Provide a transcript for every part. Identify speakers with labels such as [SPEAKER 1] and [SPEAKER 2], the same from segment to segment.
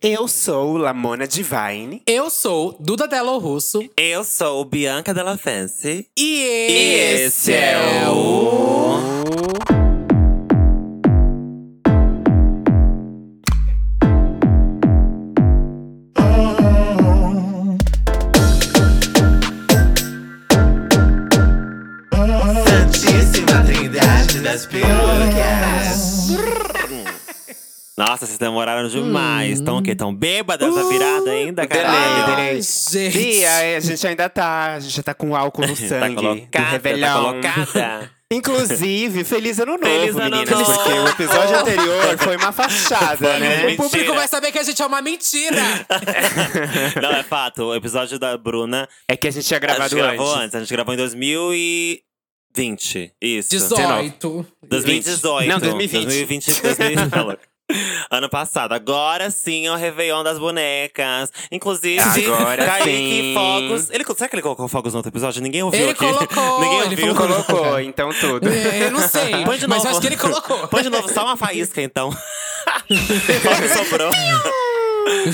[SPEAKER 1] Eu sou Lamona Divine.
[SPEAKER 2] Eu sou Duda Delo Russo.
[SPEAKER 3] Eu sou Bianca Della Fancy.
[SPEAKER 2] E
[SPEAKER 3] esse é o- Santíssima Trindade das Perucas. Nossa, vocês demoraram demais. Estão o quê? Estão bêbadas da
[SPEAKER 1] Uh,
[SPEAKER 3] virada ainda,
[SPEAKER 1] delay,
[SPEAKER 3] caralho?
[SPEAKER 1] delay.
[SPEAKER 2] Ai, gente.
[SPEAKER 3] é
[SPEAKER 1] Bia, a gente ainda tá. A gente já tá com álcool no
[SPEAKER 3] Tá
[SPEAKER 1] sangue. do
[SPEAKER 3] colocada, tá
[SPEAKER 1] Réveillon.
[SPEAKER 3] colocada.
[SPEAKER 1] Inclusive, feliz ano novo,
[SPEAKER 3] Feliz ano
[SPEAKER 1] meninas.
[SPEAKER 3] novo!
[SPEAKER 1] Porque o episódio anterior foi uma fachada,
[SPEAKER 2] O
[SPEAKER 1] né?
[SPEAKER 3] Mentira.
[SPEAKER 2] público vai saber que a gente é uma mentira.
[SPEAKER 3] Não, é fato. O episódio da Bruna…
[SPEAKER 1] É que a gente tinha
[SPEAKER 3] a
[SPEAKER 1] gravado
[SPEAKER 3] gente gravou
[SPEAKER 1] antes.
[SPEAKER 3] antes. A gente gravou em 2020. Isso.
[SPEAKER 2] 18.
[SPEAKER 3] 2018.
[SPEAKER 1] Não, 2020.
[SPEAKER 3] 2020, 2020 tá louco. Ano passado. Agora sim é o Réveillon das bonecas. Inclusive,
[SPEAKER 1] Agora
[SPEAKER 3] Kaique
[SPEAKER 1] sim.
[SPEAKER 3] Fogos. Ele, será que ele colocou Fogos no outro episódio? Ninguém ouviu
[SPEAKER 2] Ele
[SPEAKER 3] aqui.
[SPEAKER 2] colocou,
[SPEAKER 3] Ninguém
[SPEAKER 2] ele
[SPEAKER 3] ouviu.
[SPEAKER 1] Colocou, então tudo.
[SPEAKER 2] É, Eu não sei,
[SPEAKER 3] Põe de
[SPEAKER 2] mas
[SPEAKER 3] novo.
[SPEAKER 2] eu acho que ele colocou.
[SPEAKER 3] Põe de novo só uma faísca, então. Só que sobrou.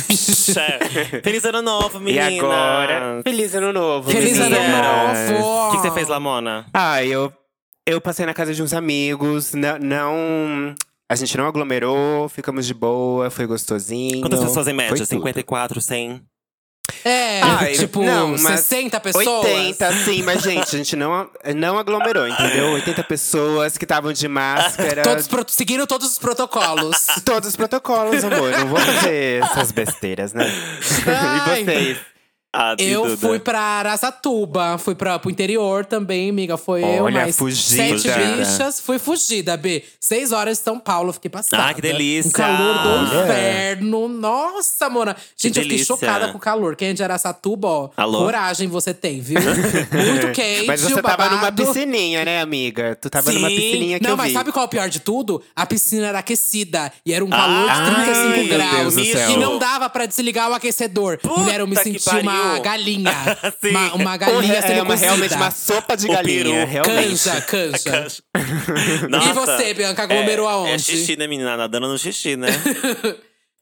[SPEAKER 3] Puxa. Feliz ano novo,
[SPEAKER 1] E
[SPEAKER 3] menina.
[SPEAKER 1] agora,
[SPEAKER 3] O
[SPEAKER 1] feliz ano novo.
[SPEAKER 2] Feliz ano
[SPEAKER 1] meninas.
[SPEAKER 2] novo!
[SPEAKER 3] que, que você fez, Lamona?
[SPEAKER 1] Ah, eu, eu passei na casa de uns amigos, na- não. A gente não aglomerou, ficamos de boa, foi gostosinho.
[SPEAKER 3] Quantas pessoas em média?
[SPEAKER 1] Foi tudo.
[SPEAKER 3] 54, 100?
[SPEAKER 2] É,
[SPEAKER 1] Ai,
[SPEAKER 2] tipo,
[SPEAKER 1] não, mas
[SPEAKER 2] 60 pessoas.
[SPEAKER 1] 80, sim, mas gente, a gente não, não aglomerou, entendeu? 80 pessoas que estavam de máscara.
[SPEAKER 2] Todos pro- seguiram todos os protocolos.
[SPEAKER 1] Todos os protocolos, amor. Não vou fazer essas besteiras, né?
[SPEAKER 2] Ai.
[SPEAKER 1] e vocês?
[SPEAKER 3] Ah, e
[SPEAKER 2] Eu
[SPEAKER 3] Duda?
[SPEAKER 2] fui pra Aracatuba, fui pra, pro interior também, amiga. Foi eu,
[SPEAKER 1] Olha,
[SPEAKER 2] mais
[SPEAKER 1] fugida.
[SPEAKER 2] sete bichas. Fui fugida, B. Seis horas de São Paulo, fiquei passada.
[SPEAKER 3] Ah, que delícia!
[SPEAKER 2] Um calor do
[SPEAKER 1] Olha.
[SPEAKER 2] inferno. Nossa, Mona. Gente, eu fiquei
[SPEAKER 3] delícia.
[SPEAKER 2] chocada com o calor. Quem é de Aracatuba, ó,
[SPEAKER 3] Alô?
[SPEAKER 2] coragem você tem, viu? Muito quente,
[SPEAKER 1] Mas você
[SPEAKER 2] o
[SPEAKER 1] tava numa
[SPEAKER 2] babado.
[SPEAKER 1] piscininha, né, amiga? Tu tava numa
[SPEAKER 3] Sim.
[SPEAKER 1] piscininha que
[SPEAKER 2] Não,
[SPEAKER 1] eu
[SPEAKER 2] mas
[SPEAKER 1] vi.
[SPEAKER 2] sabe qual é o pior de tudo? A piscina era aquecida e era um calor de
[SPEAKER 1] ai,
[SPEAKER 2] 35
[SPEAKER 1] meu
[SPEAKER 2] graus.
[SPEAKER 1] Deus do
[SPEAKER 2] E
[SPEAKER 1] céu.
[SPEAKER 2] não dava pra desligar o aquecedor.
[SPEAKER 3] Puta
[SPEAKER 2] Mulher, eu me
[SPEAKER 3] que
[SPEAKER 2] senti uma
[SPEAKER 3] pariu.
[SPEAKER 2] galinha.
[SPEAKER 3] Sim.
[SPEAKER 2] uma, uma galinha sendo
[SPEAKER 1] é uma,
[SPEAKER 2] cozida.
[SPEAKER 1] realmente uma sopa de
[SPEAKER 3] O
[SPEAKER 1] galinha,
[SPEAKER 3] peru.
[SPEAKER 1] realmente.
[SPEAKER 2] Canja, canja.
[SPEAKER 3] É Nossa.
[SPEAKER 2] E você, Bianca, aglomerou
[SPEAKER 3] é, É
[SPEAKER 2] aonde?
[SPEAKER 3] xixi, né, menina? Nadando no xixi, né?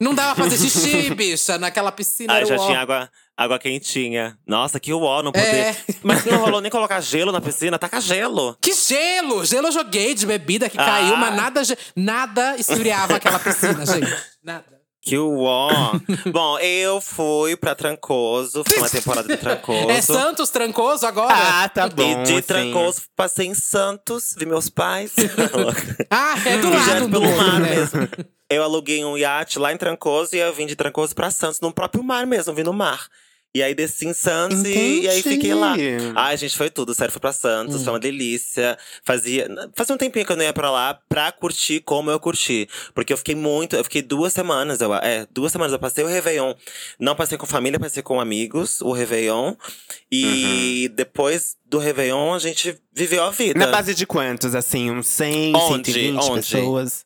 [SPEAKER 2] Não dava pra fazer xixi, bicha, naquela piscina.
[SPEAKER 3] Aí
[SPEAKER 2] era
[SPEAKER 3] Ah, já
[SPEAKER 2] o ó.
[SPEAKER 3] tinha água, água quentinha. Nossa, que uó, não poder.
[SPEAKER 2] É.
[SPEAKER 3] Mas não rolou nem colocar gelo na piscina. Taca gelo.
[SPEAKER 2] Que gelo! Gelo eu joguei de bebida que caiu,
[SPEAKER 3] Ah.
[SPEAKER 2] mas nada, ge- nada esfriava aquela piscina, gente. Nada.
[SPEAKER 3] Que uó. Bom, eu fui pra Trancoso. Fui uma temporada de Trancoso.
[SPEAKER 2] É Santos Trancoso agora?
[SPEAKER 1] Ah, tá bom.
[SPEAKER 3] e de
[SPEAKER 1] assim.
[SPEAKER 3] Trancoso, passei em Santos. Vi meus pais. Tá
[SPEAKER 2] Ah, é do
[SPEAKER 3] Já
[SPEAKER 2] lado
[SPEAKER 3] era
[SPEAKER 2] um do
[SPEAKER 3] pelo
[SPEAKER 2] outro,
[SPEAKER 3] mar
[SPEAKER 2] né?
[SPEAKER 3] mesmo. Eu aluguei um iate lá em Trancoso e eu vim de Trancoso pra Santos, no próprio mar mesmo, vim no mar. E aí desci em Santos e, e
[SPEAKER 1] Entendi.
[SPEAKER 3] aí
[SPEAKER 1] Hum.
[SPEAKER 3] fiquei lá. Ai, gente, foi tudo. Sério, fui pra Santos, foi uma delícia. Fazia, fazia um tempinho que eu não ia pra lá pra curtir como eu curti. Porque eu fiquei muito. Eu fiquei duas semanas, eu, é, duas semanas eu passei o Réveillon. Não passei com família, passei com amigos, o Réveillon. E depois do Réveillon, a gente viveu a vida.
[SPEAKER 1] Uhum. Na base de quantos, assim? Uns 100,
[SPEAKER 3] Então, Onde?
[SPEAKER 1] 120
[SPEAKER 3] Onde?
[SPEAKER 1] pessoas?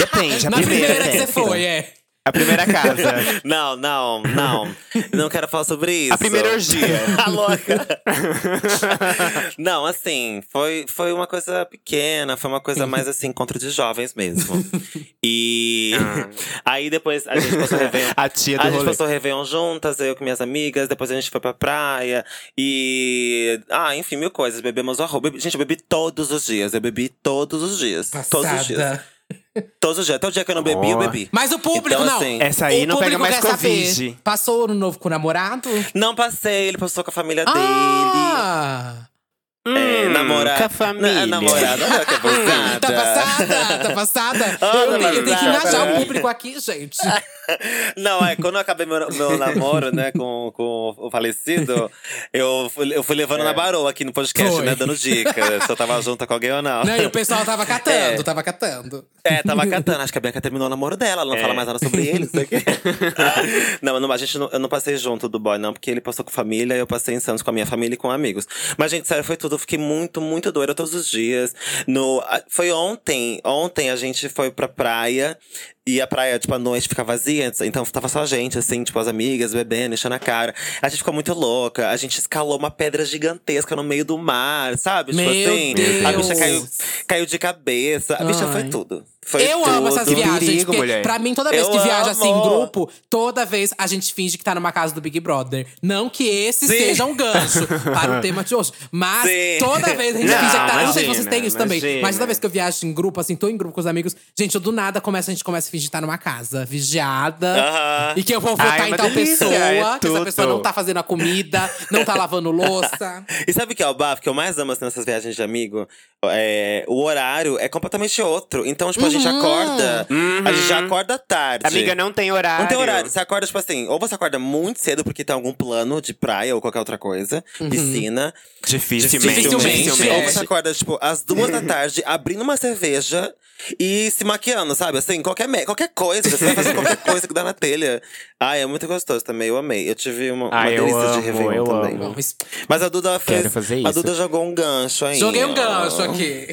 [SPEAKER 1] Depende, é a
[SPEAKER 2] Na primeira que
[SPEAKER 1] sempre.
[SPEAKER 2] você foi, é.
[SPEAKER 1] A primeira casa.
[SPEAKER 3] Não, não, não. Não quero falar sobre isso.
[SPEAKER 1] a primeira orgia.
[SPEAKER 3] Tá louca. não, assim, foi, foi uma coisa pequena, foi uma coisa mais assim, encontro de jovens mesmo. E aí depois a gente passou o Réveillon.
[SPEAKER 1] Ah. A tia do
[SPEAKER 3] A gente assim.
[SPEAKER 1] rolê.
[SPEAKER 3] passou o Réveillon juntas, eu com minhas amigas, depois a gente foi pra praia e. Ah, enfim, mil coisas. Bebemos o arroz. Bebi- Gente, eu bebi todos os dias. Eu bebi todos os dias. Todos os dias.
[SPEAKER 2] Passada.
[SPEAKER 3] Todos os dias. Até o dia que eu não bebi, eu
[SPEAKER 1] Ó.
[SPEAKER 3] bebi.
[SPEAKER 2] Mas o público
[SPEAKER 3] Então,
[SPEAKER 2] não.
[SPEAKER 3] assim,
[SPEAKER 1] Essa aí
[SPEAKER 2] o
[SPEAKER 1] não É pega
[SPEAKER 2] público
[SPEAKER 1] mais
[SPEAKER 2] quer saber.
[SPEAKER 1] Covid.
[SPEAKER 2] Passou ano novo com o namorado?
[SPEAKER 3] Não passei, ele passou com a família dele.
[SPEAKER 2] Ah!
[SPEAKER 3] É,
[SPEAKER 1] Hum,
[SPEAKER 3] namorada.
[SPEAKER 1] Com a família.
[SPEAKER 3] Na- namorada, olha que abusada.
[SPEAKER 2] Tá passada, tá passada.
[SPEAKER 3] Ah,
[SPEAKER 2] eu,
[SPEAKER 3] tá
[SPEAKER 2] tenho, eu tenho que
[SPEAKER 3] passada.
[SPEAKER 2] engajar o público aqui, gente.
[SPEAKER 3] Não, é, quando eu acabei meu, meu namoro, né, com, com o falecido, eu fui, eu fui levando na baroa aqui no podcast,
[SPEAKER 2] Foi.
[SPEAKER 3] né, dando dica. se eu tava junto com alguém ou não.
[SPEAKER 2] Não, e o pessoal tava catando,
[SPEAKER 3] É.
[SPEAKER 2] tava catando.
[SPEAKER 3] É, tava catando. Acho que a Bianca terminou o namoro dela, ela não
[SPEAKER 2] É.
[SPEAKER 3] fala mais nada sobre ele, não sei o quê. não, não, a gente não, eu não passei junto do boy, não, porque ele passou com família, eu passei em Santos com a minha família e com amigos. Mas, gente, sério, foi tudo. Eu fiquei muito, muito doida todos os dias. No, a- foi ontem, ontem a gente foi pra praia. E a praia, tipo, à noite fica vazia, então tava só a gente, assim, tipo, as amigas bebendo, enchendo a cara. A gente ficou muito louca, a gente escalou uma pedra gigantesca no meio do mar, sabe? tipo
[SPEAKER 2] Meu
[SPEAKER 3] assim,
[SPEAKER 2] Deus.
[SPEAKER 3] a bicha caiu, caiu de cabeça. A bicha
[SPEAKER 2] Ai.
[SPEAKER 3] foi tudo. Foi
[SPEAKER 2] eu amo essas
[SPEAKER 3] tudo.
[SPEAKER 1] Que
[SPEAKER 2] viagens.
[SPEAKER 1] perigo,
[SPEAKER 2] porque
[SPEAKER 1] mulher.
[SPEAKER 2] Pra mim, toda vez
[SPEAKER 3] Eu
[SPEAKER 2] que viaja assim em
[SPEAKER 3] amo.
[SPEAKER 2] grupo, toda vez a gente finge que tá numa casa do Big Brother. Não que esse
[SPEAKER 3] Sim.
[SPEAKER 2] seja um gancho para o tema de hoje. Mas
[SPEAKER 3] Sim.
[SPEAKER 2] toda vez a gente
[SPEAKER 1] Não,
[SPEAKER 2] finge que tá. eu não sei se vocês
[SPEAKER 1] imagina,
[SPEAKER 2] têm isso também. Mas toda
[SPEAKER 1] imagina.
[SPEAKER 2] vez que eu viajo em grupo, assim, tô em grupo com os amigos, gente, eu do nada começa, a gente começa a fingir que tá numa casa vigiada.
[SPEAKER 3] Aham.
[SPEAKER 2] E que eu vou
[SPEAKER 1] Ai,
[SPEAKER 2] votar
[SPEAKER 1] é
[SPEAKER 2] em
[SPEAKER 1] uma
[SPEAKER 2] tal
[SPEAKER 1] delícia,
[SPEAKER 2] pessoa,
[SPEAKER 1] é
[SPEAKER 2] que essa
[SPEAKER 1] tudo.
[SPEAKER 2] pessoa não tá fazendo a comida, não tá lavando louça.
[SPEAKER 3] E sabe o que é o bafo que eu mais amo assim, nessas viagens de amigo? É, o horário é completamente outro. Então, tipo, a gente acorda. A gente já
[SPEAKER 2] Uhum.
[SPEAKER 3] acorda tarde.
[SPEAKER 1] Amiga, não tem
[SPEAKER 2] é
[SPEAKER 1] horário.
[SPEAKER 3] Não tem horário. Você acorda, tipo assim, ou você acorda muito cedo porque tem algum plano de praia ou qualquer outra coisa, piscina.
[SPEAKER 1] Dificilmente.
[SPEAKER 2] Dificilmente,
[SPEAKER 3] Ou
[SPEAKER 1] dificilmente.
[SPEAKER 3] você acorda, tipo, às duas da tarde, abrindo uma cerveja e se maquiando, sabe? Assim, qualquer, me- qualquer coisa. Você vai fazer qualquer coisa que dá na telha. Ai, é muito gostoso também. Eu amei. Eu tive uma, uma
[SPEAKER 1] Ai, Ah, eu
[SPEAKER 3] delícia de
[SPEAKER 1] amo,
[SPEAKER 3] Réveillon
[SPEAKER 1] eu
[SPEAKER 3] também.
[SPEAKER 1] amo.
[SPEAKER 2] Bom, es-
[SPEAKER 3] Mas a Duda fez.
[SPEAKER 1] Quero fazer
[SPEAKER 3] A
[SPEAKER 1] isso.
[SPEAKER 3] Duda jogou um gancho aí.
[SPEAKER 2] Joguei um
[SPEAKER 3] ó.
[SPEAKER 2] gancho aqui.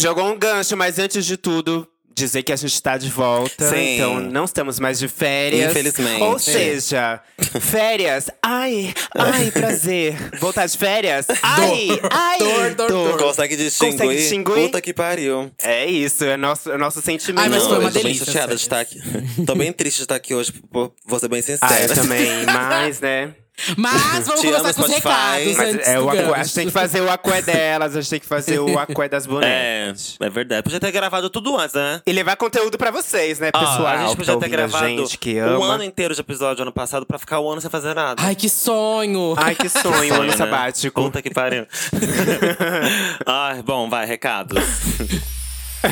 [SPEAKER 1] Jogou um gancho, mas antes de tudo, dizer que a gente tá de volta.
[SPEAKER 3] Sim.
[SPEAKER 1] Então não estamos mais de férias.
[SPEAKER 3] Infelizmente.
[SPEAKER 1] Ou seja, férias. Ai, ai, prazer. Voltar de férias? Ai, ai.
[SPEAKER 2] Dor, dor, dor.
[SPEAKER 3] Consegue distinguir?
[SPEAKER 1] Consegue distinguir?
[SPEAKER 3] Puta que pariu.
[SPEAKER 1] É isso, é nosso, é nosso sentimento.
[SPEAKER 2] Ai, mas
[SPEAKER 3] Não,
[SPEAKER 2] foi uma
[SPEAKER 3] eu tô bem
[SPEAKER 2] delícia,
[SPEAKER 3] chateada de estar aqui. tô bem triste de estar aqui hoje, por- vou ser bem sincera.
[SPEAKER 1] Ah, eu também, mas né.
[SPEAKER 2] Mas vamos
[SPEAKER 3] Te
[SPEAKER 2] começar
[SPEAKER 3] amo,
[SPEAKER 2] com os
[SPEAKER 3] Spotify.
[SPEAKER 2] recados
[SPEAKER 1] Mas
[SPEAKER 2] antes
[SPEAKER 1] é,
[SPEAKER 2] do
[SPEAKER 1] o aqué-
[SPEAKER 2] gancho.
[SPEAKER 1] a gente tem que fazer o aqué delas, a gente tem que fazer o aqué das
[SPEAKER 3] É,
[SPEAKER 1] bonecas.
[SPEAKER 3] é verdade. Podia ter gravado tudo antes, né?
[SPEAKER 1] E levar conteúdo pra vocês, né,
[SPEAKER 3] Ó,
[SPEAKER 1] pessoal?
[SPEAKER 3] Ah, a gente
[SPEAKER 1] que
[SPEAKER 3] podia
[SPEAKER 1] tá
[SPEAKER 3] ter
[SPEAKER 1] ouvindo
[SPEAKER 3] gravado
[SPEAKER 1] a gente que ama. Ah,
[SPEAKER 3] um ano inteiro de episódio ano passado pra ficar um ano sem fazer nada.
[SPEAKER 2] Ai, que sonho!
[SPEAKER 1] Ai, que sonho,
[SPEAKER 3] Sonho,
[SPEAKER 1] ano
[SPEAKER 3] né?
[SPEAKER 1] é sabático.
[SPEAKER 3] Puta que pariu. Ai, bom, vai, recados.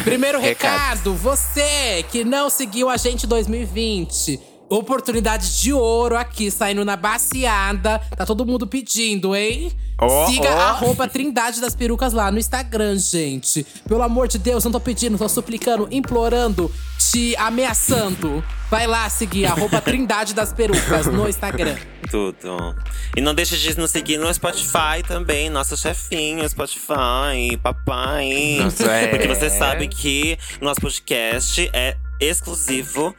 [SPEAKER 2] Primeiro recado,
[SPEAKER 1] Recado.
[SPEAKER 2] você que não seguiu a gente em 2020. Oportunidade de ouro aqui, saindo na baciada. Tá todo mundo pedindo, hein?
[SPEAKER 1] Ó,
[SPEAKER 2] Siga
[SPEAKER 1] ó.
[SPEAKER 2] arroba Trindade das Perucas lá no Instagram, gente. Pelo amor de Deus, não tô pedindo, tô suplicando, implorando, te ameaçando. Vai lá seguir arroba Trindade das Perucas no Instagram.
[SPEAKER 3] Tudo. E não deixe de nos seguir no Spotify também, nosso chefinho, Spotify, papai.
[SPEAKER 1] Nossa, é.
[SPEAKER 3] Porque você sabe que nosso podcast é exclusivo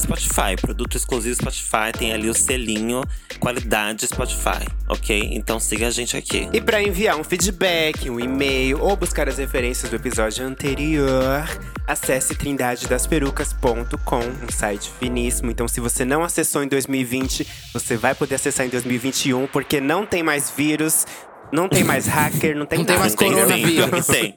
[SPEAKER 3] Spotify, produto exclusivo Spotify, tem ali o selinho qualidade Spotify, ok? Então siga a gente aqui.
[SPEAKER 1] E pra enviar um feedback, um e-mail ou buscar as referências do episódio anterior, acesse trindadedasperucas.com, um site finíssimo. Então, se você não acessou em 2020, você vai poder acessar em 2021, porque não tem mais vírus, não tem mais hacker, não tem
[SPEAKER 2] Não tem
[SPEAKER 1] nada,
[SPEAKER 2] mais
[SPEAKER 1] entendeu?
[SPEAKER 3] sim, é pior que
[SPEAKER 2] coronavírus.
[SPEAKER 3] tem.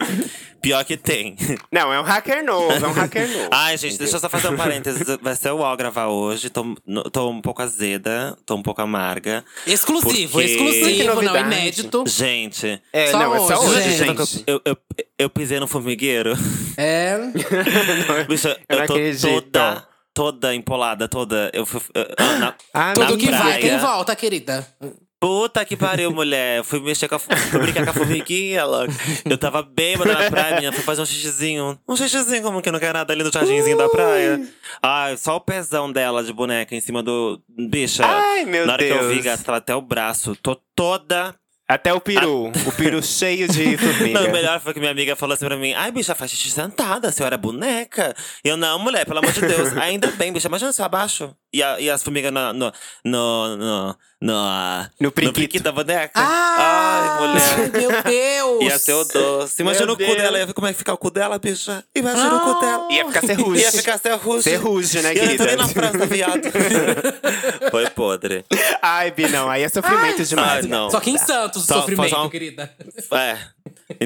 [SPEAKER 3] Pior que tem.
[SPEAKER 1] Não, é um hacker novo, é um hacker novo.
[SPEAKER 2] Ah,
[SPEAKER 3] Ai, gente, deixa eu só fazer um parênteses. Vai ser o UOL gravar hoje. Tô, no- tô um pouco azeda, tô um pouco amarga.
[SPEAKER 2] Exclusivo,
[SPEAKER 3] Porque-
[SPEAKER 1] Que
[SPEAKER 2] exclusivo, não
[SPEAKER 1] novidade.
[SPEAKER 2] inédito.
[SPEAKER 3] Gente,
[SPEAKER 1] É,
[SPEAKER 2] Só
[SPEAKER 1] não, é só
[SPEAKER 2] hoje,
[SPEAKER 1] hoje,
[SPEAKER 2] gente.
[SPEAKER 1] gente.
[SPEAKER 3] Eu, eu, eu pisei no formigueiro.
[SPEAKER 2] É.
[SPEAKER 3] Bicha,
[SPEAKER 1] Eu
[SPEAKER 3] eu,
[SPEAKER 1] não
[SPEAKER 3] tô
[SPEAKER 1] acredito.
[SPEAKER 3] toda, toda empolada, toda. Eu fui. eu- eu- na-
[SPEAKER 1] Ah,
[SPEAKER 2] Tudo
[SPEAKER 1] na
[SPEAKER 2] que vai,
[SPEAKER 3] praia.
[SPEAKER 2] tem volta, querida.
[SPEAKER 3] Puta que pariu, mulher. Eu Fui mexer com a. fu- Fui brincar com a formiguinha, logo. Eu tava bêbada na praia, menina. Fui fazer um xixizinho. Um xixizinho, como que não quer nada ali no jardinzinho da praia. Ai, só o pezão dela de boneca em cima do. Bicha.
[SPEAKER 1] Ai, meu
[SPEAKER 3] na hora que eu vi,
[SPEAKER 1] Deus.
[SPEAKER 3] gata, tava até o braço. Tô toda
[SPEAKER 1] Até o peru.
[SPEAKER 2] Ah.
[SPEAKER 1] O peru cheio de formiga.
[SPEAKER 3] Não, o melhor foi que minha amiga falou assim pra mim: Ai, bicha, faz xixi sentada, a senhora é boneca. E eu, não, mulher, pelo amor de Deus. Ainda bem, bicha, imagina se eu abaixo. E, a- e as formigas no. no. no. no. no,
[SPEAKER 1] No priquito.
[SPEAKER 3] da boneca.
[SPEAKER 2] Ah,
[SPEAKER 3] Ai, mulher.
[SPEAKER 2] Meu Deus!
[SPEAKER 3] Ia ser o doce. Imagina
[SPEAKER 1] Meu
[SPEAKER 3] o cu
[SPEAKER 1] Deus.
[SPEAKER 3] dela, ia ver como é que fica o cu dela, bicha. Imagina o
[SPEAKER 2] Ah.
[SPEAKER 3] cu dela.
[SPEAKER 1] Ia ficar serruge.
[SPEAKER 3] Ia ficar serruge.
[SPEAKER 1] Serruge, né,
[SPEAKER 3] Eu não
[SPEAKER 1] querida?
[SPEAKER 3] entrei na França, viado. foi podre.
[SPEAKER 1] Ai, Bi, não. Aí é sofrimento demais.
[SPEAKER 3] Ai, não.
[SPEAKER 2] Só que em Santos o
[SPEAKER 3] Só- um
[SPEAKER 2] sofrimento,
[SPEAKER 3] só-
[SPEAKER 2] querida.
[SPEAKER 3] É.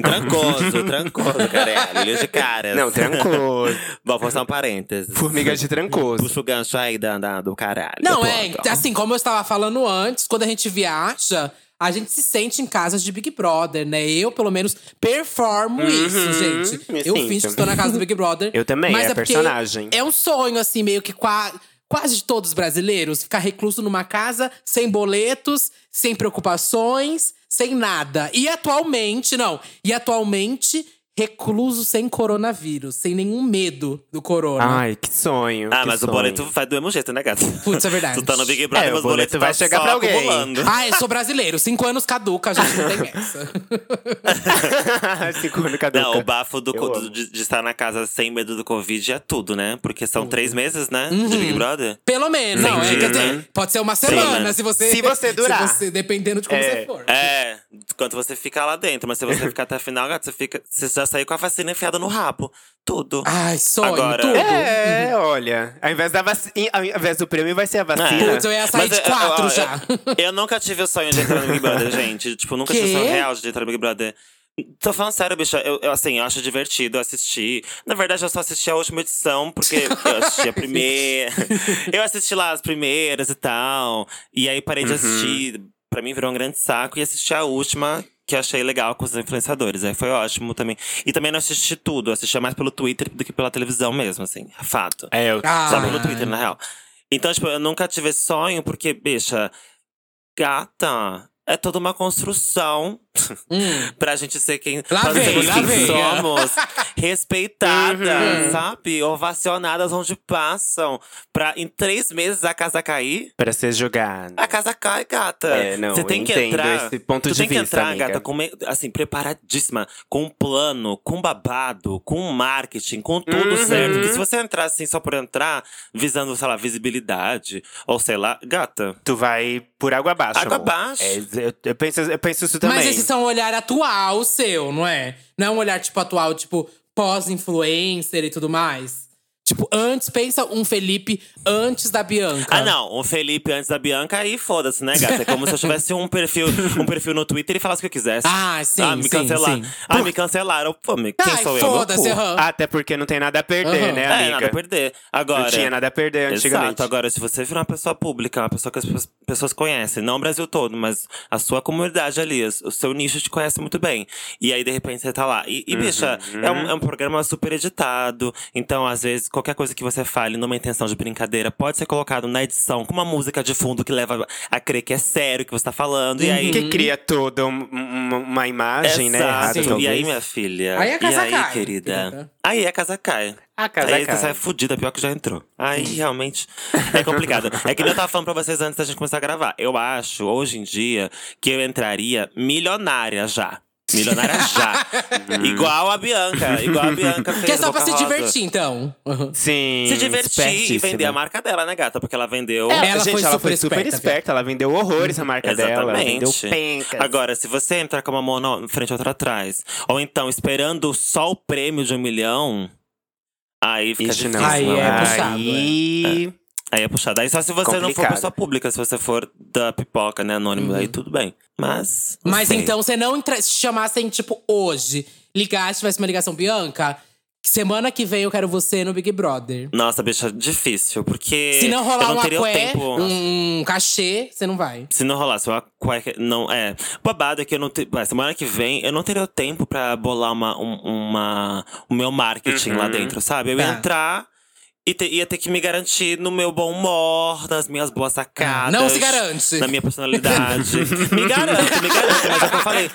[SPEAKER 3] Trancoso, trancoso, caralho. Olho de caras.
[SPEAKER 1] Não, trancoso.
[SPEAKER 3] Vou postar um parênteses.
[SPEAKER 1] Formiga de trancoso.
[SPEAKER 3] Puxa o gancho aí da, da- do caralho.
[SPEAKER 2] Não,
[SPEAKER 3] Pô,
[SPEAKER 2] é,
[SPEAKER 3] então.
[SPEAKER 2] assim, como eu estava falando antes, quando a gente viaja, a gente se sente em casas de Big Brother, né? Eu, pelo menos, performo isso, gente.
[SPEAKER 1] Uhum. me
[SPEAKER 2] eu
[SPEAKER 1] sinto.
[SPEAKER 2] finjo que estou na casa do Big Brother.
[SPEAKER 1] Eu também,
[SPEAKER 2] mas
[SPEAKER 1] é
[SPEAKER 2] porque
[SPEAKER 1] personagem.
[SPEAKER 2] É um sonho, assim, meio que qua- Quase de todos os brasileiros, ficar recluso numa casa sem boletos, sem preocupações, sem nada. E atualmente, não. E atualmente, recluso sem coronavírus, sem nenhum medo do corona.
[SPEAKER 1] Ai, que sonho.
[SPEAKER 3] Ah,
[SPEAKER 1] que
[SPEAKER 3] mas
[SPEAKER 1] sonho.
[SPEAKER 3] o boleto vai do mesmo jeito, né, gata?
[SPEAKER 2] Putz, é verdade.
[SPEAKER 3] Tu tá no Big Brother,
[SPEAKER 1] É,
[SPEAKER 3] mas
[SPEAKER 1] o boleto vai
[SPEAKER 3] tá
[SPEAKER 1] chegar
[SPEAKER 3] só
[SPEAKER 1] pra alguém.
[SPEAKER 3] acumulando.
[SPEAKER 2] Ah, eu sou brasileiro. Cinco anos caduca, a gente não tem essa.
[SPEAKER 1] Segura no caduca.
[SPEAKER 3] Não, o bafo do,
[SPEAKER 1] Ah, Eu
[SPEAKER 3] co-
[SPEAKER 1] amo.
[SPEAKER 3] de, de estar na casa sem medo do Covid é tudo, né? Porque são três meses, né?
[SPEAKER 2] Uhum.
[SPEAKER 3] De Big Brother.
[SPEAKER 2] Pelo menos. Não, é,
[SPEAKER 3] Entendi,
[SPEAKER 2] quer dizer,
[SPEAKER 3] né?
[SPEAKER 2] pode ser uma semana,
[SPEAKER 3] né?
[SPEAKER 2] se você…
[SPEAKER 1] Se você durar.
[SPEAKER 2] se você- dependendo de como
[SPEAKER 1] É.
[SPEAKER 2] você for.
[SPEAKER 3] É, quanto você fica lá dentro. Mas se você ficar até a final, gata, você, fica, você já saiu com a vacina enfiada no rabo. Tudo.
[SPEAKER 2] Ai, sonho,
[SPEAKER 3] Agora-
[SPEAKER 2] tudo.
[SPEAKER 1] É, olha. Ao invés, da vac... ao invés do prêmio, vai ser a vacina.
[SPEAKER 2] Putz, eu ia sair de
[SPEAKER 3] Ah, é. eu-
[SPEAKER 2] quatro
[SPEAKER 3] eu-
[SPEAKER 2] já.
[SPEAKER 3] Eu, eu nunca tive o sonho de entrar no Big Brother, gente. Tipo, nunca
[SPEAKER 2] Quê?
[SPEAKER 3] tive o sonho real de entrar no Big Brother. Tô falando sério, bicho. Eu, eu, assim, eu acho divertido assistir. Na verdade, eu só assisti a última edição, porque eu assisti a primeira. eu assisti lá as primeiras e tal. E aí parei de
[SPEAKER 2] Uhum.
[SPEAKER 3] assistir. Pra mim virou um grande saco. E assisti a última, que eu achei legal com os influenciadores. Aí foi ótimo também. E também não assisti tudo. Eu Assistia mais pelo Twitter do que pela televisão mesmo, assim. Fato.
[SPEAKER 1] É, eu...
[SPEAKER 2] Ah.
[SPEAKER 3] Só pelo Twitter, na real. Então, tipo, eu nunca tive esse sonho, porque, bicha, gata, é toda uma construção
[SPEAKER 2] Hum.
[SPEAKER 3] pra gente ser quem,
[SPEAKER 2] Lá
[SPEAKER 3] pra
[SPEAKER 2] vem,
[SPEAKER 3] sermos
[SPEAKER 2] lá
[SPEAKER 3] quem
[SPEAKER 2] vem.
[SPEAKER 3] somos. Respeitada,
[SPEAKER 1] Uhum.
[SPEAKER 3] sabe? Ovacionadas onde passam. Pra em três meses a casa cair.
[SPEAKER 1] Pra ser jogado.
[SPEAKER 3] A casa cai, gata.
[SPEAKER 1] É, não,
[SPEAKER 3] Você tem que
[SPEAKER 1] entendo
[SPEAKER 3] entrar.
[SPEAKER 1] esse ponto
[SPEAKER 3] tu
[SPEAKER 1] de
[SPEAKER 3] tem que
[SPEAKER 1] vista,
[SPEAKER 3] entrar,
[SPEAKER 1] amiga.
[SPEAKER 3] gata, com, me- assim, preparadíssima, com um plano, com babado, com marketing, com tudo
[SPEAKER 1] Uhum.
[SPEAKER 3] certo. Porque se você entrar assim só por entrar, visando, sei lá, visibilidade, ou sei lá, gata.
[SPEAKER 1] Tu vai por água abaixo.
[SPEAKER 3] Água
[SPEAKER 1] amor.
[SPEAKER 3] abaixo.
[SPEAKER 1] É, eu, eu penso, eu penso isso também.
[SPEAKER 2] Mas esse é um olhar atual seu, não é? Não é um olhar, tipo, atual, tipo, pós-influencer e tudo mais. Tipo, antes, pensa um Felipe antes da Bianca.
[SPEAKER 3] Ah, não, o Felipe antes da Bianca, aí foda-se, né, gata? É como se eu tivesse um perfil, um perfil no Twitter e falasse o que eu quisesse.
[SPEAKER 2] Ah, sim,
[SPEAKER 3] Ah, me
[SPEAKER 2] sim,
[SPEAKER 3] cancelaram.
[SPEAKER 2] sim.
[SPEAKER 3] Ah, me cancelaram. Pô, me- quem
[SPEAKER 2] Ai,
[SPEAKER 3] sou eu? Meu
[SPEAKER 2] foda-se,
[SPEAKER 3] cu.
[SPEAKER 2] aham.
[SPEAKER 1] Até porque não tem nada a perder,
[SPEAKER 2] Aham.
[SPEAKER 1] né,
[SPEAKER 3] É,
[SPEAKER 1] amiga?
[SPEAKER 3] nada a perder. Agora.
[SPEAKER 1] Não tinha nada a perder antigamente.
[SPEAKER 3] Exato. Agora, se você virar uma pessoa pública, uma pessoa que as pessoas- pessoas conhecem, não o Brasil todo, mas a sua comunidade ali, as- o seu nicho te conhece muito bem. E aí, de repente, você tá lá. E, e, bicha, é um, é um programa super editado. Então, às vezes, qualquer coisa que você fale numa intenção de brincadeira pode ser colocado na edição com uma música de fundo que leva a crer que é sério o que você tá falando. E aí.
[SPEAKER 1] Que cria toda um- um- uma imagem, né?
[SPEAKER 3] Exato.
[SPEAKER 1] Errada,
[SPEAKER 3] e
[SPEAKER 1] talvez.
[SPEAKER 3] aí, minha filha?
[SPEAKER 2] Aí a casa
[SPEAKER 3] e aí,
[SPEAKER 2] cai, Então, tá.
[SPEAKER 3] querida?
[SPEAKER 2] querida.
[SPEAKER 3] Aí a casa cai.
[SPEAKER 1] A casa
[SPEAKER 3] aí
[SPEAKER 1] cai.
[SPEAKER 3] você sai fudida, pior que já entrou. Aí realmente é complicado. é que nem eu tava falando pra vocês antes da gente começar a gravar. Eu acho, hoje em dia, que eu entraria milionária já. Milionária já. igual a Bianca. Igual a Bianca fez.
[SPEAKER 2] que é só pra
[SPEAKER 3] Boca
[SPEAKER 2] se
[SPEAKER 3] Rosa.
[SPEAKER 2] divertir, então. Uhum.
[SPEAKER 1] Sim.
[SPEAKER 3] Se divertir e
[SPEAKER 1] espertíssima.
[SPEAKER 3] vender a marca dela, né, gata? Porque ela vendeu.
[SPEAKER 2] É,
[SPEAKER 1] Ela,
[SPEAKER 2] Ela
[SPEAKER 1] gente,
[SPEAKER 2] foi
[SPEAKER 1] ela
[SPEAKER 2] super
[SPEAKER 1] foi super
[SPEAKER 2] esperta,
[SPEAKER 1] esperta. Ela vendeu horrores a marca É dela. Ela vendeu pencas.
[SPEAKER 3] Agora, se você entrar com uma mão na- na frente e outra atrás, ou então esperando só o prêmio de um milhão, aí fica
[SPEAKER 1] Ixi,
[SPEAKER 3] difícil.
[SPEAKER 1] não.
[SPEAKER 2] Aí
[SPEAKER 3] não
[SPEAKER 2] é puxado,
[SPEAKER 1] Aí...
[SPEAKER 3] Aí é puxado. Aí só se você não for
[SPEAKER 1] Complicado. Uhum.
[SPEAKER 3] pessoa pública, se você for da pipoca, né, anônimo, aí tudo bem. Mas. não
[SPEAKER 2] Mas
[SPEAKER 3] sei.
[SPEAKER 2] então, você não entra... se chamassem, tipo, hoje, ligasse, tivesse uma ligação, Bianca, semana que vem eu quero você no Big Brother.
[SPEAKER 3] Nossa, bicha, difícil,
[SPEAKER 1] É,
[SPEAKER 3] porque.
[SPEAKER 2] Se não rolar
[SPEAKER 3] eu não
[SPEAKER 2] uma
[SPEAKER 3] teria o
[SPEAKER 2] cué,
[SPEAKER 3] tempo.
[SPEAKER 2] um cachê, você não vai.
[SPEAKER 3] Se não rolasse uma cueca. Não, é. Babado é que eu não tenho. Semana que vem, eu não teria o tempo pra bolar uma, um- uma, o meu marketing lá dentro, sabe? Eu ia
[SPEAKER 2] Tá.
[SPEAKER 3] entrar e te- ia ter que me garantir no meu bom humor, nas minhas boas sacadas.
[SPEAKER 2] Tá. Não se garante.
[SPEAKER 3] Na minha personalidade. me garanto, me garanto, mas é o que eu falei.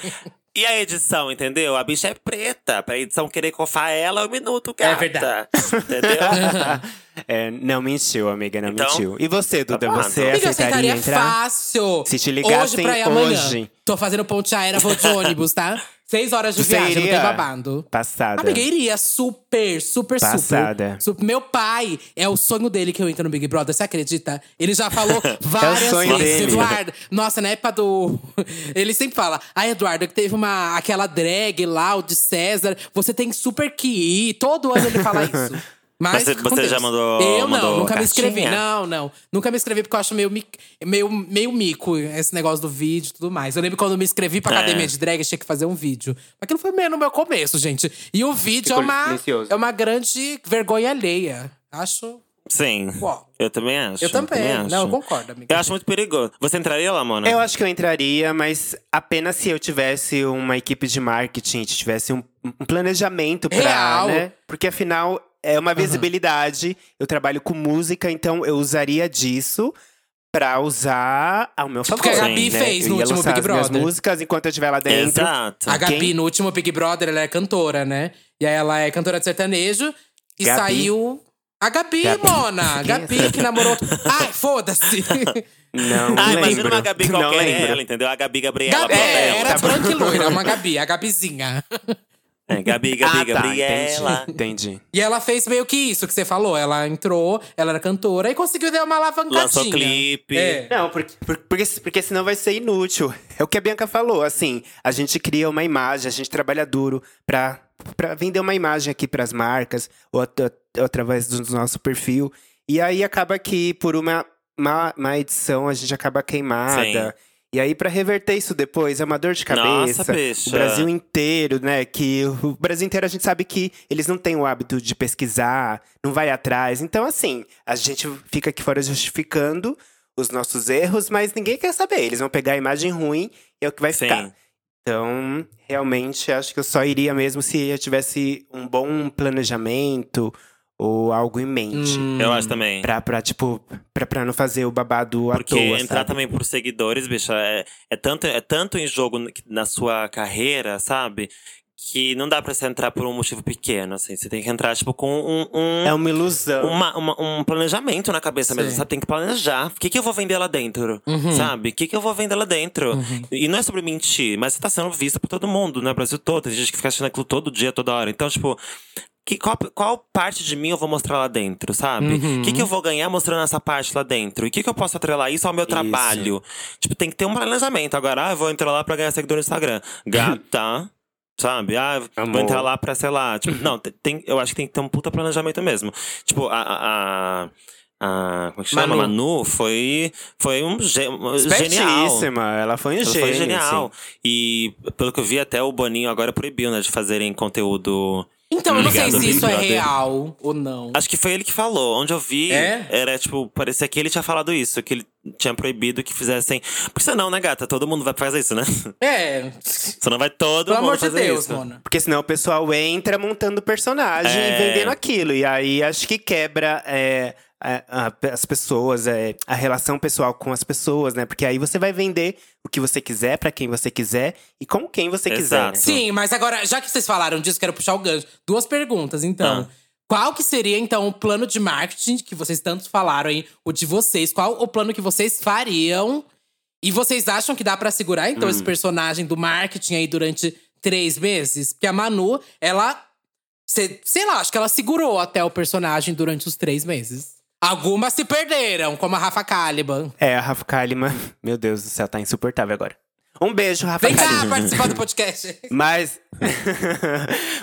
[SPEAKER 3] E a edição, entendeu? A bicha é preta. Pra edição querer cofar ela, é um minuto, gata.
[SPEAKER 2] É verdade.
[SPEAKER 3] Entendeu?
[SPEAKER 1] É, não mentiu, amiga, não
[SPEAKER 3] Então,
[SPEAKER 1] mentiu. E você, Duda,
[SPEAKER 3] bom.
[SPEAKER 1] você
[SPEAKER 2] Amiga, eu
[SPEAKER 1] aceitaria
[SPEAKER 2] aceitaria
[SPEAKER 1] entrar?
[SPEAKER 2] fácil.
[SPEAKER 1] Se te ligassem
[SPEAKER 2] hoje pra ir amanhã.
[SPEAKER 1] hoje.
[SPEAKER 2] Tô fazendo ponte aérea, vou de ônibus, tá? Seis horas de
[SPEAKER 1] Você
[SPEAKER 2] viagem, não
[SPEAKER 1] iria?
[SPEAKER 2] tem babando.
[SPEAKER 1] Passada.
[SPEAKER 2] Amiga, iria super, super,
[SPEAKER 1] Passada.
[SPEAKER 2] super, super. Meu pai, é o sonho dele que eu entro no Big Brother, você acredita? Ele já falou várias
[SPEAKER 1] sonho
[SPEAKER 2] vezes.
[SPEAKER 1] dele.
[SPEAKER 2] Eduardo, nossa, na época do. Ele sempre fala: Ah, Eduardo, que teve uma, aquela drag lá, o de César, você tem super que ir. Todo ano ele fala isso. Mas,
[SPEAKER 3] Mas você-
[SPEAKER 2] com
[SPEAKER 3] você
[SPEAKER 2] Deus.
[SPEAKER 3] já mandou-
[SPEAKER 2] Eu não,
[SPEAKER 3] mandou
[SPEAKER 2] nunca me inscrevi.
[SPEAKER 3] cartinha?
[SPEAKER 2] Não, não. Nunca me inscrevi porque eu acho meio, mi- meio, meio mico esse negócio do vídeo e tudo mais. Eu lembro quando eu me inscrevi pra
[SPEAKER 3] É.
[SPEAKER 2] academia de drag, eu tinha que fazer um vídeo. Aquilo foi meio no meu começo, gente. E o vídeo é
[SPEAKER 1] Ficou
[SPEAKER 2] uma,
[SPEAKER 1] delicioso.
[SPEAKER 2] é uma grande vergonha alheia. Acho.
[SPEAKER 3] Sim.
[SPEAKER 2] Uó.
[SPEAKER 3] Eu também acho.
[SPEAKER 2] Eu também.
[SPEAKER 3] acho.
[SPEAKER 2] Não, eu concordo, amiga.
[SPEAKER 3] Eu acho muito perigoso. Você entraria lá, Mona?
[SPEAKER 1] Eu acho que eu entraria, mas apenas se eu tivesse uma equipe de marketing, tivesse um, um planejamento pra,
[SPEAKER 2] Real.
[SPEAKER 1] né? Porque afinal é uma visibilidade. Eu trabalho com música, então eu usaria disso pra usar ao meu
[SPEAKER 2] Tipo
[SPEAKER 1] favor.
[SPEAKER 2] o que a Gabi
[SPEAKER 1] né?
[SPEAKER 2] fez
[SPEAKER 1] Eu
[SPEAKER 2] no
[SPEAKER 1] ia
[SPEAKER 2] último
[SPEAKER 1] lançar
[SPEAKER 2] Big
[SPEAKER 1] as minhas
[SPEAKER 2] Brother.
[SPEAKER 1] músicas enquanto eu estiver lá dentro.
[SPEAKER 3] Exato.
[SPEAKER 2] A Gabi,
[SPEAKER 1] Quem-
[SPEAKER 2] no último Big Brother, ela é cantora, né? E aí ela é cantora de sertanejo. E
[SPEAKER 1] Gabi.
[SPEAKER 2] saiu… A Gabi,
[SPEAKER 1] Gabi.
[SPEAKER 2] Mona!
[SPEAKER 1] Quem é
[SPEAKER 2] Gabi
[SPEAKER 1] essa?
[SPEAKER 2] que namorou… Ai, foda-se!
[SPEAKER 1] Não
[SPEAKER 3] Ah,
[SPEAKER 1] lembro.
[SPEAKER 3] imagina uma Gabi
[SPEAKER 1] Não
[SPEAKER 3] qualquer
[SPEAKER 1] lembro. Ah,
[SPEAKER 3] ela, entendeu? A Gabi Gabriela.
[SPEAKER 2] Gabi,
[SPEAKER 3] Gabriela.
[SPEAKER 2] é, era
[SPEAKER 1] tipo
[SPEAKER 2] de branca e loira, uma Gabi, a Gabizinha.
[SPEAKER 3] É, Gabi, Gabi,
[SPEAKER 1] ah, tá,
[SPEAKER 3] Gabriela.
[SPEAKER 1] entendi. entendi.
[SPEAKER 2] E ela fez meio que isso que você falou. Ela entrou, ela era cantora e conseguiu dar uma
[SPEAKER 1] Um
[SPEAKER 2] alavancadinha.
[SPEAKER 3] Lançou clipe.
[SPEAKER 2] É.
[SPEAKER 1] Não, porque, por- porque, porque senão vai ser inútil. É o que a Bianca falou, assim, a gente cria uma imagem, a gente trabalha duro pra, pra vender uma imagem aqui pras marcas, ou, at- ou através do nosso perfil. E aí acaba que por uma, uma, uma edição a gente acaba queimada. E aí, pra reverter isso depois, é uma dor de cabeça.
[SPEAKER 3] Nossa,
[SPEAKER 1] O
[SPEAKER 3] bicha.
[SPEAKER 1] Brasil inteiro, né? Que o Brasil inteiro a gente sabe que eles não têm o hábito de pesquisar, não vai atrás. Então, assim, a gente fica aqui fora justificando os nossos erros, mas ninguém quer saber. Eles vão pegar a imagem ruim e é o que vai
[SPEAKER 3] Sim.
[SPEAKER 1] ficar. Então, realmente, acho que eu só iria mesmo se eu tivesse um bom planejamento ou algo em mente.
[SPEAKER 2] Hum.
[SPEAKER 3] Eu acho também.
[SPEAKER 1] Pra, pra, tipo, pra, pra não fazer o babado à
[SPEAKER 3] Porque
[SPEAKER 1] toa,
[SPEAKER 3] entrar
[SPEAKER 1] sabe?
[SPEAKER 3] também por seguidores, bicha, é, é tanto, é tanto em jogo n- na sua carreira, sabe? Que não dá pra você entrar por um motivo pequeno, assim. Você tem que entrar, tipo, com um, um,
[SPEAKER 1] É uma ilusão.
[SPEAKER 3] uma- uma- um planejamento na cabeça mesmo,
[SPEAKER 2] Sim.
[SPEAKER 3] sabe? Tem que planejar. O que, que eu vou vender lá dentro,
[SPEAKER 2] Uhum.
[SPEAKER 3] sabe? O que, que eu vou vender lá dentro?
[SPEAKER 2] Uhum.
[SPEAKER 3] E não é sobre mentir, mas você tá sendo visto por todo mundo, né? Brasil todo. Tem gente que fica achando aquilo todo dia, toda hora. Então, tipo… Que, qual, qual parte de mim eu vou mostrar lá dentro, sabe? O
[SPEAKER 2] Uhum.
[SPEAKER 3] que, que eu vou ganhar mostrando essa parte lá dentro? E o que, que eu posso atrelar isso ao meu trabalho? Tipo, tem que ter um planejamento. Agora, ah, eu vou entrar lá pra ganhar seguidor no Instagram. Gata… Sabe? Ah,
[SPEAKER 1] Amor.
[SPEAKER 3] vou entrar lá pra, sei lá. Tipo, não, te- tem, eu acho que tem que ter um puta planejamento mesmo. Tipo, a. a, a- a- como é que chama?
[SPEAKER 2] Manu.
[SPEAKER 3] Manu foi, foi um, ge- um genial.
[SPEAKER 1] Espertíssima, Ela foi um
[SPEAKER 3] Ela
[SPEAKER 1] gênio,
[SPEAKER 3] foi genial.
[SPEAKER 1] assim.
[SPEAKER 3] E pelo que eu vi, até o Boninho agora proibiu, né, de fazerem conteúdo.
[SPEAKER 2] Então, eu não
[SPEAKER 3] ligado
[SPEAKER 2] sei
[SPEAKER 3] ao
[SPEAKER 2] se
[SPEAKER 3] Big
[SPEAKER 2] isso é
[SPEAKER 3] Brother.
[SPEAKER 2] real ou não.
[SPEAKER 3] Acho que foi ele que falou. Onde eu vi,
[SPEAKER 2] É?
[SPEAKER 3] era tipo, parecia que ele tinha falado isso, que ele tinha proibido que fizessem. Porque senão, né, gata? Todo mundo vai fazer isso, né?
[SPEAKER 2] É.
[SPEAKER 3] Senão vai todo
[SPEAKER 2] Pelo
[SPEAKER 3] mundo
[SPEAKER 2] amor de
[SPEAKER 3] fazer
[SPEAKER 2] Deus,
[SPEAKER 3] isso.
[SPEAKER 2] Mona.
[SPEAKER 1] Porque senão o pessoal entra montando personagem
[SPEAKER 3] É.
[SPEAKER 1] e vendendo aquilo. E aí acho que quebra é, a- a- as pessoas, é, a relação pessoal com as pessoas, né? Porque aí você vai vender o que você quiser, pra quem você quiser e com quem você quiser.
[SPEAKER 3] Exato.
[SPEAKER 1] né?
[SPEAKER 2] Sim, mas agora, já que vocês falaram disso, quero puxar o gancho. Duas perguntas, então.
[SPEAKER 3] Ah.
[SPEAKER 2] Qual que seria, então, o plano de marketing que vocês tanto falaram aí? O de vocês, qual o plano que vocês fariam? E vocês acham que dá pra segurar, então, esse personagem do marketing aí durante três meses? Porque a Manu, ela… se- sei lá, acho que ela segurou até o personagem durante os três meses. Algumas se perderam, como a Rafa Caliban.
[SPEAKER 1] É, a Rafa Kalimann, meu Deus do céu, tá insuportável agora. Um beijo, Rafa
[SPEAKER 2] Vem cá
[SPEAKER 1] Kalimann.
[SPEAKER 2] participar do podcast!
[SPEAKER 1] Mas.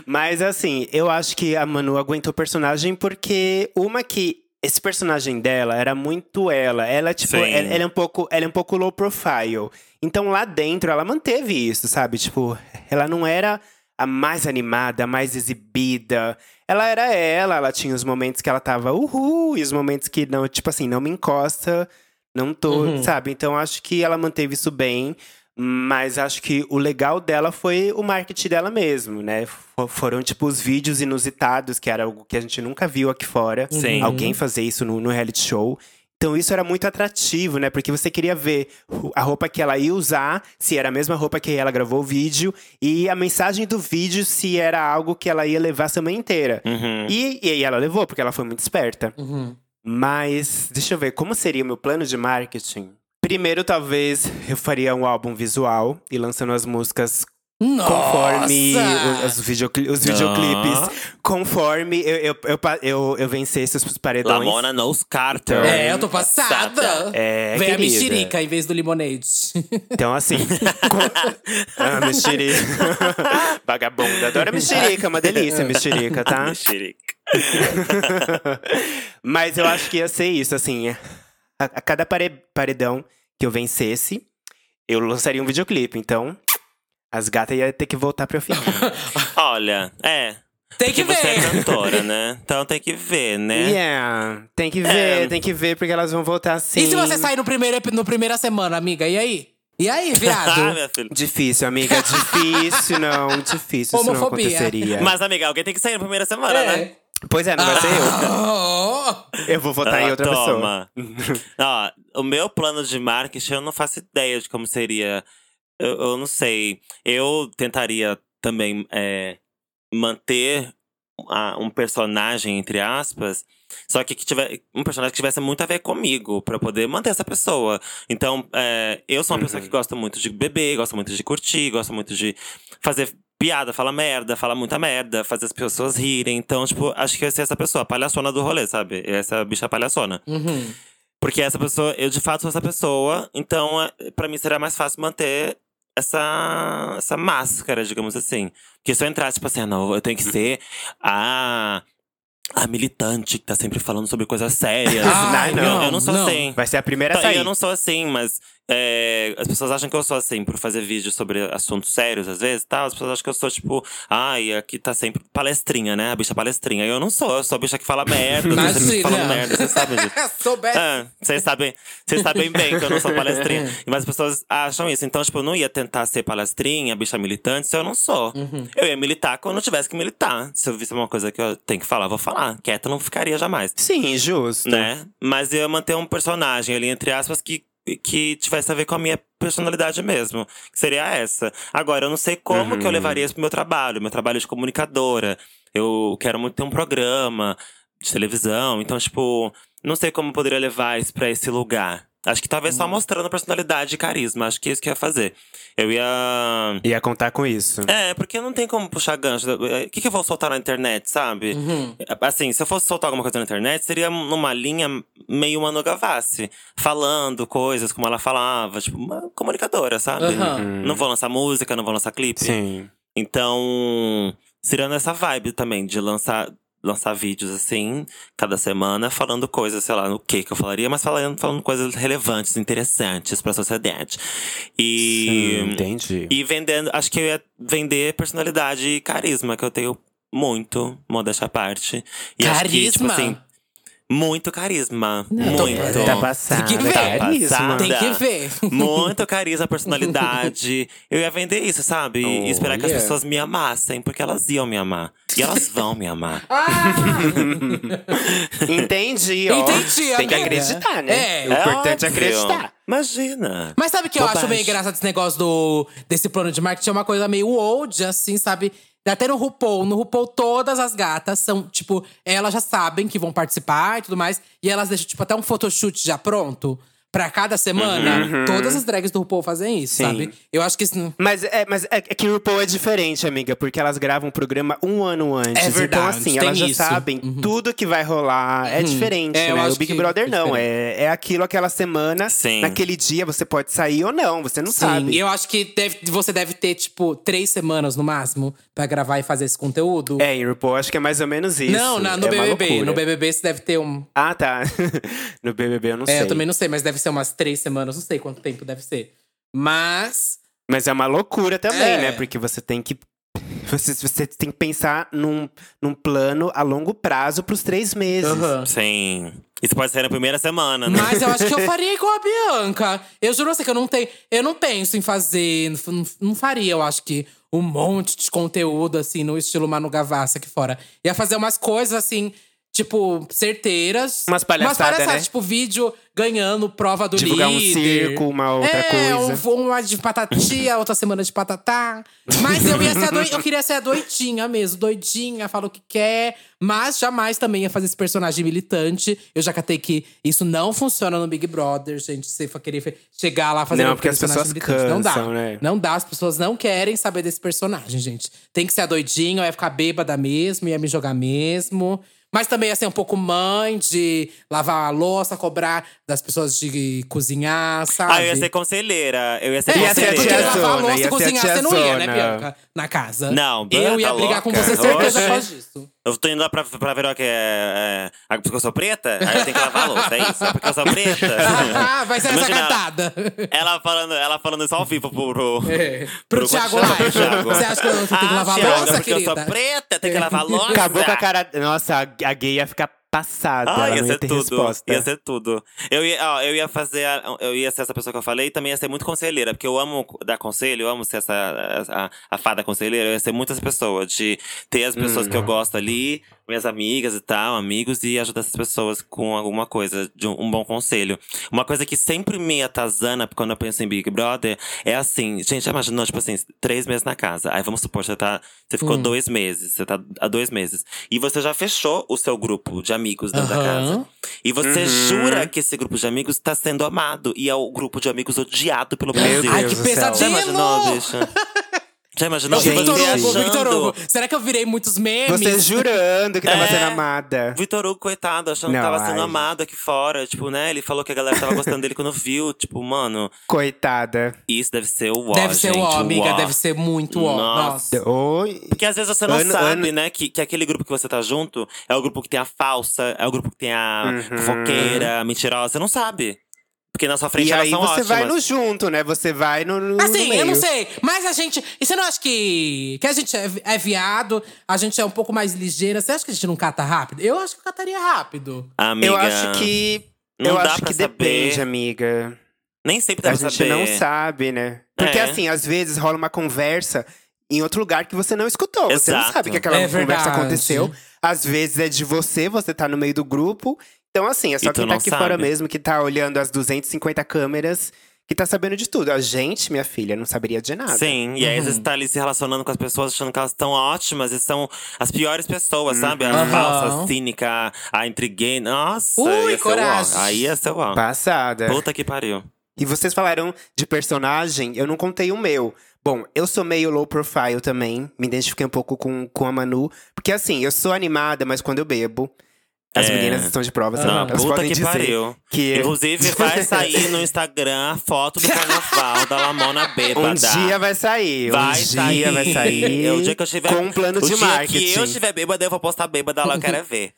[SPEAKER 1] Mas assim, eu acho que a Manu aguentou o personagem porque uma que. Esse personagem dela era muito ela. Ela, tipo,
[SPEAKER 3] Sim.
[SPEAKER 1] ela, ela é um pouco, ela é um pouco low profile. Então lá dentro ela manteve isso, sabe? Tipo, ela não era a mais animada, a mais exibida. Ela era ela, ela tinha os momentos que ela tava uhul, e os momentos que não, tipo assim, não me encosta, não tô, sabe? Então acho que ela manteve isso bem. Mas acho que o legal dela foi o marketing dela mesmo, né? Fo- Foram, tipo, os vídeos inusitados, que era algo que a gente nunca viu aqui fora.
[SPEAKER 3] Sim.
[SPEAKER 1] Alguém fazer isso no, no reality show. Então isso era muito atrativo, né? Porque você queria ver o- a roupa que ela ia usar, se era a mesma roupa que ela gravou o vídeo, e a mensagem do vídeo, se era algo que ela ia levar a semana inteira.
[SPEAKER 3] Uhum.
[SPEAKER 1] E, e aí ela levou, porque ela foi muito esperta.
[SPEAKER 2] Uhum.
[SPEAKER 1] Mas deixa eu ver, como seria o meu plano de marketing? Primeiro, talvez eu faria um álbum visual e lançando as músicas conforme
[SPEAKER 2] Nossa!
[SPEAKER 1] o- os, videocli- os videoclipes.
[SPEAKER 3] Ah.
[SPEAKER 1] Conforme eu, eu, eu, pa- eu, eu vencesse os paredões.
[SPEAKER 3] Lamona knows Carter.
[SPEAKER 2] Então, É, eu tô passada.
[SPEAKER 1] É,
[SPEAKER 2] Vem a
[SPEAKER 1] querida.
[SPEAKER 2] mexerica em vez do limonade.
[SPEAKER 1] Então, assim. com- Ah, mexerica. Vagabunda. Adoro mexerica, é uma delícia mexerica, tá?
[SPEAKER 3] Mexerica.
[SPEAKER 1] Mas eu acho que ia ser isso, assim. A, a cada pare- paredão que eu vencesse, eu lançaria um videoclipe. Então, as gatas iam ter que voltar pra né? final.
[SPEAKER 3] Olha, é.
[SPEAKER 2] Tem que
[SPEAKER 3] Porque você é
[SPEAKER 1] tá
[SPEAKER 2] ver.
[SPEAKER 3] cantora, né? Então tem que ver, né?
[SPEAKER 1] yeah. Tem que ver, tem que ver, porque elas vão voltar assim.
[SPEAKER 2] E se você sair no primeiro, epi- no primeira semana, amiga? E aí? E aí,
[SPEAKER 3] Ah,
[SPEAKER 2] viado?
[SPEAKER 3] minha filha.
[SPEAKER 1] Difícil, amiga. Difícil, não. Difícil, isso não
[SPEAKER 2] Homofobia.
[SPEAKER 1] aconteceria.
[SPEAKER 3] Mas, amiga, alguém tem que sair na primeira semana, né?
[SPEAKER 2] é.
[SPEAKER 1] Pois é, não vai ser eu.
[SPEAKER 2] Oh!
[SPEAKER 1] Eu vou votar
[SPEAKER 3] Ah,
[SPEAKER 1] em outra
[SPEAKER 3] toma.
[SPEAKER 1] pessoa.
[SPEAKER 3] Ó, o meu plano de marketing, eu não faço ideia de como seria. Eu, eu não sei. Eu tentaria também é, manter a- um personagem, entre aspas, só que, que tiver, um personagem que tivesse muito a ver comigo, pra eu poder manter essa pessoa. Então, é, eu sou uma pessoa
[SPEAKER 1] Uhum.
[SPEAKER 3] que gosta muito de beber, gosta muito de curtir, gosta muito de fazer piada, falar merda, falar muita merda, fazer as pessoas rirem. Então, tipo, acho que eu ia ser essa pessoa, a palhaçona do rolê, sabe? Essa bicha palhaçona.
[SPEAKER 2] Uhum.
[SPEAKER 3] Porque essa pessoa, eu de fato sou essa pessoa, então é, pra mim será mais fácil manter essa, essa máscara, digamos assim. Porque se eu entrar, tipo assim, ah, não, eu tenho que ser a, a militante que tá sempre falando sobre coisas sérias.
[SPEAKER 2] Ai,
[SPEAKER 3] Eu- eu,
[SPEAKER 2] não,
[SPEAKER 3] não sou
[SPEAKER 2] não.
[SPEAKER 3] assim.
[SPEAKER 1] Vai ser a primeira a
[SPEAKER 3] Tá,
[SPEAKER 1] sair.
[SPEAKER 3] eu não sou assim, mas é, as pessoas acham que eu sou assim por fazer vídeos sobre assuntos sérios, às vezes, tá? As pessoas acham que eu sou, tipo, ai, aqui tá sempre palestrinha, né? A bicha palestrinha. Eu não sou, eu sou a bicha que fala merda, eu tô sempre
[SPEAKER 2] Imagina.
[SPEAKER 3] falando merda, vocês sabem disso.
[SPEAKER 2] Soubesse.
[SPEAKER 3] Ah, Vocês sabem, vocês sabem bem que eu não sou palestrinha. Mas as pessoas acham isso. Então, tipo, eu não ia tentar ser palestrinha, bicha militante, se eu não sou. Eu ia militar quando eu tivesse que militar. Se eu visse uma coisa que eu tenho que falar, eu vou falar. Quieta eu não ficaria jamais.
[SPEAKER 1] Sim, justo.
[SPEAKER 3] Né? Mas eu ia manter um personagem ali, entre aspas, que, que tivesse a ver com a minha personalidade mesmo. Que seria essa. Agora, eu não sei como que eu levaria isso pro meu trabalho, meu trabalho de comunicadora. Eu quero muito ter um programa de televisão. Então, tipo, não sei como eu poderia levar isso pra esse lugar. Acho que talvez só mostrando personalidade e carisma. Acho que é isso que eu ia fazer. Eu ia.
[SPEAKER 1] Ia contar com isso.
[SPEAKER 3] É, porque não tem como puxar gancho. O que, que eu vou soltar na internet, sabe?
[SPEAKER 1] Ah.
[SPEAKER 2] Uhum.
[SPEAKER 3] Assim, se eu fosse soltar alguma coisa na internet, seria numa linha meio Manu Gavassi. Falando coisas como ela falava. Tipo, uma comunicadora, sabe?
[SPEAKER 2] Aham.
[SPEAKER 3] Não vou lançar música, não vou lançar clipe.
[SPEAKER 1] Uhum. Sim.
[SPEAKER 3] Então, seria nessa vibe também, de lançar, lançar vídeos assim, cada semana, falando coisas, sei lá, no que que eu falaria, mas falando, falando coisas relevantes, interessantes pra sociedade. E.
[SPEAKER 1] Sim, entendi.
[SPEAKER 3] E vendendo, acho que eu ia vender personalidade e carisma, que eu tenho muito, modéstia à parte. E Acho que, tipo
[SPEAKER 2] Carisma?
[SPEAKER 3] assim, muito carisma. muito.
[SPEAKER 1] Tá passada.
[SPEAKER 2] Tem que ver.
[SPEAKER 1] Tá passada.
[SPEAKER 2] Tem que ver.
[SPEAKER 3] Muito carisma, personalidade. Eu ia vender isso, sabe? E esperar que as
[SPEAKER 2] Olha.
[SPEAKER 3] pessoas me amassem, porque elas iam me amar. E elas vão me amar.
[SPEAKER 1] Entendi, ó.
[SPEAKER 2] Entendi,
[SPEAKER 1] Tem que
[SPEAKER 2] amiga.
[SPEAKER 1] acreditar, né?
[SPEAKER 2] É.
[SPEAKER 1] o importante é
[SPEAKER 3] óbvio.
[SPEAKER 1] acreditar.
[SPEAKER 3] Imagina.
[SPEAKER 2] Mas sabe que eu acho
[SPEAKER 3] Bobagem.
[SPEAKER 2] meio engraçado esse negócio do, desse plano de marketing? É uma coisa meio old, assim, sabe? Até no RuPaul. No RuPaul, todas as gatas são, tipo, elas já sabem que vão participar e tudo mais. E elas deixam, tipo, até um photoshoot já pronto pra cada semana. Todas as drags do RuPaul fazem isso,
[SPEAKER 1] Uhum. Sim.
[SPEAKER 2] sabe? Eu acho que isso.
[SPEAKER 1] Mas é, mas é que o RuPaul é diferente, amiga, porque elas gravam o programa um ano antes.
[SPEAKER 2] É
[SPEAKER 1] Então,
[SPEAKER 2] verdade,
[SPEAKER 1] assim,
[SPEAKER 2] tem
[SPEAKER 1] elas já
[SPEAKER 2] isso. Uhum.
[SPEAKER 1] sabem tudo que vai rolar. É diferente,
[SPEAKER 2] É, eu
[SPEAKER 1] né? O
[SPEAKER 2] acho
[SPEAKER 1] Big
[SPEAKER 2] que
[SPEAKER 1] Brother
[SPEAKER 2] é
[SPEAKER 1] não. É, é aquilo aquela semana.
[SPEAKER 3] Sim.
[SPEAKER 1] Naquele dia você pode sair ou não. Você não
[SPEAKER 2] Sim,
[SPEAKER 1] sabe.
[SPEAKER 2] eu acho que deve- você deve ter, tipo, três semanas no máximo pra gravar e fazer esse conteúdo.
[SPEAKER 1] É, em RuPaul acho que é mais ou menos isso.
[SPEAKER 2] não, na- no
[SPEAKER 1] É uma
[SPEAKER 2] BBB.
[SPEAKER 1] loucura.
[SPEAKER 2] No BBB você deve ter um.
[SPEAKER 1] Ah, tá. no BBB eu não
[SPEAKER 2] É,
[SPEAKER 1] sei.
[SPEAKER 2] eu também não sei, mas deve ser umas três semanas, não sei quanto tempo deve ser. Mas.
[SPEAKER 1] Mas é uma loucura também,
[SPEAKER 2] É.
[SPEAKER 1] né? Porque você tem que. Você, você tem que pensar num, num plano a longo prazo pros três meses.
[SPEAKER 2] Aham.
[SPEAKER 3] Sim. Isso pode ser na primeira semana, né?
[SPEAKER 2] Mas eu acho que eu faria igual a Bianca. Eu juro a você que eu não tenho. Eu não penso em fazer. não f- Não, f- não faria, eu acho que, um monte de conteúdo, assim, no estilo Manu Gavassi aqui fora. Ia fazer umas coisas assim. Tipo, certeiras.
[SPEAKER 1] Umas palhaçadas, né?
[SPEAKER 2] Tipo, vídeo ganhando prova do
[SPEAKER 1] Divulgar um
[SPEAKER 2] líder.
[SPEAKER 1] circo, uma outra
[SPEAKER 2] é,
[SPEAKER 1] coisa.
[SPEAKER 2] Um, uma de patatia, outra semana de patatá. Mas eu ia ser a doi- eu queria ser a doidinha mesmo, doidinha, fala o que quer. Mas jamais também ia fazer esse personagem militante. Eu já catei que isso não funciona no Big Brother, gente. Você for querer fe- chegar lá fazer
[SPEAKER 1] Não,
[SPEAKER 2] um
[SPEAKER 1] porque as
[SPEAKER 2] personagem
[SPEAKER 1] pessoas
[SPEAKER 2] militante. não dá.
[SPEAKER 1] cansam, né?
[SPEAKER 2] Não dá, as pessoas não querem saber desse personagem, gente. Tem que ser a doidinha, eu ia ficar bêbada mesmo, ia me jogar mesmo. Mas também ia ser um pouco mãe de lavar a louça, cobrar das pessoas de cozinhar, sabe?
[SPEAKER 3] Ah, eu ia ser conselheira. Eu ia ser
[SPEAKER 2] É,
[SPEAKER 1] Ia
[SPEAKER 2] ia
[SPEAKER 1] ser a
[SPEAKER 3] conselheira.
[SPEAKER 2] porque
[SPEAKER 1] tia
[SPEAKER 2] lavar a
[SPEAKER 1] Zona,
[SPEAKER 2] louça
[SPEAKER 1] ia
[SPEAKER 2] e
[SPEAKER 1] ser a
[SPEAKER 2] cozinhar,
[SPEAKER 1] tia
[SPEAKER 2] você não ia, né,
[SPEAKER 1] Zona.
[SPEAKER 2] Bianca? Na casa.
[SPEAKER 3] Não,
[SPEAKER 2] Eu ia
[SPEAKER 3] tá
[SPEAKER 2] brigar com
[SPEAKER 3] louca.
[SPEAKER 2] você, certeza,
[SPEAKER 3] Oxe.
[SPEAKER 2] por causa disso.
[SPEAKER 3] Eu tô indo lá pra, pra ver que é, é. ah, Porque eu sou preta? Aí eu tenho que lavar a louça, é isso? É porque eu sou preta?
[SPEAKER 2] Ah, Vai ser essa
[SPEAKER 3] Imagina ela-
[SPEAKER 2] cantada.
[SPEAKER 3] Ela falando, ela falando isso ao vivo pro. pro...
[SPEAKER 2] É. Pro Thiago Live. Você acha que eu tenho que
[SPEAKER 3] ah,
[SPEAKER 2] lavar a
[SPEAKER 3] Thiago,
[SPEAKER 2] louça,
[SPEAKER 3] é porque eu
[SPEAKER 2] querida? É.
[SPEAKER 3] sou preta, tem que lavar a louça.
[SPEAKER 1] Acabou com a cara. Nossa, a gay ia ficar passada.
[SPEAKER 3] Ah,
[SPEAKER 1] ela
[SPEAKER 3] ia
[SPEAKER 1] não ia
[SPEAKER 3] ser
[SPEAKER 1] ter
[SPEAKER 3] tudo.
[SPEAKER 1] resposta.
[SPEAKER 3] Ia ser tudo. Eu ia, ó, eu ia fazer. a- eu ia ser essa pessoa que eu falei e também ia ser muito conselheira, porque eu amo dar conselho, eu amo ser essa, a, a, a fada conselheira. Eu ia ser muitas pessoas, de ter as pessoas que eu gosto ali, minhas amigas e tal, amigos, e ajudar essas pessoas com alguma coisa, de um, um bom conselho. Uma coisa que sempre me atazana quando eu penso em Big Brother é assim, gente, já imaginou, tipo assim, três meses na casa. Aí vamos supor, você tá. Você ficou dois meses, você tá há dois meses. E você já fechou o seu grupo de amigos dentro da
[SPEAKER 2] Aham.
[SPEAKER 3] casa. E você jura que esse grupo de amigos tá sendo amado. E é o grupo de amigos odiado pelo Brasil.
[SPEAKER 2] Ai,
[SPEAKER 1] Deus
[SPEAKER 2] que
[SPEAKER 1] do céu.
[SPEAKER 3] Já
[SPEAKER 2] pesadinho!
[SPEAKER 3] imaginou, bicha? Já imaginou?
[SPEAKER 1] Gente.
[SPEAKER 2] Vitor Hugo,
[SPEAKER 1] Viajando.
[SPEAKER 2] Vitor Hugo. Será que eu virei muitos memes?
[SPEAKER 1] Você jurando que tava
[SPEAKER 3] É.
[SPEAKER 1] sendo amada.
[SPEAKER 3] Vitor Hugo, coitado, achando
[SPEAKER 1] Não,
[SPEAKER 3] que tava sendo
[SPEAKER 1] ai,
[SPEAKER 3] amado aqui fora. Tipo, né? Ele falou que a galera tava gostando dele quando viu. Tipo, mano,
[SPEAKER 1] Coitada.
[SPEAKER 3] isso deve ser o ó,
[SPEAKER 2] deve ser
[SPEAKER 3] gente,
[SPEAKER 2] o ó, amiga.
[SPEAKER 3] ó.
[SPEAKER 2] Deve ser muito ó.
[SPEAKER 3] Nossa.
[SPEAKER 2] Nossa.
[SPEAKER 1] Oi.
[SPEAKER 3] Porque às vezes você não
[SPEAKER 1] Ano-
[SPEAKER 3] sabe,
[SPEAKER 1] ano-
[SPEAKER 3] né, que, que aquele grupo que você tá junto é o grupo que tem a falsa, é o grupo que tem a
[SPEAKER 1] Uhum.
[SPEAKER 3] fofoqueira, a mentirosa. Você não sabe. Porque na sua frente
[SPEAKER 1] E
[SPEAKER 3] elas
[SPEAKER 1] aí você
[SPEAKER 3] são ótimas.
[SPEAKER 1] vai no junto, né? Você vai no. no
[SPEAKER 2] Assim,
[SPEAKER 1] meio.
[SPEAKER 2] eu não sei, mas a gente. E você não acha que. Que a gente é, vi- é viado, a gente é um pouco mais ligeira. Você acha que a gente não cata rápido? Eu acho que eu cataria rápido.
[SPEAKER 3] Amiga,
[SPEAKER 1] Eu acho que.
[SPEAKER 3] não
[SPEAKER 1] eu
[SPEAKER 3] dá
[SPEAKER 1] acho
[SPEAKER 3] pra
[SPEAKER 1] que
[SPEAKER 3] saber.
[SPEAKER 1] depende, amiga.
[SPEAKER 3] Nem sempre
[SPEAKER 1] A
[SPEAKER 3] dá pra
[SPEAKER 1] gente
[SPEAKER 3] saber.
[SPEAKER 1] não sabe, né? Porque
[SPEAKER 3] É.
[SPEAKER 1] assim, às vezes rola uma conversa em outro lugar que você não escutou. Você não
[SPEAKER 3] Exato.
[SPEAKER 1] sabe que aquela
[SPEAKER 2] É
[SPEAKER 1] conversa
[SPEAKER 2] verdade.
[SPEAKER 1] aconteceu. Às vezes é de você, você tá no meio do grupo. Então, assim, é só
[SPEAKER 3] E tu
[SPEAKER 1] quem tá
[SPEAKER 3] não
[SPEAKER 1] aqui
[SPEAKER 3] sabe.
[SPEAKER 1] fora mesmo, que tá olhando as 250 câmeras, que tá sabendo de tudo. A gente, minha filha, não saberia de nada. Uhum.
[SPEAKER 3] Sim, e aí você tá ali se relacionando com as pessoas, achando que elas estão ótimas e são as piores pessoas, sabe? A
[SPEAKER 1] Uhum.
[SPEAKER 2] Aham.
[SPEAKER 3] falsa, a cínica, a intriguei. Nossa,
[SPEAKER 2] Ui,
[SPEAKER 3] ia ser o ó.
[SPEAKER 2] coragem.
[SPEAKER 3] Aí ia ser o ó.
[SPEAKER 1] Passada.
[SPEAKER 3] Puta que pariu.
[SPEAKER 1] E vocês falaram de personagem, eu não contei o meu. Bom, eu sou meio low profile também, me identifiquei um pouco com, com a Manu. Porque assim, eu sou animada, mas quando eu bebo, as
[SPEAKER 3] É.
[SPEAKER 1] meninas estão de prova, sabe?
[SPEAKER 3] Não,
[SPEAKER 1] elas
[SPEAKER 3] puta
[SPEAKER 1] podem
[SPEAKER 3] que
[SPEAKER 1] dizer
[SPEAKER 3] pariu.
[SPEAKER 1] que
[SPEAKER 3] Inclusive, vai sair no Instagram a foto do carnaval da Lamona Bêbada.
[SPEAKER 1] um dia vai sair, um dia vai sair.
[SPEAKER 3] É o dia que eu estiver.
[SPEAKER 1] Com um plano
[SPEAKER 3] o
[SPEAKER 1] de
[SPEAKER 3] dia
[SPEAKER 1] marketing.
[SPEAKER 3] que eu estiver bêbada, eu vou postar bêbada lá, eu quero é ver.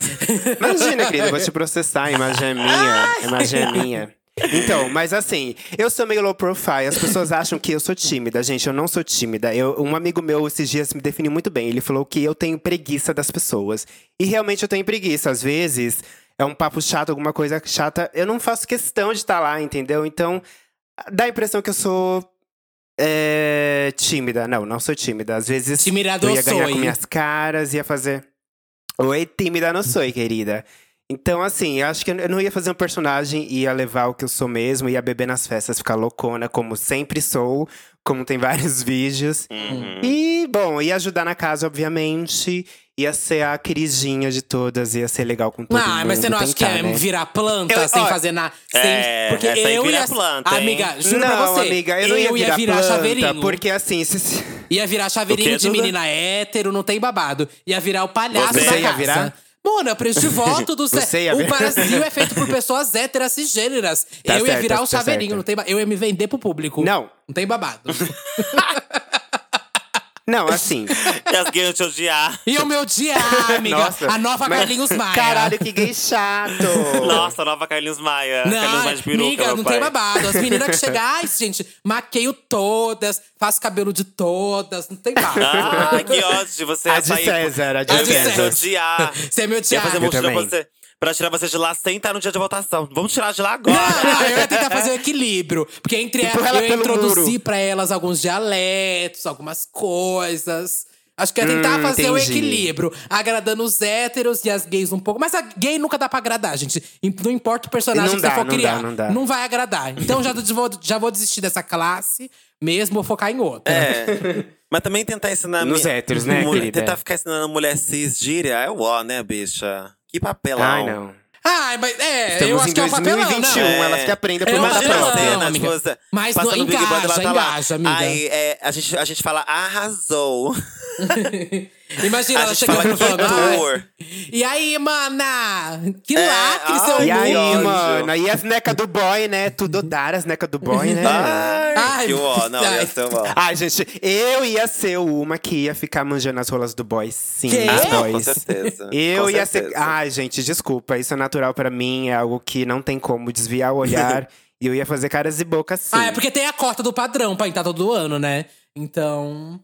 [SPEAKER 1] Imagina, querida, eu vou te processar, a imagem é minha, a imagem é minha. Então, mas assim, eu sou meio low profile. As pessoas acham que eu sou tímida. Gente, eu não sou tímida. Eu- um amigo meu esses dias me definiu muito bem. Ele falou que eu tenho preguiça das pessoas. E realmente eu tenho preguiça. Às vezes é um papo chato, alguma coisa chata. Eu não faço questão de estar lá, entendeu? Então, dá a impressão que eu sou é, tímida. Não, não sou tímida. Às vezes
[SPEAKER 2] Tímida
[SPEAKER 1] eu
[SPEAKER 2] não
[SPEAKER 1] ia ganhar
[SPEAKER 2] sou.
[SPEAKER 1] com minhas caras, ia fazer. Oi, tímida não sou, querida. Então, assim, eu acho que eu não ia fazer um personagem e ia levar o que eu sou mesmo, ia beber nas festas, ficar loucona, como sempre sou, como tem vários vídeos.
[SPEAKER 3] Uhum.
[SPEAKER 1] E, bom, ia ajudar na casa, obviamente. Ia ser a queridinha de todas, ia ser legal com todo mundo.
[SPEAKER 2] Ah, mas você não acha que
[SPEAKER 1] tentar,
[SPEAKER 2] é
[SPEAKER 1] né?
[SPEAKER 2] virar planta
[SPEAKER 1] Eu-
[SPEAKER 2] sem
[SPEAKER 1] ó,
[SPEAKER 2] fazer nada?
[SPEAKER 3] é,
[SPEAKER 2] porque
[SPEAKER 3] essa aí
[SPEAKER 2] eu
[SPEAKER 3] vira
[SPEAKER 2] ia.
[SPEAKER 3] planta, hein?
[SPEAKER 2] amiga, juro
[SPEAKER 1] não,
[SPEAKER 2] pra você.
[SPEAKER 1] amiga, eu não ia virar, planta,
[SPEAKER 2] chaveirinho.
[SPEAKER 1] Porque, assim, se- se-
[SPEAKER 2] Ia virar chaveirinho
[SPEAKER 3] O quê,
[SPEAKER 2] de
[SPEAKER 3] Duda?
[SPEAKER 2] menina hétero, não tem babado. Ia virar o palhaço
[SPEAKER 3] Você
[SPEAKER 2] da
[SPEAKER 1] ia
[SPEAKER 2] casa.
[SPEAKER 1] virar?
[SPEAKER 2] Mona, preço de voto do céu.
[SPEAKER 1] Você ia
[SPEAKER 2] O
[SPEAKER 1] virar?
[SPEAKER 2] Brasil é feito por pessoas héteras e gêneras.
[SPEAKER 1] Tá
[SPEAKER 2] eu ia
[SPEAKER 1] certo,
[SPEAKER 2] virar o
[SPEAKER 1] tá
[SPEAKER 2] chaveirinho,
[SPEAKER 1] certo.
[SPEAKER 2] não tem ba... Eu ia me vender pro público.
[SPEAKER 1] Não.
[SPEAKER 2] Não tem babado.
[SPEAKER 1] Não, assim.
[SPEAKER 3] E as gays vão te odiar.
[SPEAKER 2] e o meu dia, Ah, amiga.
[SPEAKER 1] Nossa,
[SPEAKER 2] a nova
[SPEAKER 1] mas-
[SPEAKER 2] Carlinhos Maia.
[SPEAKER 1] Caralho, que gay chato!
[SPEAKER 3] Nossa, nova Carlinhos Maia. Carlinhos
[SPEAKER 2] Tipo, Não,
[SPEAKER 3] Maia de peruca,
[SPEAKER 2] amiga,
[SPEAKER 3] meu
[SPEAKER 2] não
[SPEAKER 3] pai.
[SPEAKER 2] tem babado. As meninas que chegam, ai, gente, maqueio todas, faço cabelo de todas, não tem babado.
[SPEAKER 3] Ah, que ódio. Você
[SPEAKER 1] A
[SPEAKER 3] ia
[SPEAKER 1] de
[SPEAKER 3] sair-
[SPEAKER 1] César, a de
[SPEAKER 3] Eu ia te
[SPEAKER 2] César.
[SPEAKER 3] odiar.
[SPEAKER 2] Você é meu
[SPEAKER 3] Ia
[SPEAKER 2] teatro.
[SPEAKER 3] fazer multidão pra
[SPEAKER 1] também.
[SPEAKER 3] você. Pra tirar você de lá sem estar no dia de votação. Vamos tirar de lá agora.
[SPEAKER 2] Não, não, eu ia tentar fazer o equilíbrio. Porque entre elas,
[SPEAKER 1] Empurra Tipo, ela
[SPEAKER 2] eu ia
[SPEAKER 1] pelo
[SPEAKER 2] introduzir
[SPEAKER 1] muro.
[SPEAKER 2] pra elas alguns dialetos, algumas coisas. Acho que ia tentar
[SPEAKER 1] Hum,
[SPEAKER 2] fazer o
[SPEAKER 1] entendi.
[SPEAKER 2] equilíbrio. Agradando os héteros e as gays um pouco. Mas a gay nunca dá pra agradar, gente. Im- Não importa o personagem
[SPEAKER 1] Não
[SPEAKER 2] que
[SPEAKER 1] dá,
[SPEAKER 2] você for
[SPEAKER 1] não dá,
[SPEAKER 2] criar.
[SPEAKER 1] não dá.
[SPEAKER 2] vai agradar. Então já, vou, já vou desistir dessa classe mesmo, vou focar em outra.
[SPEAKER 3] É. Mas também tentar ensinar.
[SPEAKER 1] Nos
[SPEAKER 3] mi-
[SPEAKER 1] héteros, né,
[SPEAKER 3] mulher-
[SPEAKER 1] querida?
[SPEAKER 3] Tentar ficar ensinando mulher cis gíria é o ó, né, bicha? Que papelão.
[SPEAKER 1] Ai, não.
[SPEAKER 2] Ai, mas é, eu
[SPEAKER 1] Estamos
[SPEAKER 2] acho
[SPEAKER 1] em
[SPEAKER 2] que é um papelão,
[SPEAKER 1] 2021,
[SPEAKER 2] não.
[SPEAKER 3] É.
[SPEAKER 1] elas que aprendem
[SPEAKER 2] É
[SPEAKER 1] por
[SPEAKER 2] um
[SPEAKER 1] conta
[SPEAKER 3] Imagina
[SPEAKER 2] papelão.
[SPEAKER 3] a
[SPEAKER 1] própria.
[SPEAKER 3] cena,
[SPEAKER 2] amiga.
[SPEAKER 3] tipo, você
[SPEAKER 2] Mas
[SPEAKER 3] passa
[SPEAKER 2] não-
[SPEAKER 3] no Big Brother, ela tá lá.
[SPEAKER 2] engaja, engaja, amiga.
[SPEAKER 3] Aí é, a, gente, a gente fala, arrasou.
[SPEAKER 1] um.
[SPEAKER 2] Imagina
[SPEAKER 3] A
[SPEAKER 2] ela
[SPEAKER 3] gente
[SPEAKER 2] chegando
[SPEAKER 3] fala
[SPEAKER 2] e
[SPEAKER 3] que é
[SPEAKER 2] falando. "Ai,
[SPEAKER 3] tour."
[SPEAKER 2] E aí, mana? Que
[SPEAKER 3] É,
[SPEAKER 2] lacre,
[SPEAKER 3] ai,
[SPEAKER 2] seu
[SPEAKER 1] E
[SPEAKER 3] Ai,
[SPEAKER 1] aí,
[SPEAKER 3] que ódio.
[SPEAKER 1] mano? E as necas do boy, né? Tudo dar as necas do boy, né?
[SPEAKER 3] Ai,
[SPEAKER 2] É. Ai,
[SPEAKER 3] que ó, não,
[SPEAKER 2] ai.
[SPEAKER 3] ia ser ó.
[SPEAKER 1] Ai, gente, eu ia ser uma que ia ficar manjando as rolas do boy, sim,
[SPEAKER 2] Que?
[SPEAKER 1] os
[SPEAKER 2] Ah,
[SPEAKER 3] não, com
[SPEAKER 1] boys.
[SPEAKER 3] certeza.
[SPEAKER 1] Eu
[SPEAKER 3] com
[SPEAKER 1] ia ser.
[SPEAKER 3] certeza.
[SPEAKER 1] Ai, gente, desculpa. Isso é natural pra mim, é algo que não tem como desviar o olhar. e eu ia fazer caras e bocas sim.
[SPEAKER 2] Ah, é porque tem a cota do padrão pra entrar todo ano, né? Então,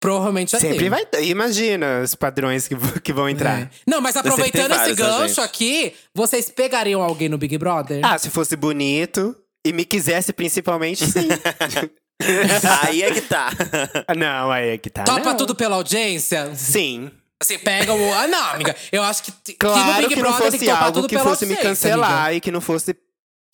[SPEAKER 2] provavelmente
[SPEAKER 3] tá
[SPEAKER 2] já
[SPEAKER 1] Sempre
[SPEAKER 2] tem.
[SPEAKER 1] vai ter. Imagina os padrões que, vo- que vão entrar.
[SPEAKER 2] É. Não, mas
[SPEAKER 3] tem
[SPEAKER 2] aproveitando esse
[SPEAKER 3] vários, né,
[SPEAKER 2] gancho
[SPEAKER 3] gente?
[SPEAKER 2] aqui, vocês pegariam alguém no Big Brother?
[SPEAKER 1] Ah, se fosse bonito e me quisesse principalmente, sim.
[SPEAKER 3] Aí é que tá.
[SPEAKER 1] não, aí é que tá.
[SPEAKER 2] Topa
[SPEAKER 1] não.
[SPEAKER 2] tudo pela audiência?
[SPEAKER 1] Sim.
[SPEAKER 2] Você pega o. Ah, não, amiga. Eu acho que, que no
[SPEAKER 1] Claro
[SPEAKER 2] Big
[SPEAKER 1] que, não
[SPEAKER 2] Brother tem que
[SPEAKER 1] fosse
[SPEAKER 2] topar
[SPEAKER 1] algo
[SPEAKER 2] tudo
[SPEAKER 1] que
[SPEAKER 2] pela
[SPEAKER 1] fosse me
[SPEAKER 2] audiência, tá amiga.
[SPEAKER 1] cancelar e que não fosse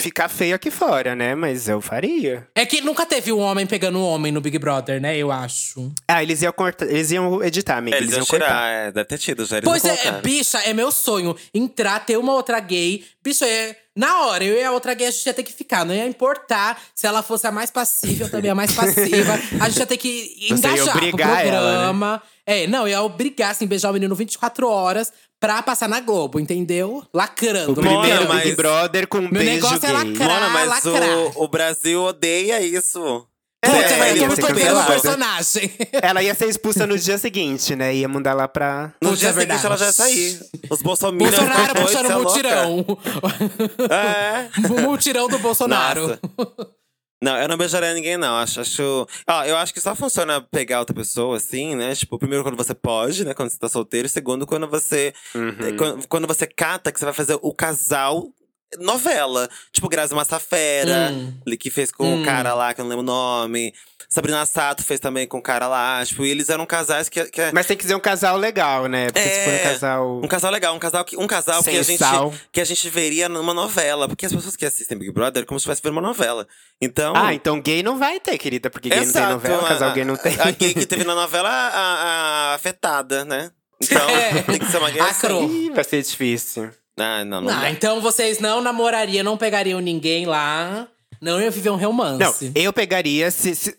[SPEAKER 1] ficar feio aqui fora, né? Mas eu faria.
[SPEAKER 2] É que nunca teve um homem pegando um homem no Big Brother, né? Eu acho.
[SPEAKER 1] Ah, eles iam cortar, eles iam editar, amiga.
[SPEAKER 3] É, eles iam tirar, é, deve ter tido já. Eles
[SPEAKER 2] pois
[SPEAKER 3] não
[SPEAKER 2] é,
[SPEAKER 3] colocaram.
[SPEAKER 2] bicha, é meu sonho. Entrar, ter uma outra gay. Bicho, é. Na hora, eu e a outra gay, a gente ia ter que ficar. Não ia importar se ela fosse a mais passível, também a mais passiva. A gente ia ter que
[SPEAKER 1] ia
[SPEAKER 2] engajar pro
[SPEAKER 1] obrigar ela, né?
[SPEAKER 2] programa. É, não, ia obrigar, assim, beijar o menino 24 horas pra passar na Globo, entendeu? Lacrando.
[SPEAKER 1] O primeiro
[SPEAKER 3] Mona,
[SPEAKER 1] Big
[SPEAKER 3] mas-
[SPEAKER 1] Brother com um
[SPEAKER 2] Meu
[SPEAKER 1] beijo
[SPEAKER 2] negócio é
[SPEAKER 1] gay.
[SPEAKER 2] lacrar.
[SPEAKER 3] Mona, mas
[SPEAKER 2] lacrar.
[SPEAKER 3] o, o Brasil odeia isso.
[SPEAKER 2] Putz,
[SPEAKER 1] É,
[SPEAKER 2] vai
[SPEAKER 1] ele
[SPEAKER 2] ter
[SPEAKER 1] ia
[SPEAKER 2] que
[SPEAKER 1] ser
[SPEAKER 2] perder o
[SPEAKER 1] cancelado.
[SPEAKER 3] né?
[SPEAKER 2] personagem.
[SPEAKER 1] Ela ia ser expulsa no dia seguinte, né? Ia mandar lá pra.
[SPEAKER 3] No
[SPEAKER 2] Puta,
[SPEAKER 3] dia
[SPEAKER 2] é verdade.
[SPEAKER 3] seguinte ela já ia sair. Os bolsominions
[SPEAKER 2] Bolsonaro
[SPEAKER 3] depois,
[SPEAKER 2] puxando
[SPEAKER 3] cê é
[SPEAKER 2] o
[SPEAKER 3] louca.
[SPEAKER 2] multirão.
[SPEAKER 3] É.
[SPEAKER 2] O multirão do Bolsonaro.
[SPEAKER 3] Não, eu não beijaria ninguém, não. Acho, acho... Ó, eu acho que só funciona pegar outra pessoa, assim, né? Tipo, primeiro quando você pode, né? Quando você tá solteiro. Segundo, quando você…
[SPEAKER 1] Uhum.
[SPEAKER 3] eh, Quando, quando você cata que você vai fazer o casal novela. Tipo, Grazi Massafera, li- que fez com o cara lá, que eu não lembro o nome. Sabrina Sato fez também com o cara lá. Tipo, e eles eram casais que… que
[SPEAKER 1] Mas tem que ser um casal legal, né? Porque se for um casal.
[SPEAKER 3] um casal legal, um casal que, um casal
[SPEAKER 1] Sem
[SPEAKER 3] que, a gente,
[SPEAKER 1] sal.
[SPEAKER 3] que a gente veria numa novela. Porque as pessoas que assistem Big Brother é como se estivesse vendo uma novela. Então.
[SPEAKER 1] Ah, então gay não vai ter, querida, porque gay não tem novela,
[SPEAKER 3] a-
[SPEAKER 1] casal gay não tem.
[SPEAKER 3] A gay que teve na novela, a, a afetada, né? Então,
[SPEAKER 2] É.
[SPEAKER 3] tem que ser uma gay.
[SPEAKER 2] A
[SPEAKER 3] assim.
[SPEAKER 2] cro.
[SPEAKER 1] Ih, vai ser difícil.
[SPEAKER 3] Ah, não, não.
[SPEAKER 2] Ah,
[SPEAKER 3] dá.
[SPEAKER 2] então vocês não namorariam, não pegariam ninguém lá. Não iam viver um
[SPEAKER 1] Não,
[SPEAKER 2] romance.
[SPEAKER 1] eu pegaria se, se-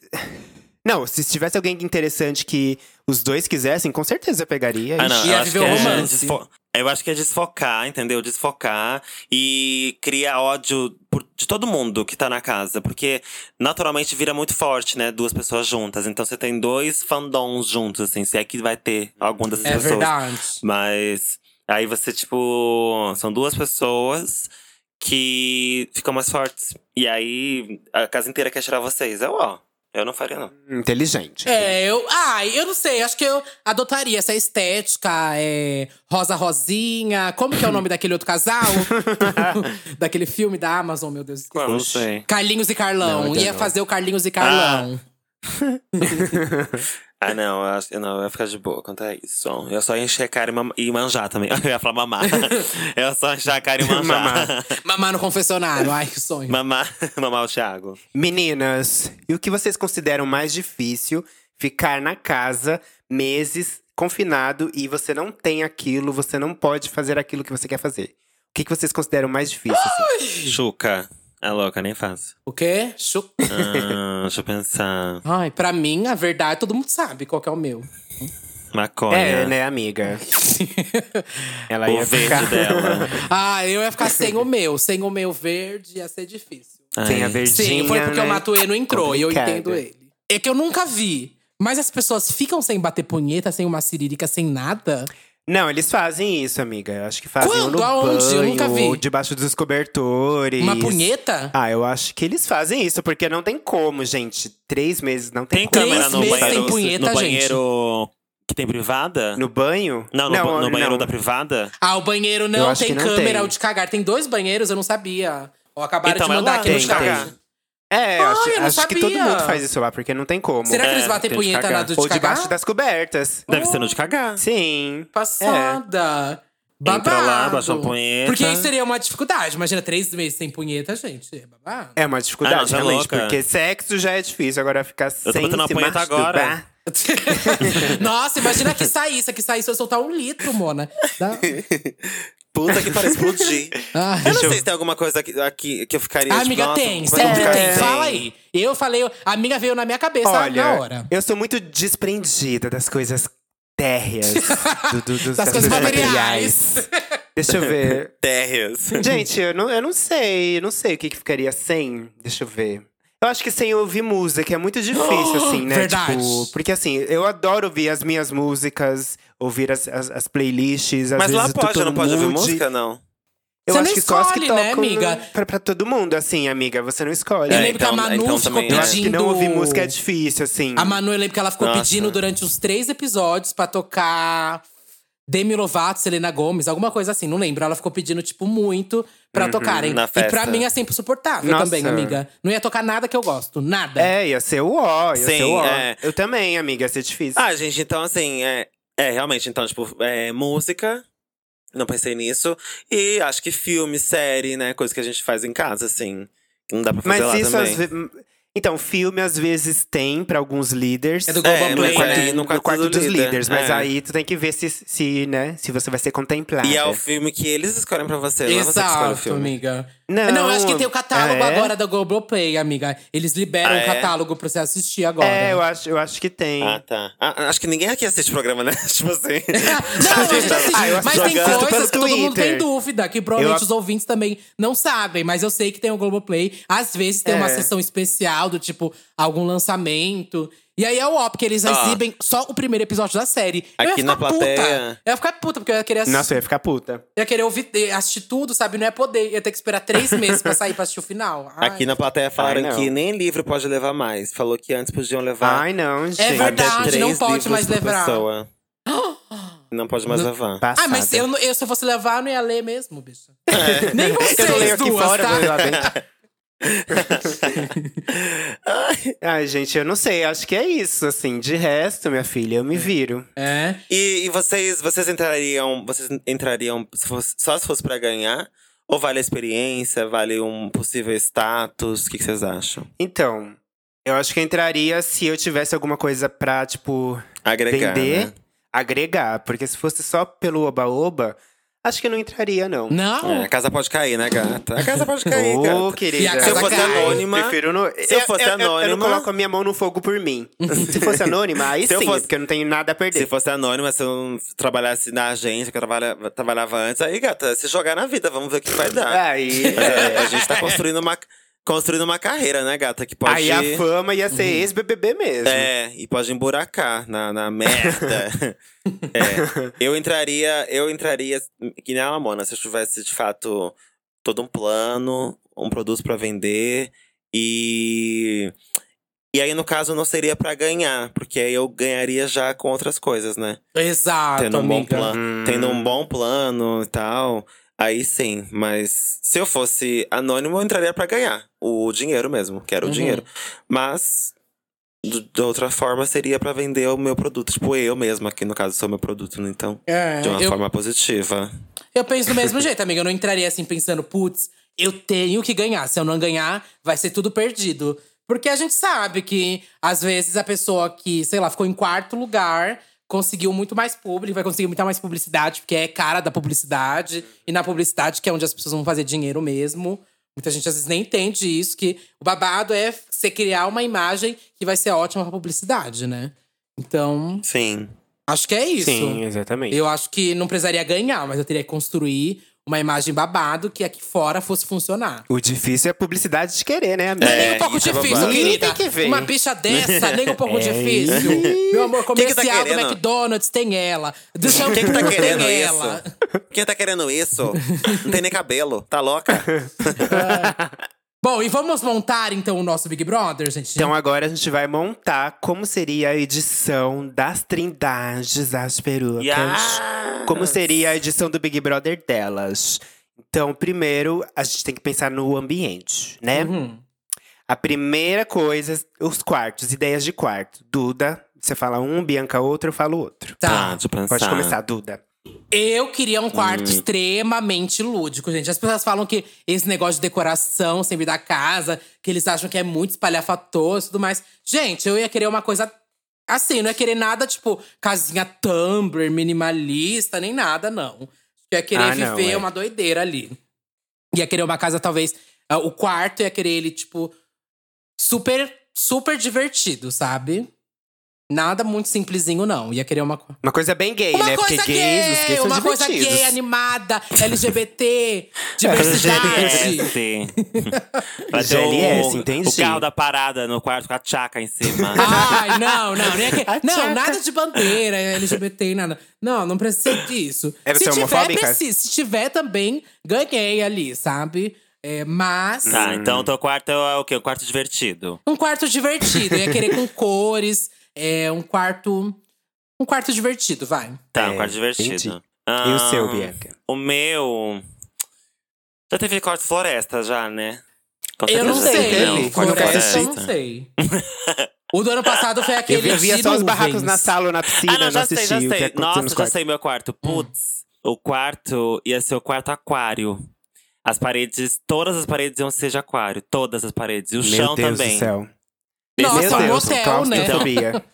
[SPEAKER 1] Não, se tivesse alguém interessante que os dois quisessem, com certeza eu pegaria.
[SPEAKER 3] Ah, não,
[SPEAKER 2] Ia
[SPEAKER 3] eu acho
[SPEAKER 2] viver
[SPEAKER 3] que
[SPEAKER 2] o
[SPEAKER 3] é
[SPEAKER 2] romance.
[SPEAKER 3] desfo- Eu acho que é desfocar, entendeu? Desfocar e cria ódio por- de todo mundo que tá na casa. Porque naturalmente vira muito forte, né? Duas pessoas juntas. Então você tem dois fandoms juntos, assim. Se é que vai ter alguma dessas
[SPEAKER 2] é
[SPEAKER 3] pessoas.
[SPEAKER 2] verdade.
[SPEAKER 3] Mas aí você, tipo, são duas pessoas que ficam mais fortes. E aí a casa inteira quer tirar vocês. Eu, ó, eu não faria, não.
[SPEAKER 1] Inteligente.
[SPEAKER 2] É, eu. Ai, eu não sei. Acho que eu adotaria essa estética, é, Rosa Rosinha. Como que é o nome daquele outro casal? daquele filme da Amazon, meu Deus. esqueci.
[SPEAKER 3] Eu não sei.
[SPEAKER 2] Carlinhos e
[SPEAKER 1] Não,
[SPEAKER 2] Carlão.
[SPEAKER 1] ainda
[SPEAKER 2] Ia
[SPEAKER 1] não.
[SPEAKER 2] fazer o Carlinhos e Carlão.
[SPEAKER 3] Ah,
[SPEAKER 1] Hum.
[SPEAKER 3] não, eu, acho- eu não, eu ia ficar de boa quanto a isso. Eu só ia encher a cara e, mam- e manjar também. Eu ia falar mamar. eu só encher a cara e manjar.
[SPEAKER 1] Mamar.
[SPEAKER 2] Mamar no confessionário. Ai, que sonho.
[SPEAKER 3] mamar. mamar o Thiago.
[SPEAKER 1] Meninas, e o que vocês consideram mais difícil ficar na casa meses confinado e você não tem aquilo, você não pode fazer aquilo que você quer fazer? O que, que vocês consideram mais difícil? assim?
[SPEAKER 3] Chuca. É louca, nem faço.
[SPEAKER 2] O quê? Chu-
[SPEAKER 3] Ah, deixa eu pensar.
[SPEAKER 2] Ai, pra mim, a verdade, todo mundo sabe qual que é o meu.
[SPEAKER 3] Maconha.
[SPEAKER 1] É, né, amiga? Ela
[SPEAKER 3] O
[SPEAKER 1] ia
[SPEAKER 3] verde
[SPEAKER 1] ficar
[SPEAKER 3] dela.
[SPEAKER 2] ah, eu ia ficar sem o meu. Sem o meu verde ia ser difícil.
[SPEAKER 1] sem a
[SPEAKER 3] Ai.
[SPEAKER 1] verdinha,
[SPEAKER 2] Sim, foi porque
[SPEAKER 1] né?
[SPEAKER 2] o Matuê não entrou, e eu
[SPEAKER 1] Complicado.
[SPEAKER 2] entendo ele. É que eu nunca vi. Mas as pessoas ficam sem bater punheta, sem uma cirílica, sem nada.
[SPEAKER 1] Não, eles fazem isso, amiga. Acho que fazem ou
[SPEAKER 2] Quando?
[SPEAKER 1] no
[SPEAKER 2] Aonde? Eu
[SPEAKER 1] banho,
[SPEAKER 2] nunca vi.
[SPEAKER 1] ou debaixo dos cobertores.
[SPEAKER 2] Uma punheta?
[SPEAKER 1] Ah, eu acho que eles fazem isso, porque não tem como, gente. Três meses não tem,
[SPEAKER 3] Tem
[SPEAKER 1] como.
[SPEAKER 3] câmera
[SPEAKER 2] Três
[SPEAKER 3] no
[SPEAKER 2] meses
[SPEAKER 3] banheiro,
[SPEAKER 2] sem punheta,
[SPEAKER 3] no
[SPEAKER 2] gente.
[SPEAKER 3] banheiro que tem privada?
[SPEAKER 1] No banho?
[SPEAKER 3] não, no, ba- no banheiro
[SPEAKER 1] não.
[SPEAKER 3] da privada?
[SPEAKER 2] Ah, o banheiro
[SPEAKER 1] Eu
[SPEAKER 2] não
[SPEAKER 1] acho
[SPEAKER 2] tem
[SPEAKER 1] que não
[SPEAKER 2] câmera,
[SPEAKER 1] tem.
[SPEAKER 2] o de cagar. Tem dois banheiros, eu não sabia. Ó, acabaram
[SPEAKER 3] Então,
[SPEAKER 2] de
[SPEAKER 3] mas
[SPEAKER 2] mandar
[SPEAKER 3] lá
[SPEAKER 2] aqui no
[SPEAKER 1] tem,
[SPEAKER 2] chat.
[SPEAKER 1] tem. É, eu acho,
[SPEAKER 2] eu não
[SPEAKER 1] acho que todo
[SPEAKER 2] sabia.
[SPEAKER 1] mundo faz isso lá, porque não tem como.
[SPEAKER 2] Será que
[SPEAKER 3] É,
[SPEAKER 2] eles batem
[SPEAKER 3] tem de
[SPEAKER 2] punheta
[SPEAKER 3] cagar.
[SPEAKER 2] lá do de
[SPEAKER 1] Ou
[SPEAKER 2] cagar?
[SPEAKER 1] debaixo das cobertas.
[SPEAKER 3] Deve ser no de cagar.
[SPEAKER 1] Sim.
[SPEAKER 2] Passada.
[SPEAKER 1] É.
[SPEAKER 2] Babado.
[SPEAKER 3] Entra lá, baixa uma punheta.
[SPEAKER 2] Porque isso seria uma dificuldade. Imagina, três meses sem punheta, gente. É babado.
[SPEAKER 1] É uma dificuldade,
[SPEAKER 3] Ah, não, você é
[SPEAKER 1] realmente,
[SPEAKER 3] louca.
[SPEAKER 1] porque sexo já é difícil, agora ficar sem
[SPEAKER 3] botando uma
[SPEAKER 1] se
[SPEAKER 3] punheta
[SPEAKER 1] masturbar.
[SPEAKER 3] agora.
[SPEAKER 2] Nossa, imagina que saísse, que saísse eu soltar um litro, Mona. Dá-
[SPEAKER 3] Puta que pariu, explodir.
[SPEAKER 2] Ah.
[SPEAKER 3] eu não sei se tem alguma coisa aqui, aqui que eu ficaria
[SPEAKER 2] Ah,
[SPEAKER 3] tipo,
[SPEAKER 2] amiga,
[SPEAKER 3] nossa,
[SPEAKER 2] tem,
[SPEAKER 3] como é que
[SPEAKER 2] sempre
[SPEAKER 3] eu
[SPEAKER 2] tem.
[SPEAKER 3] ficaria?
[SPEAKER 2] Fala aí. Eu falei, a amiga veio na minha cabeça
[SPEAKER 1] Olha,
[SPEAKER 2] na hora.
[SPEAKER 1] eu sou muito desprendida das coisas térreas. do- do- do-
[SPEAKER 2] Das coisas materiais.
[SPEAKER 1] Deixa eu ver.
[SPEAKER 3] Térreas.
[SPEAKER 1] Gente, eu não, eu não sei. Eu não sei o que, que ficaria sem. Deixa eu ver. Eu acho que sem ouvir música é muito difícil, assim, né?
[SPEAKER 2] Verdade.
[SPEAKER 1] Tipo, porque assim, eu adoro ouvir as minhas músicas, ouvir as, as, as playlists. Às
[SPEAKER 3] Mas lá
[SPEAKER 1] vezes eu tô
[SPEAKER 3] pode,
[SPEAKER 1] todo
[SPEAKER 3] não pode ouvir
[SPEAKER 1] mood.
[SPEAKER 3] música, não.
[SPEAKER 1] Eu
[SPEAKER 2] Você
[SPEAKER 1] acho
[SPEAKER 2] não
[SPEAKER 1] que só as que
[SPEAKER 2] escolhe, né,
[SPEAKER 1] tocam
[SPEAKER 2] amiga?
[SPEAKER 1] Pra, pra todo mundo, assim, amiga. Você não escolhe.
[SPEAKER 2] Eu
[SPEAKER 3] É,
[SPEAKER 2] lembro que a
[SPEAKER 3] então-
[SPEAKER 2] Manu
[SPEAKER 3] então
[SPEAKER 2] ficou
[SPEAKER 3] também é.
[SPEAKER 2] pedindo.
[SPEAKER 1] Eu acho que não ouvir música é difícil, assim.
[SPEAKER 2] A Manu, eu lembro que ela ficou
[SPEAKER 3] Nossa.
[SPEAKER 2] pedindo durante os três episódios pra tocar Demi Lovato, Selena Gomes, alguma coisa assim, não lembro. Ela ficou pedindo, tipo, muito pra tocarem.
[SPEAKER 3] Uhum, na
[SPEAKER 2] E pra
[SPEAKER 3] festa.
[SPEAKER 2] mim é sempre suportável
[SPEAKER 1] Nossa.
[SPEAKER 2] também, amiga. Não ia tocar nada que eu gosto, nada.
[SPEAKER 1] É, ia ser o ó, ia
[SPEAKER 3] Né? Sim,
[SPEAKER 1] ser o ó.
[SPEAKER 3] é.
[SPEAKER 1] Eu também, amiga, ia ser difícil.
[SPEAKER 3] Ah, gente, então assim, é, É, realmente, então, tipo, é, música. Não pensei nisso. E acho que filme, série, né? Coisa que a gente faz em casa, assim. que Não dá pra fazer
[SPEAKER 1] Mas
[SPEAKER 3] lá
[SPEAKER 1] isso
[SPEAKER 3] também.
[SPEAKER 1] às vezes. Então, filme às vezes tem pra alguns líderes.
[SPEAKER 2] É do
[SPEAKER 3] É,
[SPEAKER 2] Globoplay,
[SPEAKER 1] no quarto,
[SPEAKER 2] né?
[SPEAKER 3] é, no
[SPEAKER 1] no
[SPEAKER 3] quarto
[SPEAKER 1] quarto
[SPEAKER 3] do
[SPEAKER 1] dos
[SPEAKER 3] líder,
[SPEAKER 1] líderes, mas
[SPEAKER 3] é.
[SPEAKER 1] aí tu tem que ver se, se, né, se você vai ser contemplado.
[SPEAKER 3] E é o filme que eles escolhem pra você, não é você que escolhe o
[SPEAKER 2] Exato,
[SPEAKER 3] filme.
[SPEAKER 2] amiga.
[SPEAKER 1] Não,
[SPEAKER 2] eu acho que tem o catálogo
[SPEAKER 1] é?
[SPEAKER 2] agora da Globoplay, amiga. Eles liberam
[SPEAKER 3] Ah,
[SPEAKER 2] o
[SPEAKER 3] é?
[SPEAKER 2] catálogo pra você assistir agora.
[SPEAKER 1] É, eu acho, eu acho que tem.
[SPEAKER 3] Ah, tá. Ah, acho que ninguém aqui assiste programa, né? tipo assim.
[SPEAKER 2] não, gente,
[SPEAKER 3] tá
[SPEAKER 2] assim,
[SPEAKER 1] Ah, eu
[SPEAKER 2] mas
[SPEAKER 1] assisto
[SPEAKER 2] tem
[SPEAKER 1] jogando
[SPEAKER 2] coisas
[SPEAKER 1] pelo
[SPEAKER 2] que todo mundo tem
[SPEAKER 1] Twitter.
[SPEAKER 2] dúvida, que provavelmente
[SPEAKER 1] Eu-
[SPEAKER 2] os ouvintes também não sabem, mas eu sei que tem o Globoplay. Às vezes tem uma
[SPEAKER 1] É.
[SPEAKER 2] sessão especial do tipo algum lançamento. E aí é o op, que eles
[SPEAKER 3] Ó.
[SPEAKER 2] exibem só o primeiro episódio da série. eu ia
[SPEAKER 3] Ah. Aqui na
[SPEAKER 2] ficar puta.
[SPEAKER 3] plateia.
[SPEAKER 2] Eu ia ficar puta, porque eu ia querer assistir.
[SPEAKER 1] Nossa, eu ia ficar puta.
[SPEAKER 2] Eu ia querer ouvir, eh, assistir tudo, sabe? Não ia poder. Ia ter que esperar três meses pra sair pra assistir o final. Ai.
[SPEAKER 3] Aqui na plateia
[SPEAKER 1] Ai,
[SPEAKER 3] falaram
[SPEAKER 1] não.
[SPEAKER 3] que nem livro pode levar mais. Falou que antes podiam levar
[SPEAKER 1] Ai, não, gente.
[SPEAKER 2] É
[SPEAKER 3] até
[SPEAKER 2] verdade,
[SPEAKER 3] três
[SPEAKER 2] não pode
[SPEAKER 3] livros
[SPEAKER 2] mais
[SPEAKER 3] por
[SPEAKER 2] levar.
[SPEAKER 3] pessoa. Não pode mais levar.
[SPEAKER 2] Ah, mas eu, não- eu, se eu fosse levar, eu não ia ler mesmo, bicho. Nem vocês
[SPEAKER 1] É. Eu leio aqui
[SPEAKER 2] duas,
[SPEAKER 1] fora,
[SPEAKER 2] tá?
[SPEAKER 1] vou ler lá dentro. Ai, gente, eu não sei. Acho que é isso, assim. De resto, minha filha, eu me viro.
[SPEAKER 2] É.
[SPEAKER 3] E, e vocês, vocês entrariam, vocês entrariam se fosse- só se fosse pra ganhar? Ou vale a experiência? Vale um possível status? O que, que vocês acham?
[SPEAKER 1] Então, eu acho que entraria se eu tivesse alguma coisa pra, tipo,
[SPEAKER 3] Agregar.
[SPEAKER 1] vender,
[SPEAKER 3] né?
[SPEAKER 1] agregar. Porque se fosse só pelo oba-oba, acho que não entraria, não.
[SPEAKER 2] Não?
[SPEAKER 3] É, a casa pode cair, né, gata? A casa pode cair,
[SPEAKER 1] Ô,
[SPEAKER 3] gata.
[SPEAKER 1] querida.
[SPEAKER 2] E a
[SPEAKER 3] Se eu
[SPEAKER 2] casa
[SPEAKER 3] fosse
[SPEAKER 2] cai.
[SPEAKER 3] anônima.
[SPEAKER 1] Prefiro no...
[SPEAKER 3] Se eu fosse
[SPEAKER 1] Eu, não
[SPEAKER 3] anônima-
[SPEAKER 1] coloco a minha mão no fogo por mim. se fosse anônima, aí
[SPEAKER 3] Se eu
[SPEAKER 1] sim,
[SPEAKER 3] fosse-
[SPEAKER 1] porque eu não tenho nada a perder.
[SPEAKER 3] Se fosse anônima, se eu não trabalhasse na agência que eu trabalha- trabalhava antes, aí, gata, se jogar na vida, vamos ver o que vai dar.
[SPEAKER 1] Aí,
[SPEAKER 3] Mas, é,
[SPEAKER 1] é.
[SPEAKER 3] a gente tá construindo uma, construindo uma carreira, né, gata? Que pode.
[SPEAKER 1] aí é a fama ia
[SPEAKER 2] Uhum.
[SPEAKER 1] ser ex-BBB mesmo.
[SPEAKER 3] É, e pode emburacar na, na merda. é. Eu entraria, eu entraria, que nem a Lamona, se eu tivesse de fato todo um plano, um produto pra vender e. E aí, no caso, não seria pra ganhar, porque aí eu ganharia já com outras coisas, né?
[SPEAKER 2] Exato,
[SPEAKER 3] tendo, um bom
[SPEAKER 2] amiga.
[SPEAKER 3] plano, tendo um bom plano e tal. Aí sim, mas se eu fosse anônimo, eu entraria pra ganhar o dinheiro mesmo. Quero
[SPEAKER 2] Uhum.
[SPEAKER 3] o dinheiro. Mas, do- de outra forma, seria pra vender o meu produto. Tipo, eu mesma, que no caso sou meu produto, né? Então,
[SPEAKER 2] É,
[SPEAKER 3] de uma
[SPEAKER 2] eu,
[SPEAKER 3] forma positiva.
[SPEAKER 2] eu penso do mesmo jeito, amiga. Eu não entraria assim pensando, putz, eu tenho que ganhar. Se eu não ganhar, vai ser tudo perdido. Porque a gente sabe que, às vezes, a pessoa que, sei lá, ficou em quarto lugar conseguiu muito mais público, vai conseguir muita mais publicidade, porque é cara da publicidade. E na publicidade, que é onde as pessoas vão fazer dinheiro mesmo. Muita gente às vezes nem entende isso, que o babado é você criar uma imagem que vai ser ótima pra publicidade, né? Então,
[SPEAKER 3] Sim.
[SPEAKER 2] acho que é isso.
[SPEAKER 1] Sim, exatamente.
[SPEAKER 2] Eu acho que não precisaria ganhar, mas eu teria que construir uma imagem babado que aqui fora fosse funcionar.
[SPEAKER 1] O difícil é a publicidade de querer, né, amiga?
[SPEAKER 2] Não é nem um
[SPEAKER 3] É,
[SPEAKER 2] pouco
[SPEAKER 3] isso é
[SPEAKER 2] difícil,
[SPEAKER 3] babado.
[SPEAKER 2] querida.
[SPEAKER 1] Tem que ver.
[SPEAKER 2] Uma bicha dessa, nem um pouco
[SPEAKER 1] É
[SPEAKER 2] difícil. Meu amor,
[SPEAKER 3] Que que tá
[SPEAKER 2] comercial do
[SPEAKER 3] querendo?
[SPEAKER 2] McDonald's tem ela. Do shampoo
[SPEAKER 3] Quem que tá querendo
[SPEAKER 2] tem ela.
[SPEAKER 3] isso? Quem tá querendo isso? Não tem nem cabelo, tá louca?
[SPEAKER 2] Bom, e vamos montar então o nosso Big Brother, gente?
[SPEAKER 1] Então agora a gente vai montar como seria a edição das Trindades às Perucas.
[SPEAKER 3] Yes!
[SPEAKER 1] Como seria a edição do Big Brother delas. Então, primeiro, a gente tem que pensar no ambiente, né?
[SPEAKER 2] Uhum.
[SPEAKER 1] A primeira coisa, os quartos, ideias de quarto. Duda, você fala um, Bianca outro, eu falo outro.
[SPEAKER 2] Tá.
[SPEAKER 3] Ah, deixa eu pensar.
[SPEAKER 1] Pode começar, Duda.
[SPEAKER 2] Eu queria um
[SPEAKER 1] Hum.
[SPEAKER 2] quarto extremamente lúdico, gente. As pessoas falam que esse negócio de decoração sempre da casa, que eles acham que é muito espalhafatoso e tudo mais. Gente, eu ia querer uma coisa assim, não ia querer nada tipo casinha Tumblr, minimalista, nem nada, não. Eu ia querer
[SPEAKER 1] Ah, não,
[SPEAKER 2] viver
[SPEAKER 1] é.
[SPEAKER 2] uma doideira ali. Ia querer uma casa, talvez. ah, O quarto ia querer ele, tipo, super, super divertido, sabe? Nada muito simplesinho, não. Ia querer uma coisa.
[SPEAKER 1] Uma coisa bem gay,
[SPEAKER 2] Uma
[SPEAKER 1] né?
[SPEAKER 2] coisa
[SPEAKER 1] Porque gays, os gays
[SPEAKER 2] gay,
[SPEAKER 1] são
[SPEAKER 2] uma coisa
[SPEAKER 1] divertidos.
[SPEAKER 2] gay, animada, LGBT, diversidade.
[SPEAKER 3] Vai é ter
[SPEAKER 1] GLS,
[SPEAKER 3] o,
[SPEAKER 1] entendi. Ah,
[SPEAKER 3] o carro da parada no quarto com a tchaca em cima.
[SPEAKER 2] Ai, não, não, nem aqui. Não,
[SPEAKER 1] tchaca.
[SPEAKER 2] nada de bandeira, LGBT, e nada. Não, não precisa disso.
[SPEAKER 1] É,
[SPEAKER 2] se
[SPEAKER 1] você é
[SPEAKER 2] tiver,
[SPEAKER 1] homofóbica?
[SPEAKER 2] precisa. Se tiver também, ganhei ali, sabe? É, mas.
[SPEAKER 4] Tá, então o teu quarto é o quê? O quarto divertido.
[SPEAKER 2] Um quarto divertido. Ia querer com cores. É, um quarto. Um quarto divertido, vai.
[SPEAKER 4] Tá,
[SPEAKER 1] É,
[SPEAKER 4] um quarto divertido.
[SPEAKER 1] entendi. E o seu,
[SPEAKER 4] Ah,
[SPEAKER 1] Bianca?
[SPEAKER 4] O meu. Já teve quarto floresta, já, né? Com
[SPEAKER 2] Eu não
[SPEAKER 4] certeza
[SPEAKER 2] sei.
[SPEAKER 1] teve.
[SPEAKER 4] Não, quarto
[SPEAKER 1] Floresta,
[SPEAKER 2] Floresta, eu não
[SPEAKER 4] floresta.
[SPEAKER 2] sei. O do ano passado foi
[SPEAKER 1] Eu
[SPEAKER 2] aquele
[SPEAKER 1] vi- eu via
[SPEAKER 2] de
[SPEAKER 1] só os
[SPEAKER 2] nuvens.
[SPEAKER 1] barracos na sala, ou na piscina,
[SPEAKER 3] ah, não,
[SPEAKER 1] não
[SPEAKER 3] já
[SPEAKER 1] assisti
[SPEAKER 3] sei, já
[SPEAKER 1] o que
[SPEAKER 3] sei.
[SPEAKER 1] aconteceu
[SPEAKER 3] Nossa,
[SPEAKER 1] nos
[SPEAKER 3] já
[SPEAKER 1] quartos.
[SPEAKER 3] sei meu quarto.
[SPEAKER 1] Hum.
[SPEAKER 3] Putz, o quarto ia ser o quarto aquário. As paredes, todas as paredes iam ser de aquário. Todas as paredes. E o
[SPEAKER 1] Meu
[SPEAKER 3] chão
[SPEAKER 1] Deus
[SPEAKER 3] também.
[SPEAKER 1] do céu.
[SPEAKER 2] Nossa,
[SPEAKER 1] Meu
[SPEAKER 2] um
[SPEAKER 1] Deus,
[SPEAKER 2] hotel, né?
[SPEAKER 1] claustrofobia.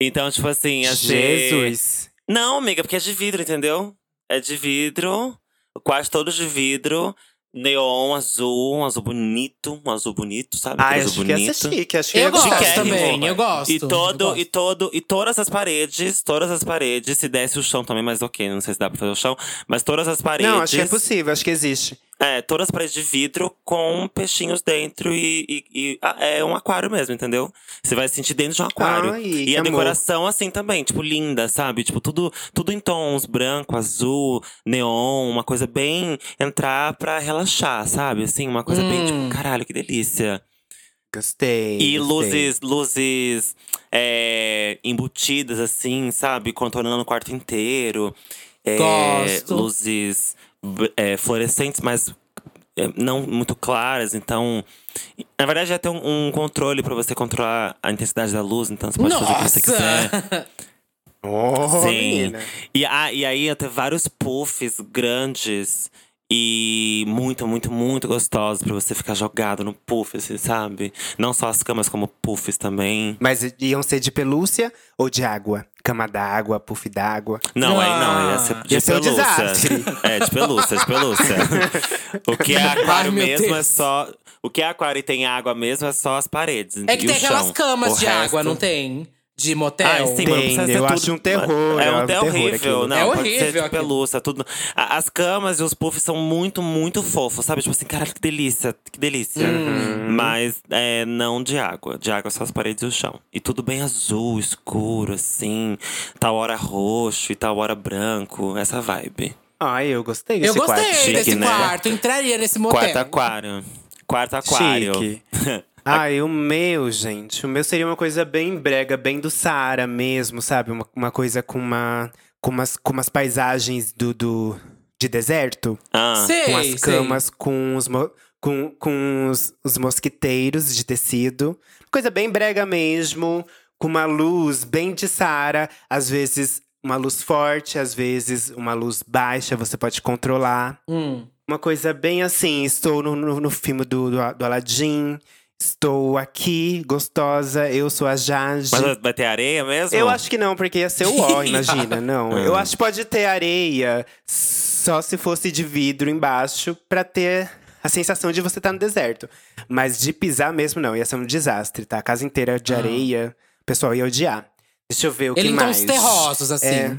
[SPEAKER 3] Então, tipo assim, ia ser…
[SPEAKER 1] Jesus.
[SPEAKER 3] Não, amiga, porque é de vidro, entendeu? É de vidro, quase todos de vidro. Neon azul, um azul bonito, um azul bonito, sabe?
[SPEAKER 1] Ai,
[SPEAKER 3] Aquele
[SPEAKER 1] acho
[SPEAKER 3] azul
[SPEAKER 1] que ia
[SPEAKER 3] bonito.
[SPEAKER 1] ser chique. Acho que
[SPEAKER 2] Eu
[SPEAKER 1] ia
[SPEAKER 2] gosto
[SPEAKER 1] gostar.
[SPEAKER 3] Chiquérrimo.
[SPEAKER 2] também, eu gosto.
[SPEAKER 3] E todo,
[SPEAKER 2] eu gosto.
[SPEAKER 3] e todo, e todas as paredes, todas as paredes, se desse o chão também, mas ok, não sei se dá pra fazer o chão, mas todas as paredes.
[SPEAKER 1] Não, acho que é possível, acho que existe.
[SPEAKER 3] é, todas as paredes de vidro com peixinhos dentro e, e- e- ah, é um aquário mesmo, entendeu? Você vai se sentir dentro de um aquário.
[SPEAKER 1] Ai, que
[SPEAKER 3] e a
[SPEAKER 1] amor.
[SPEAKER 3] decoração assim também, tipo linda, sabe? Tipo tudo, tudo em tons branco, azul, neon, uma coisa bem entrar pra relaxar, sabe? Assim, uma coisa bem
[SPEAKER 1] Hum.
[SPEAKER 3] tipo, caralho, que delícia.
[SPEAKER 1] Gostei. gostei.
[SPEAKER 3] E luzes, luzes é, embutidas, assim, sabe? Contornando o quarto inteiro. É,
[SPEAKER 2] Gosto.
[SPEAKER 3] Luzes br- é, fluorescentes, mas é, não muito claras. Então, na verdade, já tem um, um controle pra você controlar a intensidade da luz. Então, você pode fazer o que você quiser.
[SPEAKER 2] Nossa!
[SPEAKER 1] Oh,
[SPEAKER 3] Sim.
[SPEAKER 1] menina.
[SPEAKER 3] E, ah, e aí, até vários puffs grandes. E muito, muito, muito gostosos pra você ficar jogado no puff, assim, sabe? Não só as camas, como puffs também.
[SPEAKER 1] Mas iam ser de pelúcia ou de água? Cama d'água, puff d'água.
[SPEAKER 3] Não, aí não, ia
[SPEAKER 2] Ah.
[SPEAKER 3] ser de
[SPEAKER 1] Ia ser um
[SPEAKER 3] pelúcia.
[SPEAKER 1] desastre.
[SPEAKER 3] É, de pelúcia, de pelúcia. o que é
[SPEAKER 2] Ai,
[SPEAKER 3] aquário
[SPEAKER 2] meu
[SPEAKER 3] mesmo é
[SPEAKER 2] Deus.
[SPEAKER 3] só. O que é aquário e tem água mesmo é só as paredes.
[SPEAKER 2] É que
[SPEAKER 3] e
[SPEAKER 2] tem
[SPEAKER 3] o chão.
[SPEAKER 2] aquelas camas
[SPEAKER 3] O
[SPEAKER 2] de
[SPEAKER 3] resto- Ah,
[SPEAKER 2] água, não tem? De motel.
[SPEAKER 3] Ai, sim, mas não precisa
[SPEAKER 1] Tem,
[SPEAKER 3] ser
[SPEAKER 1] eu
[SPEAKER 3] tudo.
[SPEAKER 1] acho um terror,
[SPEAKER 3] É
[SPEAKER 1] é
[SPEAKER 3] um
[SPEAKER 1] um
[SPEAKER 3] hotel
[SPEAKER 1] terror
[SPEAKER 3] horrível,
[SPEAKER 1] aquilo.
[SPEAKER 3] não.
[SPEAKER 2] É
[SPEAKER 3] pode ser
[SPEAKER 2] horrível
[SPEAKER 3] de
[SPEAKER 2] aquilo.
[SPEAKER 3] pelúcia, tudo. A- As camas e os puffs são muito, muito fofos, sabe? Tipo assim, caralho, que delícia, que delícia.
[SPEAKER 2] Uhum.
[SPEAKER 3] Mas é, não de água. De água só as paredes e o chão. E tudo bem azul, escuro, assim. Tal hora roxo e tal hora branco. Essa vibe.
[SPEAKER 1] Ai, eu gostei desse
[SPEAKER 2] eu gostei
[SPEAKER 1] quarto.
[SPEAKER 3] Chique,
[SPEAKER 2] desse
[SPEAKER 3] né?
[SPEAKER 2] quarto, entraria nesse motel.
[SPEAKER 3] Quarto aquário. Quarto aquário.
[SPEAKER 1] Chique. Ai, o meu, gente. O meu seria uma coisa bem brega, bem do Saara mesmo, sabe? Uma, uma coisa com, uma, com, umas, com umas paisagens do, do, de deserto.
[SPEAKER 3] Ah,
[SPEAKER 2] Sei,
[SPEAKER 1] com as
[SPEAKER 2] sei.
[SPEAKER 1] camas, com os. mo- Com, com os, os mosquiteiros de tecido. Coisa bem brega mesmo. Com uma luz bem de Saara. Às vezes uma luz forte, às vezes uma luz baixa, você pode controlar.
[SPEAKER 2] Hum.
[SPEAKER 1] Uma coisa bem assim, estou no, no, no filme do, do, do Aladdin, estou aqui, gostosa, eu sou a Jade.
[SPEAKER 3] mas vai ter areia mesmo?
[SPEAKER 1] eu acho que não, porque ia ser o ó, imagina, não. Eu
[SPEAKER 3] É.
[SPEAKER 1] acho que pode ter areia, só se fosse de vidro embaixo, pra ter a sensação de você estar no deserto. Mas de pisar mesmo, não, ia ser um desastre, tá? A casa inteira
[SPEAKER 3] Ah.
[SPEAKER 1] de areia, o pessoal ia odiar. Deixa eu ver o
[SPEAKER 2] Ele
[SPEAKER 1] que
[SPEAKER 2] então
[SPEAKER 1] mais.
[SPEAKER 2] uns terrosos, assim.
[SPEAKER 1] É.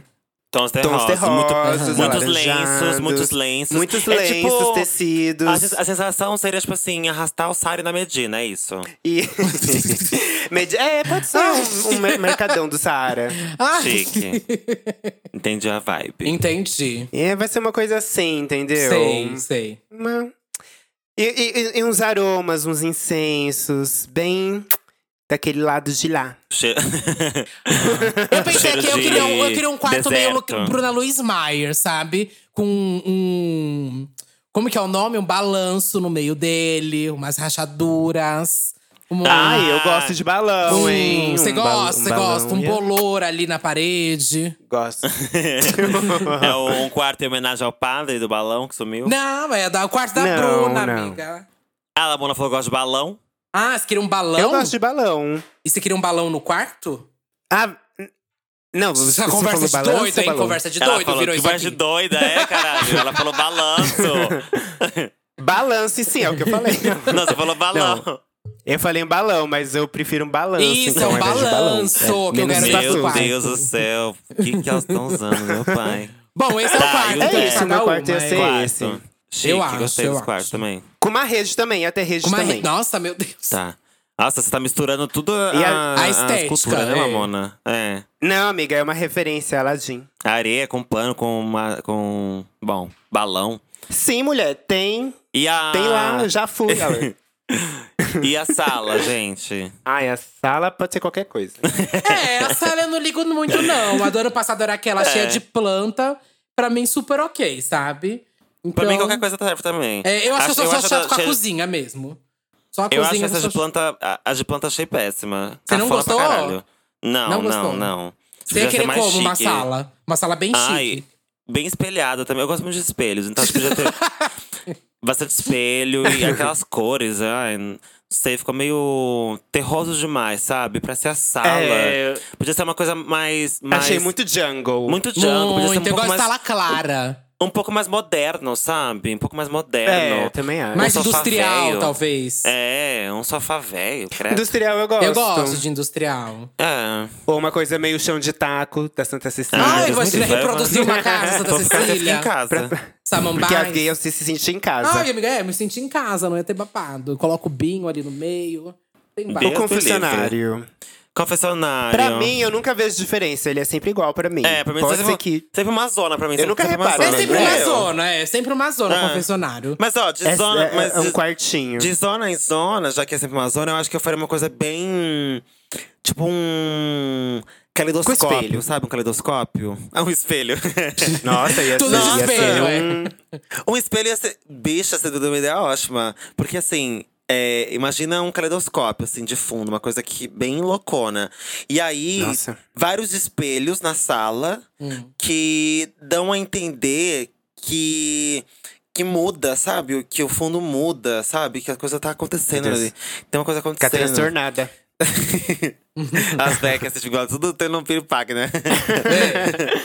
[SPEAKER 1] Tons
[SPEAKER 3] Tons terrosos.
[SPEAKER 1] terrosos,
[SPEAKER 3] muito- muitos lenços,
[SPEAKER 1] alaranjados,
[SPEAKER 3] muitos lenços.
[SPEAKER 1] Muitos
[SPEAKER 3] É
[SPEAKER 1] lenços,
[SPEAKER 3] tipo-
[SPEAKER 1] tecidos.
[SPEAKER 3] A, sens- a sensação seria, tipo assim, arrastar o Sari na Medina, é isso.
[SPEAKER 1] E... Medi- é, pode ser
[SPEAKER 3] Ah.
[SPEAKER 1] um, um mer- mercadão do Saara.
[SPEAKER 2] Ah,
[SPEAKER 3] É. Chique. Entendi a vibe.
[SPEAKER 2] Entendi.
[SPEAKER 1] É, vai ser uma coisa assim, entendeu?
[SPEAKER 2] Sei, sei.
[SPEAKER 1] Uma- E, e- e- e uns aromas, uns incensos, bem daquele lado de lá.
[SPEAKER 3] Che-
[SPEAKER 2] Eu pensei
[SPEAKER 3] Cheiro
[SPEAKER 2] que eu
[SPEAKER 3] de
[SPEAKER 2] queria, um, eu queria um quarto meio
[SPEAKER 3] deserto.
[SPEAKER 2] Lu- Bruna Luiz Maier, sabe? Com um. Como que é o nome? Um balanço no meio dele, umas rachaduras. Um,
[SPEAKER 1] Ai, eu gosto de balão, Ah, hein?
[SPEAKER 2] Você
[SPEAKER 1] Um bal-
[SPEAKER 2] Hum, gosta, você
[SPEAKER 1] balão,
[SPEAKER 2] gosta. Um
[SPEAKER 1] yeah.
[SPEAKER 2] bolor ali na parede.
[SPEAKER 1] Gosto.
[SPEAKER 3] é um quarto em homenagem ao padre do balão que sumiu.
[SPEAKER 2] Não, é da- o quarto da
[SPEAKER 1] Não,
[SPEAKER 2] Bruna,
[SPEAKER 1] não.
[SPEAKER 2] amiga.
[SPEAKER 3] Ah, A Labona falou que gosta de balão.
[SPEAKER 2] Ah, você queria um balão?
[SPEAKER 1] Eu gosto de balão.
[SPEAKER 2] E você queria um balão no quarto?
[SPEAKER 1] Ah, n- não, você
[SPEAKER 2] Essa conversa
[SPEAKER 1] falou
[SPEAKER 2] de
[SPEAKER 1] balão,
[SPEAKER 2] doido,
[SPEAKER 1] você
[SPEAKER 2] hein?
[SPEAKER 1] falou?
[SPEAKER 2] Conversa de
[SPEAKER 3] Ela
[SPEAKER 2] doido,
[SPEAKER 3] falou
[SPEAKER 2] virou
[SPEAKER 3] que
[SPEAKER 2] isso
[SPEAKER 3] voz de
[SPEAKER 2] aqui.
[SPEAKER 3] doida, é, caralho. Ela falou balanço.
[SPEAKER 1] Balance, sim, é o que eu falei.
[SPEAKER 3] Não, você falou balão.
[SPEAKER 1] Eu falei um balão, mas eu prefiro um balanço.
[SPEAKER 2] Isso,
[SPEAKER 1] então,
[SPEAKER 2] é um
[SPEAKER 1] ao invés de balão.
[SPEAKER 2] balanço que eu
[SPEAKER 1] menos espaço.
[SPEAKER 2] quero Meu
[SPEAKER 3] Meu
[SPEAKER 2] quarto.
[SPEAKER 3] Deus do céu. O que, que elas estão usando, meu pai?
[SPEAKER 2] Bom, esse é o
[SPEAKER 3] Tá,
[SPEAKER 2] quarto.
[SPEAKER 3] e o
[SPEAKER 2] né?
[SPEAKER 3] É isso,
[SPEAKER 2] Cada
[SPEAKER 1] meu
[SPEAKER 2] uma,
[SPEAKER 1] quarto ia
[SPEAKER 2] hein?
[SPEAKER 1] ser
[SPEAKER 3] Quarto.
[SPEAKER 1] esse.
[SPEAKER 3] Chique,
[SPEAKER 2] É Eu acho,
[SPEAKER 3] gostei
[SPEAKER 2] eu
[SPEAKER 3] dos
[SPEAKER 2] acho.
[SPEAKER 3] quartos também.
[SPEAKER 1] Com uma rede também, até rede
[SPEAKER 2] Uma
[SPEAKER 1] também.
[SPEAKER 2] re- Nossa, meu Deus.
[SPEAKER 3] Tá. Nossa, você tá misturando tudo
[SPEAKER 1] E a-
[SPEAKER 3] a,
[SPEAKER 2] a
[SPEAKER 3] a
[SPEAKER 2] estética,
[SPEAKER 3] cultura, né,
[SPEAKER 2] é.
[SPEAKER 3] Mamona? É.
[SPEAKER 1] Não, amiga, é uma referência a Aladdin.
[SPEAKER 3] Areia com pano, com uma, com bom, balão.
[SPEAKER 1] Sim, mulher, tem.
[SPEAKER 3] E a
[SPEAKER 1] Tem lá, já fui. galera.
[SPEAKER 3] E a sala, gente.
[SPEAKER 1] Ai, Ah, é, a sala pode ser qualquer coisa.
[SPEAKER 2] É, a sala eu não ligo muito, não. A do ano passado era aquela é
[SPEAKER 3] É.
[SPEAKER 2] cheia de planta. Pra mim, super ok, sabe? Então,
[SPEAKER 3] Pra mim qualquer coisa tá serve também.
[SPEAKER 2] é, eu acho que eu sou só
[SPEAKER 3] da-
[SPEAKER 2] chato com a
[SPEAKER 3] cheiro-
[SPEAKER 2] cozinha mesmo. Só a
[SPEAKER 3] Eu acho
[SPEAKER 2] cozinha
[SPEAKER 3] essa de
[SPEAKER 2] você-
[SPEAKER 3] planta. a- A de planta achei péssima.
[SPEAKER 2] Você não
[SPEAKER 3] Cafona pra
[SPEAKER 2] gostou?
[SPEAKER 3] caralho. Não,
[SPEAKER 2] Não
[SPEAKER 3] não,
[SPEAKER 2] gostou?
[SPEAKER 3] não. não.
[SPEAKER 2] Você ia
[SPEAKER 3] Podia ser
[SPEAKER 2] querer
[SPEAKER 3] mais
[SPEAKER 2] como? Uma
[SPEAKER 3] chique.
[SPEAKER 2] sala. Uma sala bem
[SPEAKER 3] Ai,
[SPEAKER 2] chique.
[SPEAKER 3] bem espelhada também. Eu gosto muito de espelhos, então acho que podia ter bastante espelho e aquelas cores. Ai, não sei, ficou meio terroso demais, sabe? Pra ser a sala.
[SPEAKER 1] É.
[SPEAKER 3] Podia ser uma coisa mais. mais
[SPEAKER 1] Achei muito jungle.
[SPEAKER 3] Muito jungle, podia ser um
[SPEAKER 2] Muito, eu
[SPEAKER 3] pouco,
[SPEAKER 2] gosto de
[SPEAKER 3] mais,
[SPEAKER 2] sala clara.
[SPEAKER 3] um pouco mais moderno, sabe? Um pouco mais moderno.
[SPEAKER 1] É, também acho.
[SPEAKER 2] Mais
[SPEAKER 3] sofá
[SPEAKER 2] industrial,
[SPEAKER 3] feio.
[SPEAKER 2] talvez.
[SPEAKER 3] É, um sofá velho, credo.
[SPEAKER 1] É. Industrial eu gosto.
[SPEAKER 2] Eu gosto de industrial.
[SPEAKER 3] É.
[SPEAKER 1] Ou uma coisa meio chão de taco da Santa Cecília.
[SPEAKER 3] Ah,
[SPEAKER 2] Ai,
[SPEAKER 3] Deus
[SPEAKER 2] você
[SPEAKER 3] me livre.
[SPEAKER 2] reproduziu uma casa, Santa
[SPEAKER 3] Vou ficar até aqui
[SPEAKER 2] Cecília.
[SPEAKER 3] em casa.
[SPEAKER 1] Porque as
[SPEAKER 2] Samambaia.
[SPEAKER 1] gays se, se sentem em casa.
[SPEAKER 2] Ai, amiga, é, me senti em casa, não ia ter babado. Eu coloco o binho ali no meio. Tem
[SPEAKER 1] o
[SPEAKER 3] Deus
[SPEAKER 2] babado.
[SPEAKER 3] com-
[SPEAKER 1] confessionário.
[SPEAKER 3] Confessionário.
[SPEAKER 1] Pra mim, eu nunca vejo diferença. Ele é sempre igual pra mim.
[SPEAKER 3] É, pra mim
[SPEAKER 1] Pode
[SPEAKER 3] sempre,
[SPEAKER 1] ser que.
[SPEAKER 3] sempre uma zona pra mim. sempre-
[SPEAKER 1] nunca
[SPEAKER 3] sempre
[SPEAKER 1] reparei,
[SPEAKER 2] É sempre
[SPEAKER 1] né?
[SPEAKER 2] uma
[SPEAKER 1] Eu.
[SPEAKER 2] zona, é. Sempre uma zona,
[SPEAKER 3] Ah.
[SPEAKER 2] confessionário.
[SPEAKER 3] Mas ó, de
[SPEAKER 1] É,
[SPEAKER 3] zona.
[SPEAKER 1] é-
[SPEAKER 3] mas
[SPEAKER 1] é um
[SPEAKER 3] de-
[SPEAKER 1] quartinho.
[SPEAKER 3] De zona em zona, já que é sempre uma zona, eu acho que eu faria uma coisa bem. Tipo um.
[SPEAKER 1] Com
[SPEAKER 3] Caleidoscópio,
[SPEAKER 1] espelho.
[SPEAKER 3] sabe? Um caleidoscópio. É um espelho.
[SPEAKER 1] Nossa, ia ser,
[SPEAKER 2] Tudo
[SPEAKER 1] ia
[SPEAKER 2] espelho,
[SPEAKER 1] ser
[SPEAKER 2] é.
[SPEAKER 1] um-
[SPEAKER 3] um espelho ia ser. Bicha, você deu uma ideia é ótima. Porque assim. é, imagina um caleidoscópio, assim, de fundo, uma coisa que bem loucona. E aí,
[SPEAKER 1] Nossa.
[SPEAKER 3] vários espelhos na sala
[SPEAKER 2] Hum.
[SPEAKER 3] que dão a entender que que muda, sabe? O- Que o fundo muda, sabe? Que a coisa tá acontecendo
[SPEAKER 1] Meu Deus.
[SPEAKER 3] ali. Tem uma coisa
[SPEAKER 1] Ficar
[SPEAKER 3] acontecendo.
[SPEAKER 1] transtornada.
[SPEAKER 3] As becas, esses bigodes, tudo tendo um piripaque, né?
[SPEAKER 2] É.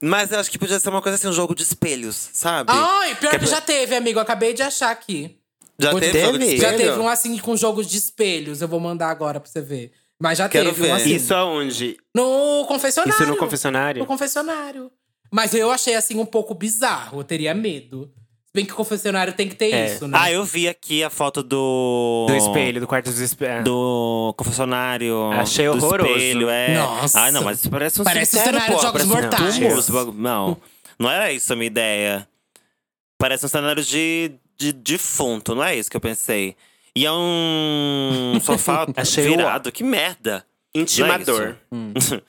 [SPEAKER 3] Mas eu acho que podia ser uma coisa assim, um jogo de espelhos, sabe?
[SPEAKER 2] Ai, pior que,
[SPEAKER 3] Que-
[SPEAKER 2] já teve, amigo. Acabei de achar aqui.
[SPEAKER 3] já
[SPEAKER 2] Vou-
[SPEAKER 3] teve, jogo de
[SPEAKER 1] teve?
[SPEAKER 3] espelho?
[SPEAKER 2] Já teve um assim com jogos de espelhos. Eu vou mandar agora pra você ver. Mas já
[SPEAKER 3] Quero
[SPEAKER 2] teve
[SPEAKER 3] ver.
[SPEAKER 2] um assim.
[SPEAKER 1] Isso aonde?
[SPEAKER 2] No confessionário.
[SPEAKER 1] Isso no
[SPEAKER 2] No
[SPEAKER 1] confessionário?
[SPEAKER 2] confessionário. Mas eu achei assim um pouco bizarro. Eu teria medo. Se bem que confessionário tem que ter
[SPEAKER 1] É.
[SPEAKER 2] isso, né?
[SPEAKER 3] Ah, eu vi aqui a foto do.
[SPEAKER 1] Do espelho, do quarto é. do espelho.
[SPEAKER 3] um Do é confessionário.
[SPEAKER 1] Achei
[SPEAKER 3] do
[SPEAKER 1] horroroso.
[SPEAKER 3] Espelho, é.
[SPEAKER 2] Nossa.
[SPEAKER 3] Ai, não, mas isso parece um
[SPEAKER 2] Parece um
[SPEAKER 3] cemitério,
[SPEAKER 2] cenário de
[SPEAKER 3] pô,
[SPEAKER 2] Jogos
[SPEAKER 3] parece um
[SPEAKER 2] Mortais.
[SPEAKER 3] túmulo, esse bagulho. Não, não era isso a minha ideia. Parece um cenário de, de defunto, não é isso que eu pensei. E é um sofá
[SPEAKER 1] Achei o-
[SPEAKER 3] virado, que merda.
[SPEAKER 1] Intimador.
[SPEAKER 3] Não é, isso.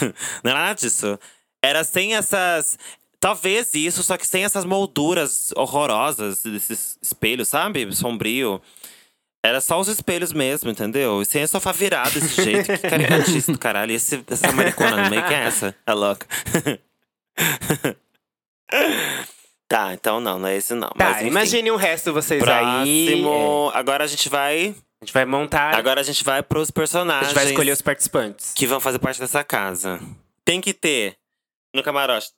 [SPEAKER 3] Não é nada disso. Era sem essas. Talvez isso, só que sem essas molduras horrorosas desses espelhos, sabe? Sombrio. Era só os espelhos mesmo, entendeu? E sem sofá virado desse jeito. que caricatice do caralho. E esse- essa maricona no meio, quem é essa? É louca. tá, então não, não é esse não.
[SPEAKER 1] Tá,
[SPEAKER 3] Mas, enfim.
[SPEAKER 1] imagine o resto vocês aí. É.
[SPEAKER 3] Próximo. Agora a gente vai.
[SPEAKER 1] A gente vai montar.
[SPEAKER 3] Agora a gente vai pros
[SPEAKER 1] a
[SPEAKER 3] personagens
[SPEAKER 1] gente vai escolher os participantes.
[SPEAKER 3] que vão fazer parte dessa casa. Tem que ter no camarote.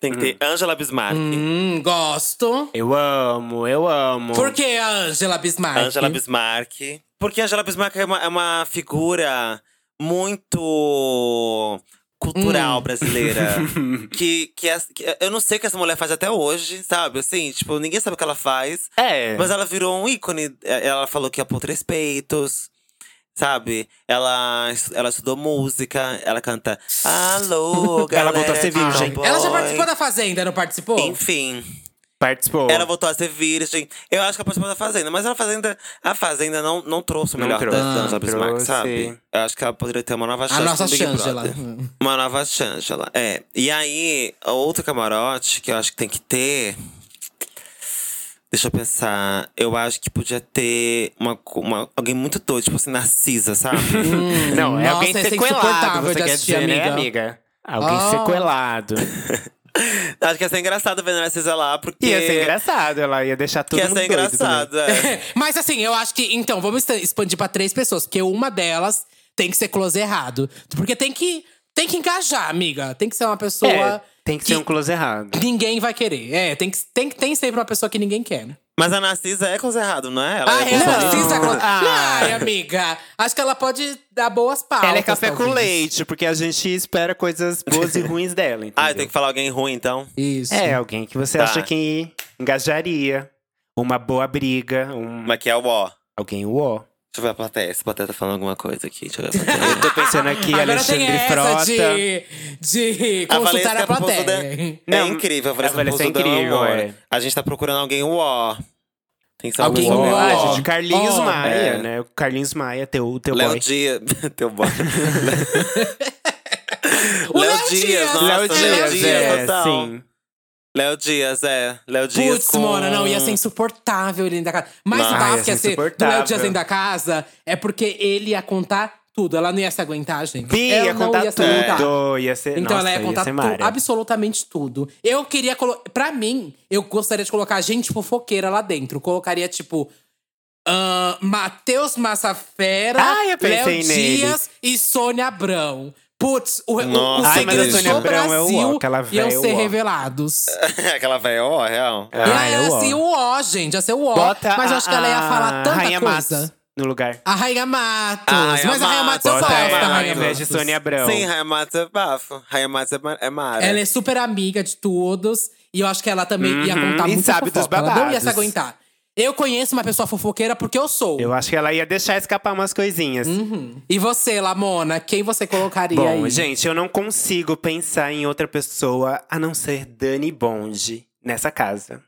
[SPEAKER 3] Tem que ter Angela Bismarck.
[SPEAKER 2] Hum, gosto.
[SPEAKER 1] Eu amo, eu amo.
[SPEAKER 2] Por que a Angela Bismarck?
[SPEAKER 3] Angela Bismarck. Porque Angela Bismarck é uma, é uma figura muito cultural brasileira. que, que, as- que- eu não sei o que essa mulher faz até hoje, sabe? Assim, tipo, ninguém sabe o que ela faz.
[SPEAKER 1] É.
[SPEAKER 3] Mas ela virou um ícone. É, Ela falou que ia pôr três peitos. Sabe? Ela, ela estudou música, ela canta. Alô, galera.
[SPEAKER 1] Ela voltou a ser
[SPEAKER 3] de
[SPEAKER 1] virgem.
[SPEAKER 3] cowboy."
[SPEAKER 2] Ela já participou da Fazenda, não participou?
[SPEAKER 3] Enfim,
[SPEAKER 1] Participou.
[SPEAKER 3] ela voltou a ser virgem. Eu acho que ela participou da Fazenda, mas a Fazenda, a Fazenda não, não trouxe o
[SPEAKER 1] Não
[SPEAKER 3] melhor
[SPEAKER 1] trouxe.
[SPEAKER 3] da Angela Bismarck,
[SPEAKER 1] Trouxe.
[SPEAKER 3] sabe? Eu acho que ela poderia ter uma nova chance.
[SPEAKER 2] a nossa
[SPEAKER 3] no Big
[SPEAKER 2] Shangela.
[SPEAKER 3] Brother. Uma nova Shangela, é. E aí, outro camarote que eu acho que tem que ter. Deixa eu pensar. Eu acho que podia ter uma, uma- alguém muito doido, tipo assim, Narcisa, sabe?
[SPEAKER 1] Não, é
[SPEAKER 2] Nossa,
[SPEAKER 1] alguém
[SPEAKER 2] essa é
[SPEAKER 1] sequelado.
[SPEAKER 2] insuportável
[SPEAKER 1] Você
[SPEAKER 2] de
[SPEAKER 1] quer
[SPEAKER 2] assistir,
[SPEAKER 1] dizer, né,
[SPEAKER 2] amiga?
[SPEAKER 1] amiga? Alguém
[SPEAKER 2] Ah.
[SPEAKER 1] sequelado.
[SPEAKER 3] acho que ia ser engraçado ver a Narcisa lá, porque.
[SPEAKER 1] Ia ser engraçado, ela ia deixar tudo
[SPEAKER 3] Ia ser engraçado, é.
[SPEAKER 2] Mas assim, eu acho que. Então, vamos expan- expandir pra três pessoas, porque uma delas tem que ser close errado. Porque tem que, tem que engajar, amiga. Tem que ser uma pessoa.
[SPEAKER 1] É, tem que ser um close errado.
[SPEAKER 2] Ninguém vai querer. É, tem, que, tem, tem sempre uma pessoa que ninguém quer. né?
[SPEAKER 3] Mas a Narcisa é coisa errada, não é? Ela
[SPEAKER 2] Ah, é,
[SPEAKER 3] bolsonarista.
[SPEAKER 2] não. Narcisa Close.
[SPEAKER 1] Ah.
[SPEAKER 2] Ai, amiga. Acho que ela pode dar boas pautas.
[SPEAKER 1] Ela é café com
[SPEAKER 2] talvez.
[SPEAKER 1] leite, porque a gente espera coisas boas e ruins dela, entendeu?
[SPEAKER 3] Ah, tem que falar alguém ruim, então.
[SPEAKER 2] Isso.
[SPEAKER 1] É, alguém que você
[SPEAKER 3] Tá.
[SPEAKER 1] acha que engajaria. Uma boa briga, um...
[SPEAKER 3] Mas que é o ó. Deixa
[SPEAKER 1] alguém uó.
[SPEAKER 3] eu ver a plateia. Essa plateia tá falando alguma coisa aqui. Deixa eu ver a plateia.
[SPEAKER 1] Tô pensando aqui,
[SPEAKER 2] Agora
[SPEAKER 1] Alexandre
[SPEAKER 2] tem essa
[SPEAKER 1] Frota.
[SPEAKER 2] de, de
[SPEAKER 3] A
[SPEAKER 2] consultar
[SPEAKER 3] Valesca
[SPEAKER 1] é
[SPEAKER 2] a,
[SPEAKER 3] Poço da-
[SPEAKER 2] plateia.
[SPEAKER 1] Não,
[SPEAKER 3] é incrível, a
[SPEAKER 1] a
[SPEAKER 3] Valesca
[SPEAKER 1] Valesca é
[SPEAKER 3] Poço da
[SPEAKER 1] incrível,
[SPEAKER 3] Amor.
[SPEAKER 1] é.
[SPEAKER 3] A gente tá procurando alguém ó. Tem que ser
[SPEAKER 2] Alguém
[SPEAKER 3] alguém
[SPEAKER 1] Ó,
[SPEAKER 2] Ó,
[SPEAKER 1] ah,
[SPEAKER 3] ó.
[SPEAKER 1] gente, Carlinhos
[SPEAKER 2] ó.
[SPEAKER 1] Maia,
[SPEAKER 3] É.
[SPEAKER 1] né? O Carlinhos Maia, teu, teu
[SPEAKER 3] Léo
[SPEAKER 1] boy.
[SPEAKER 3] Dias. Teu boy.
[SPEAKER 2] O Léo Dias,
[SPEAKER 3] nossa,
[SPEAKER 2] Léo
[SPEAKER 3] Léo
[SPEAKER 2] Dias,
[SPEAKER 3] Dias,
[SPEAKER 1] é,
[SPEAKER 3] total.
[SPEAKER 1] sim.
[SPEAKER 3] Léo Dias, é. Léo Dias.
[SPEAKER 2] Putz,
[SPEAKER 3] com...
[SPEAKER 2] Mona, não, ia ser insuportável ele dentro da casa. Mas o
[SPEAKER 3] Nossa,
[SPEAKER 2] bafo
[SPEAKER 1] ia
[SPEAKER 2] que ia
[SPEAKER 1] ser
[SPEAKER 2] ser do Léo
[SPEAKER 1] insuportável.
[SPEAKER 2] Dias dentro da casa é porque ele ia contar tudo. Ela não ia se aguentar, gente.
[SPEAKER 1] Bi,
[SPEAKER 2] ela
[SPEAKER 1] ia
[SPEAKER 2] não
[SPEAKER 1] contar
[SPEAKER 2] ia se aguentar.
[SPEAKER 1] tudo. Ia ser,
[SPEAKER 2] Então
[SPEAKER 1] nossa,
[SPEAKER 2] ela ia contar
[SPEAKER 1] ser
[SPEAKER 2] tu-
[SPEAKER 1] mara.
[SPEAKER 2] absolutamente tudo. Eu queria colocar. Pra mim, eu gostaria de colocar gente fofoqueira lá dentro. Colocaria, tipo. ahn, Matheus Massafera,
[SPEAKER 1] Ah, eu pensei
[SPEAKER 2] Léo
[SPEAKER 1] nele.
[SPEAKER 2] Dias e Sônia Abrão. Putz, o, o, os
[SPEAKER 3] Nossa,
[SPEAKER 1] Ai, mas a
[SPEAKER 2] segredos
[SPEAKER 1] Sônia
[SPEAKER 2] do
[SPEAKER 1] Abrão é o ó,
[SPEAKER 2] Brasil
[SPEAKER 1] aquela
[SPEAKER 2] iam
[SPEAKER 1] véia,
[SPEAKER 2] ser
[SPEAKER 1] o ó.
[SPEAKER 2] revelados.
[SPEAKER 3] Aquela velha, ó, real.
[SPEAKER 1] Ah,
[SPEAKER 2] ela
[SPEAKER 1] é
[SPEAKER 2] era
[SPEAKER 1] o ó.
[SPEAKER 2] assim, o ó, gente. Ia ser o ó.
[SPEAKER 1] Bota
[SPEAKER 2] mas eu acho que ela ia
[SPEAKER 1] a
[SPEAKER 2] falar tanta
[SPEAKER 1] Rainha
[SPEAKER 2] coisa.
[SPEAKER 1] Matos no lugar.
[SPEAKER 2] A Rainha Matos.
[SPEAKER 3] A Rainha
[SPEAKER 2] mas a Rainha
[SPEAKER 3] Matos,
[SPEAKER 2] Matos eu gosto
[SPEAKER 3] bota ela
[SPEAKER 2] da
[SPEAKER 1] ela ao
[SPEAKER 3] Rainha
[SPEAKER 1] invés de
[SPEAKER 2] Matos.
[SPEAKER 1] Sônia Abrão.
[SPEAKER 3] Sim, Raia Matos é bafo. Raia Matos é, ma- é mara.
[SPEAKER 2] Ela é super amiga de todos. E eu acho que ela também ia contar
[SPEAKER 1] Uhum. e
[SPEAKER 2] muito
[SPEAKER 1] sabe dos
[SPEAKER 2] fofoca. Ela não ia
[SPEAKER 1] babados.
[SPEAKER 2] se aguentar. Eu conheço uma pessoa fofoqueira porque eu sou.
[SPEAKER 1] Eu acho que ela ia deixar escapar umas coisinhas.
[SPEAKER 2] E você, Lamona, quem você colocaria Uhum. aí?
[SPEAKER 1] Bom, gente, eu não consigo pensar em outra pessoa a não ser Dani Bond nessa casa.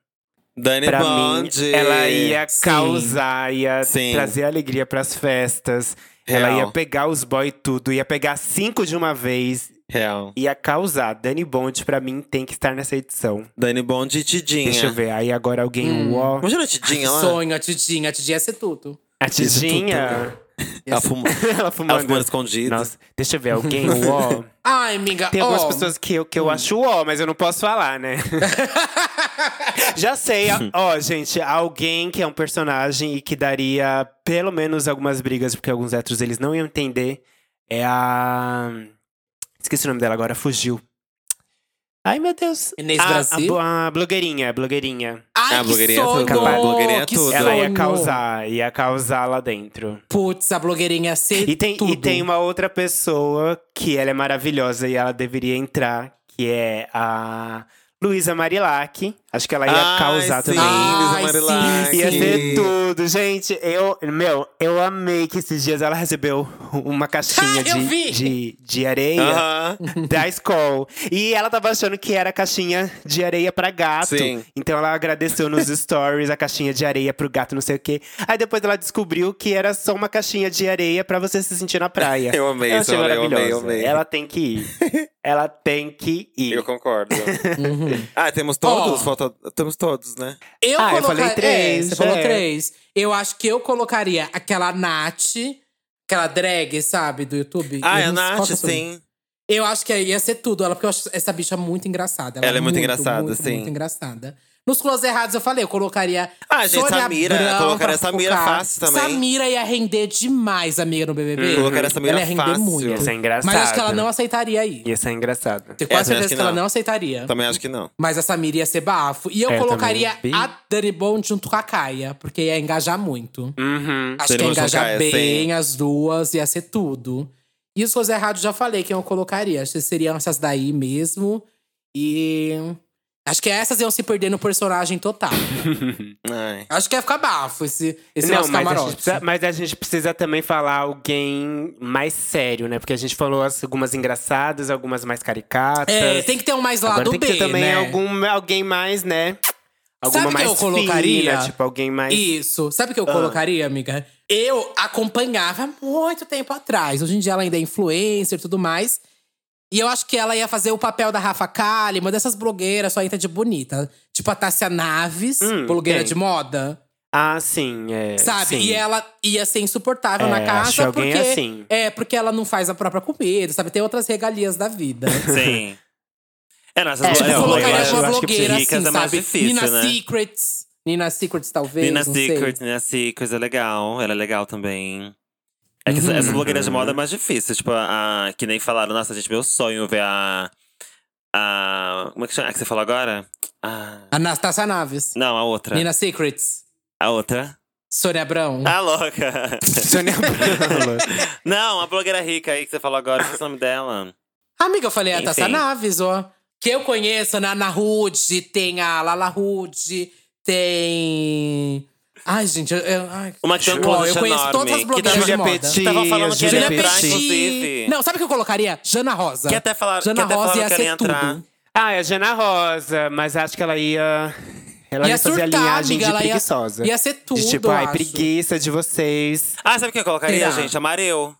[SPEAKER 3] Dani
[SPEAKER 1] Pra
[SPEAKER 3] Bond.
[SPEAKER 1] mim, ela é- ia
[SPEAKER 2] Sim.
[SPEAKER 1] causar, ia
[SPEAKER 3] Sim.
[SPEAKER 1] trazer alegria pras festas. Ela
[SPEAKER 3] Real.
[SPEAKER 1] ia pegar os boy tudo, ia pegar cinco de uma vez,
[SPEAKER 3] Real.
[SPEAKER 1] ia causar. Dani Bond, pra mim, tem que estar nessa edição.
[SPEAKER 3] Dani Bond e Tidinha.
[SPEAKER 1] Deixa eu ver, aí agora alguém, uó.
[SPEAKER 3] Imagina a Tidinha lá.
[SPEAKER 2] Sonho, a Tidinha. A Tidinha ia ser tudo.
[SPEAKER 1] A Tidinha,
[SPEAKER 3] Ela fumou.
[SPEAKER 1] ela
[SPEAKER 3] Ela
[SPEAKER 1] fumando.
[SPEAKER 3] fumando escondido.
[SPEAKER 1] Nossa, deixa eu ver, alguém, uó.
[SPEAKER 2] Ai, amiga,
[SPEAKER 1] Tem algumas
[SPEAKER 2] ó, Hum.
[SPEAKER 1] pessoas que eu, que eu acho ó, mas eu não posso falar, né? Já sei, ó, ó, gente, alguém que é um personagem e que daria pelo menos algumas brigas, porque alguns héteros eles não iam entender, é a. Esqueci o nome dela agora, fugiu. Ai, meu Deus.
[SPEAKER 2] Inês
[SPEAKER 1] a, a
[SPEAKER 2] Brasil?
[SPEAKER 1] bo- a blogueirinha, blogueirinha.
[SPEAKER 2] Ai,
[SPEAKER 3] Ah,
[SPEAKER 2] que
[SPEAKER 3] blogueirinha é
[SPEAKER 2] sono!
[SPEAKER 3] tudo. Capaz, blogueirinha é
[SPEAKER 2] que
[SPEAKER 3] tudo.
[SPEAKER 1] Ela ia
[SPEAKER 2] sono!
[SPEAKER 1] causar, ia causar lá dentro.
[SPEAKER 2] Putz, a blogueirinha ia ser
[SPEAKER 1] E tem,
[SPEAKER 2] tudo.
[SPEAKER 1] e tem uma outra pessoa que ela é maravilhosa e ela deveria entrar, que é a Luísa Marilac. Acho que ela ia
[SPEAKER 3] Ai,
[SPEAKER 1] causar
[SPEAKER 3] sim,
[SPEAKER 1] também.
[SPEAKER 2] Ai,
[SPEAKER 3] Lisa Marilac.
[SPEAKER 2] Ah, sim,
[SPEAKER 1] Ia
[SPEAKER 2] sim.
[SPEAKER 1] ser tudo, gente. Eu, meu, eu amei que esses dias ela recebeu uma caixinha
[SPEAKER 2] Ah, eu vi!
[SPEAKER 1] de, de, de areia
[SPEAKER 3] Aham.
[SPEAKER 1] da escola. E ela tava achando que era caixinha de areia pra gato.
[SPEAKER 3] Sim.
[SPEAKER 1] Então ela agradeceu nos stories a caixinha de areia pro gato, não sei o quê. Aí depois ela descobriu que era só uma caixinha de areia pra você se sentir na praia.
[SPEAKER 3] Eu amei isso,
[SPEAKER 1] achei
[SPEAKER 3] eu amei, eu amei,
[SPEAKER 1] maravilhoso.
[SPEAKER 3] eu amei.
[SPEAKER 1] Ela tem que ir. Ela tem que ir.
[SPEAKER 3] Eu concordo.
[SPEAKER 2] Uhum.
[SPEAKER 3] ah, temos todos?
[SPEAKER 2] Ó.
[SPEAKER 3] Falta... Temos todos, né?
[SPEAKER 2] Eu
[SPEAKER 1] Ah, eu
[SPEAKER 2] coloca-
[SPEAKER 1] falei três,
[SPEAKER 2] É, você falou
[SPEAKER 1] é.
[SPEAKER 2] três. Eu acho que eu colocaria aquela Nath, aquela drag, sabe, do YouTube.
[SPEAKER 3] Ah,
[SPEAKER 2] Eu
[SPEAKER 3] é a
[SPEAKER 2] não- qual
[SPEAKER 3] Nath,
[SPEAKER 2] que é o seu nome?
[SPEAKER 3] sim.
[SPEAKER 2] Eu acho que ia ser tudo ela, porque eu acho essa bicha muito engraçada.
[SPEAKER 3] Ela é muito engraçada,
[SPEAKER 2] muito,
[SPEAKER 3] sim.
[SPEAKER 2] Muito engraçada. Nos close errados, eu falei, eu colocaria.
[SPEAKER 3] Ah, gente,
[SPEAKER 2] Sônia
[SPEAKER 3] Samira,
[SPEAKER 2] Abrão
[SPEAKER 3] colocaria
[SPEAKER 2] pra
[SPEAKER 3] Samira
[SPEAKER 2] fofocar.
[SPEAKER 3] fácil também.
[SPEAKER 2] Samira ia render demais, amiga, no BBB.
[SPEAKER 3] Colocaria Samira
[SPEAKER 2] ela ia render
[SPEAKER 3] fácil.
[SPEAKER 2] muito.
[SPEAKER 1] Ia ser engraçado.
[SPEAKER 2] Mas acho que ela não aceitaria aí.
[SPEAKER 1] Ia ser engraçado.
[SPEAKER 2] Tenho
[SPEAKER 3] É, também acho
[SPEAKER 2] quase certeza
[SPEAKER 3] que
[SPEAKER 2] que, ela
[SPEAKER 3] não.
[SPEAKER 2] não aceitaria.
[SPEAKER 3] Também acho que não.
[SPEAKER 2] Mas a Samira ia ser bafo. E eu
[SPEAKER 1] É,
[SPEAKER 2] colocaria
[SPEAKER 1] também.
[SPEAKER 2] a Dani Bond junto com a Kaia, porque ia engajar muito.
[SPEAKER 1] Uhum.
[SPEAKER 2] Acho
[SPEAKER 3] Dani
[SPEAKER 2] que ia
[SPEAKER 3] Bond com
[SPEAKER 2] engajar
[SPEAKER 3] Kaia,
[SPEAKER 2] bem
[SPEAKER 3] sim.
[SPEAKER 2] as duas, ia ser tudo. E os coisas errados já falei quem eu colocaria. Acho que seriam essas daí mesmo. E. Acho que essas iam se perder no personagem total.
[SPEAKER 3] Ai.
[SPEAKER 2] Acho que ia ficar bafo esse, esse
[SPEAKER 1] não,
[SPEAKER 2] nosso
[SPEAKER 1] mas a, gente
[SPEAKER 2] camarote.
[SPEAKER 1] precisa, é um mas a gente precisa também falar alguém mais sério, né? Porque a gente falou as- algumas engraçadas, algumas mais caricatas.
[SPEAKER 2] É, tem que ter um mais
[SPEAKER 1] Agora
[SPEAKER 2] lado
[SPEAKER 1] tem
[SPEAKER 2] B.
[SPEAKER 1] que ter também
[SPEAKER 2] né?
[SPEAKER 1] algum, alguém mais, né? Alguma
[SPEAKER 2] Sabe o que
[SPEAKER 1] mais
[SPEAKER 2] eu colocaria?
[SPEAKER 1] fina, tipo, alguém mais…
[SPEAKER 2] Isso. Sabe o
[SPEAKER 1] Ah.
[SPEAKER 2] que eu colocaria, amiga? Eu acompanhava muito tempo atrás. Hoje em dia ela ainda é influencer e tudo mais. E eu acho que ela ia fazer o papel da Rafa Kalimann, dessas blogueiras, só entra de bonita. Tipo a Tássia Naves,
[SPEAKER 1] Hum,
[SPEAKER 2] blogueira
[SPEAKER 1] tem.
[SPEAKER 2] de moda.
[SPEAKER 1] Ah, sim, é.
[SPEAKER 2] Sabe?
[SPEAKER 1] sim.
[SPEAKER 2] E ela ia ser insuportável
[SPEAKER 1] É,
[SPEAKER 2] na casa.
[SPEAKER 1] acho que alguém
[SPEAKER 2] porque,
[SPEAKER 1] assim.
[SPEAKER 2] É, porque ela não faz a própria comida, sabe? Tem outras regalias da vida.
[SPEAKER 4] Sim. É, não, essas
[SPEAKER 1] É,
[SPEAKER 4] duas-
[SPEAKER 2] tipo,
[SPEAKER 1] eu
[SPEAKER 4] é,
[SPEAKER 2] colocaria
[SPEAKER 1] acho- eu
[SPEAKER 2] uma
[SPEAKER 1] acho que
[SPEAKER 2] blogueira assim,
[SPEAKER 4] ricas é
[SPEAKER 2] sabe?
[SPEAKER 4] mais difícil,
[SPEAKER 2] Nina
[SPEAKER 4] né?
[SPEAKER 2] Secrets. Nina Secrets, talvez.
[SPEAKER 4] Nina
[SPEAKER 2] não sei.
[SPEAKER 4] Secret, Nina Secret é legal. Ela é legal também. É que essa- essas blogueiras de
[SPEAKER 3] Uhum.
[SPEAKER 4] moda é mais difícil. Tipo, a, a- que nem falaram, nossa, gente, meu sonho ver a. A. Como é que chama? A que você falou agora? A,
[SPEAKER 2] Anastácia Naves.
[SPEAKER 4] não, a outra.
[SPEAKER 2] Nina Secrets.
[SPEAKER 4] A outra.
[SPEAKER 2] Sônia Abrão.
[SPEAKER 4] A louca!
[SPEAKER 1] Sônia Abrão.
[SPEAKER 4] não, a blogueira rica aí que você falou agora, esqueci o nome dela.
[SPEAKER 2] Amiga, eu falei "Ah, tá, a Tassa
[SPEAKER 4] Enfim.
[SPEAKER 2] Naves, ó. Que eu conheço, na Ana Rude, tem a Lala Rude, tem. Ai, gente, eu. eu- ai.
[SPEAKER 4] Uma que tem um
[SPEAKER 2] Ó,
[SPEAKER 4] closet
[SPEAKER 2] eu conheço
[SPEAKER 4] enorme,
[SPEAKER 2] todas as
[SPEAKER 4] que é
[SPEAKER 2] blogueiras
[SPEAKER 4] tava-
[SPEAKER 2] de
[SPEAKER 1] Julia
[SPEAKER 2] moda.
[SPEAKER 1] Petit.
[SPEAKER 4] Tava falando que
[SPEAKER 1] Julia
[SPEAKER 4] ela ia entrar,
[SPEAKER 1] Petit.
[SPEAKER 4] é inclusive.
[SPEAKER 2] Não, sabe o que eu colocaria? Jana Rosa.
[SPEAKER 4] Que até falaram que
[SPEAKER 2] Jana
[SPEAKER 4] até
[SPEAKER 2] Rosa
[SPEAKER 4] falaram
[SPEAKER 2] ia
[SPEAKER 4] que ela ia
[SPEAKER 2] ser tudo.
[SPEAKER 4] entrar.
[SPEAKER 1] ah, é a Jana Rosa, mas acho que ela ia. Ela ia,
[SPEAKER 2] Ia
[SPEAKER 1] fazer a
[SPEAKER 2] surtar,
[SPEAKER 1] linhagem
[SPEAKER 2] amiga,
[SPEAKER 1] de
[SPEAKER 2] ela ia-
[SPEAKER 1] preguiçosa.
[SPEAKER 2] ia ser tudo,
[SPEAKER 1] De tipo, ai,
[SPEAKER 2] acho.
[SPEAKER 1] preguiça de vocês.
[SPEAKER 4] Ah, sabe o que eu colocaria,
[SPEAKER 2] Será?
[SPEAKER 4] gente? Amareu.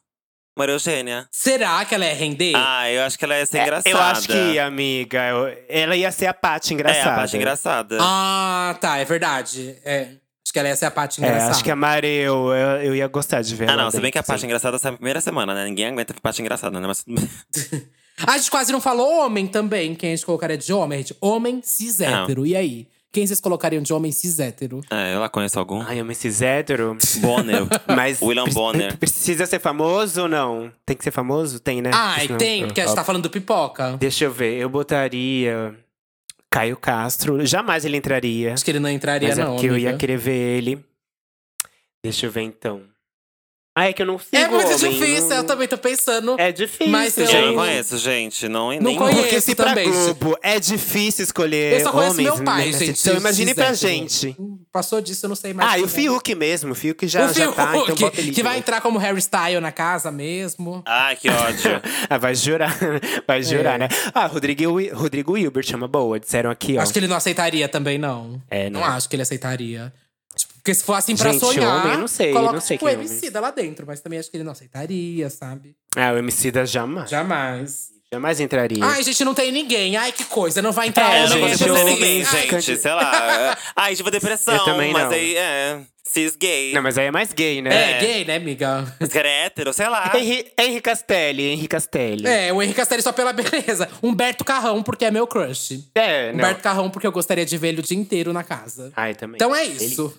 [SPEAKER 4] Maria Eugênia.
[SPEAKER 2] Será que ela é render?
[SPEAKER 4] Ah, eu acho que ela ia
[SPEAKER 2] É,
[SPEAKER 4] ser engraçada.
[SPEAKER 1] É, Eu acho que ia, amiga. Eu- ela ia ser a Paty
[SPEAKER 4] É,
[SPEAKER 1] engraçada.
[SPEAKER 4] a parte engraçada.
[SPEAKER 2] Ah, tá, é verdade. É. Acho que ela ia ser a parte
[SPEAKER 1] É,
[SPEAKER 2] engraçada.
[SPEAKER 1] acho que a Mareu, eu, eu ia gostar de ver
[SPEAKER 4] Ah,
[SPEAKER 1] ela
[SPEAKER 4] não, se bem que a
[SPEAKER 1] dentro,
[SPEAKER 2] é
[SPEAKER 4] parte engraçada sai na primeira semana, né? Ninguém aguenta a parte engraçada, né? Mas tudo bem.
[SPEAKER 2] Ah, A gente quase não falou homem também. Quem a gente colocaria de homem? gente? Homem cis hétero. E aí? Quem vocês colocariam de homem cis hétero?
[SPEAKER 4] É, eu lá conheço algum.
[SPEAKER 1] Ai, eu me fiz hétero.
[SPEAKER 4] Bonner.
[SPEAKER 1] Mas
[SPEAKER 4] William
[SPEAKER 1] pre-
[SPEAKER 4] Bonner.
[SPEAKER 1] Precisa ser famoso ou não? Tem que ser famoso? Tem, né?
[SPEAKER 2] Ai,
[SPEAKER 1] Senão-
[SPEAKER 2] tem, porque a gente tá falando do pipoca.
[SPEAKER 1] Deixa eu ver. Eu botaria Caio Castro. Jamais ele entraria.
[SPEAKER 2] Acho que ele não entraria,
[SPEAKER 1] Mas é
[SPEAKER 2] não.
[SPEAKER 1] porque eu
[SPEAKER 2] amiga.
[SPEAKER 1] ia querer ver ele. Deixa eu ver então. Ah, é que eu não sigo
[SPEAKER 2] É muito
[SPEAKER 1] homem,
[SPEAKER 2] difícil,
[SPEAKER 1] não-
[SPEAKER 2] eu também tô pensando.
[SPEAKER 1] É difícil.
[SPEAKER 2] Mas eu-
[SPEAKER 4] Eu não
[SPEAKER 1] gente.
[SPEAKER 4] conheço, gente. Não,
[SPEAKER 2] Não
[SPEAKER 4] nem
[SPEAKER 2] conheço.
[SPEAKER 1] Porque se pra
[SPEAKER 2] também.
[SPEAKER 1] Globo é difícil escolher
[SPEAKER 2] Eu só conheço
[SPEAKER 1] homens,
[SPEAKER 2] meu pai,
[SPEAKER 1] né?
[SPEAKER 2] gente,
[SPEAKER 1] Então imagine pra
[SPEAKER 2] cis hétero.
[SPEAKER 1] gente.
[SPEAKER 2] Hum, Passou disso, eu não sei mais.
[SPEAKER 1] Ah,
[SPEAKER 2] quem
[SPEAKER 1] e o
[SPEAKER 2] é.
[SPEAKER 1] Fiuk mesmo. O Fiuk já,
[SPEAKER 2] o
[SPEAKER 1] já
[SPEAKER 2] Fiuk,
[SPEAKER 1] tá, então bota ele.
[SPEAKER 2] que,
[SPEAKER 1] de
[SPEAKER 2] que vai
[SPEAKER 1] novo.
[SPEAKER 2] entrar como Harry Style na casa mesmo.
[SPEAKER 4] Ai, que
[SPEAKER 2] É,
[SPEAKER 4] ódio. É,
[SPEAKER 1] Ah, vai jurar, vai jurar, né? Ah, Rodrigo, Wi- Rodrigo Hilbert é uma boa, disseram aqui, ó.
[SPEAKER 2] Acho que ele não aceitaria também, não.
[SPEAKER 1] É, não.
[SPEAKER 2] Não acho que ele aceitaria. Tipo, Porque se for assim pra
[SPEAKER 1] Gente,
[SPEAKER 2] sonhar,
[SPEAKER 1] homem, eu não sei,
[SPEAKER 2] coloca
[SPEAKER 1] não sei
[SPEAKER 2] tipo,
[SPEAKER 1] quem é
[SPEAKER 2] o MC lá dentro. Mas também acho que ele não aceitaria, sabe?
[SPEAKER 1] Ah, o MC da jamais.
[SPEAKER 2] Jamais.
[SPEAKER 1] Jamais entraria.
[SPEAKER 2] Ai, gente, não tem ninguém. Ai, que coisa. Não vai entrar
[SPEAKER 4] É, eu não
[SPEAKER 1] gente,
[SPEAKER 2] homem.
[SPEAKER 4] consigo
[SPEAKER 1] eu-
[SPEAKER 4] pensar
[SPEAKER 2] hétero,
[SPEAKER 4] em ninguém,
[SPEAKER 2] cis. Ai,
[SPEAKER 4] gente. Sei lá. Ai, tive depressão.
[SPEAKER 1] Eu também
[SPEAKER 4] mas
[SPEAKER 1] não.
[SPEAKER 4] aí, é. Cis gay.
[SPEAKER 1] Não, mas aí é mais gay, né?
[SPEAKER 2] É, gay, né, amiga?
[SPEAKER 4] Esse cara é hétero, sei lá.
[SPEAKER 1] Henri, Henri Castelli, Henri Castelli.
[SPEAKER 2] É, o Henrique Castelli só pela beleza. Humberto Carrão, porque é meu crush.
[SPEAKER 1] É, não.
[SPEAKER 2] Humberto Carrão, porque eu gostaria de ver ele o dia inteiro na casa.
[SPEAKER 1] Ai, também.
[SPEAKER 2] Então é isso.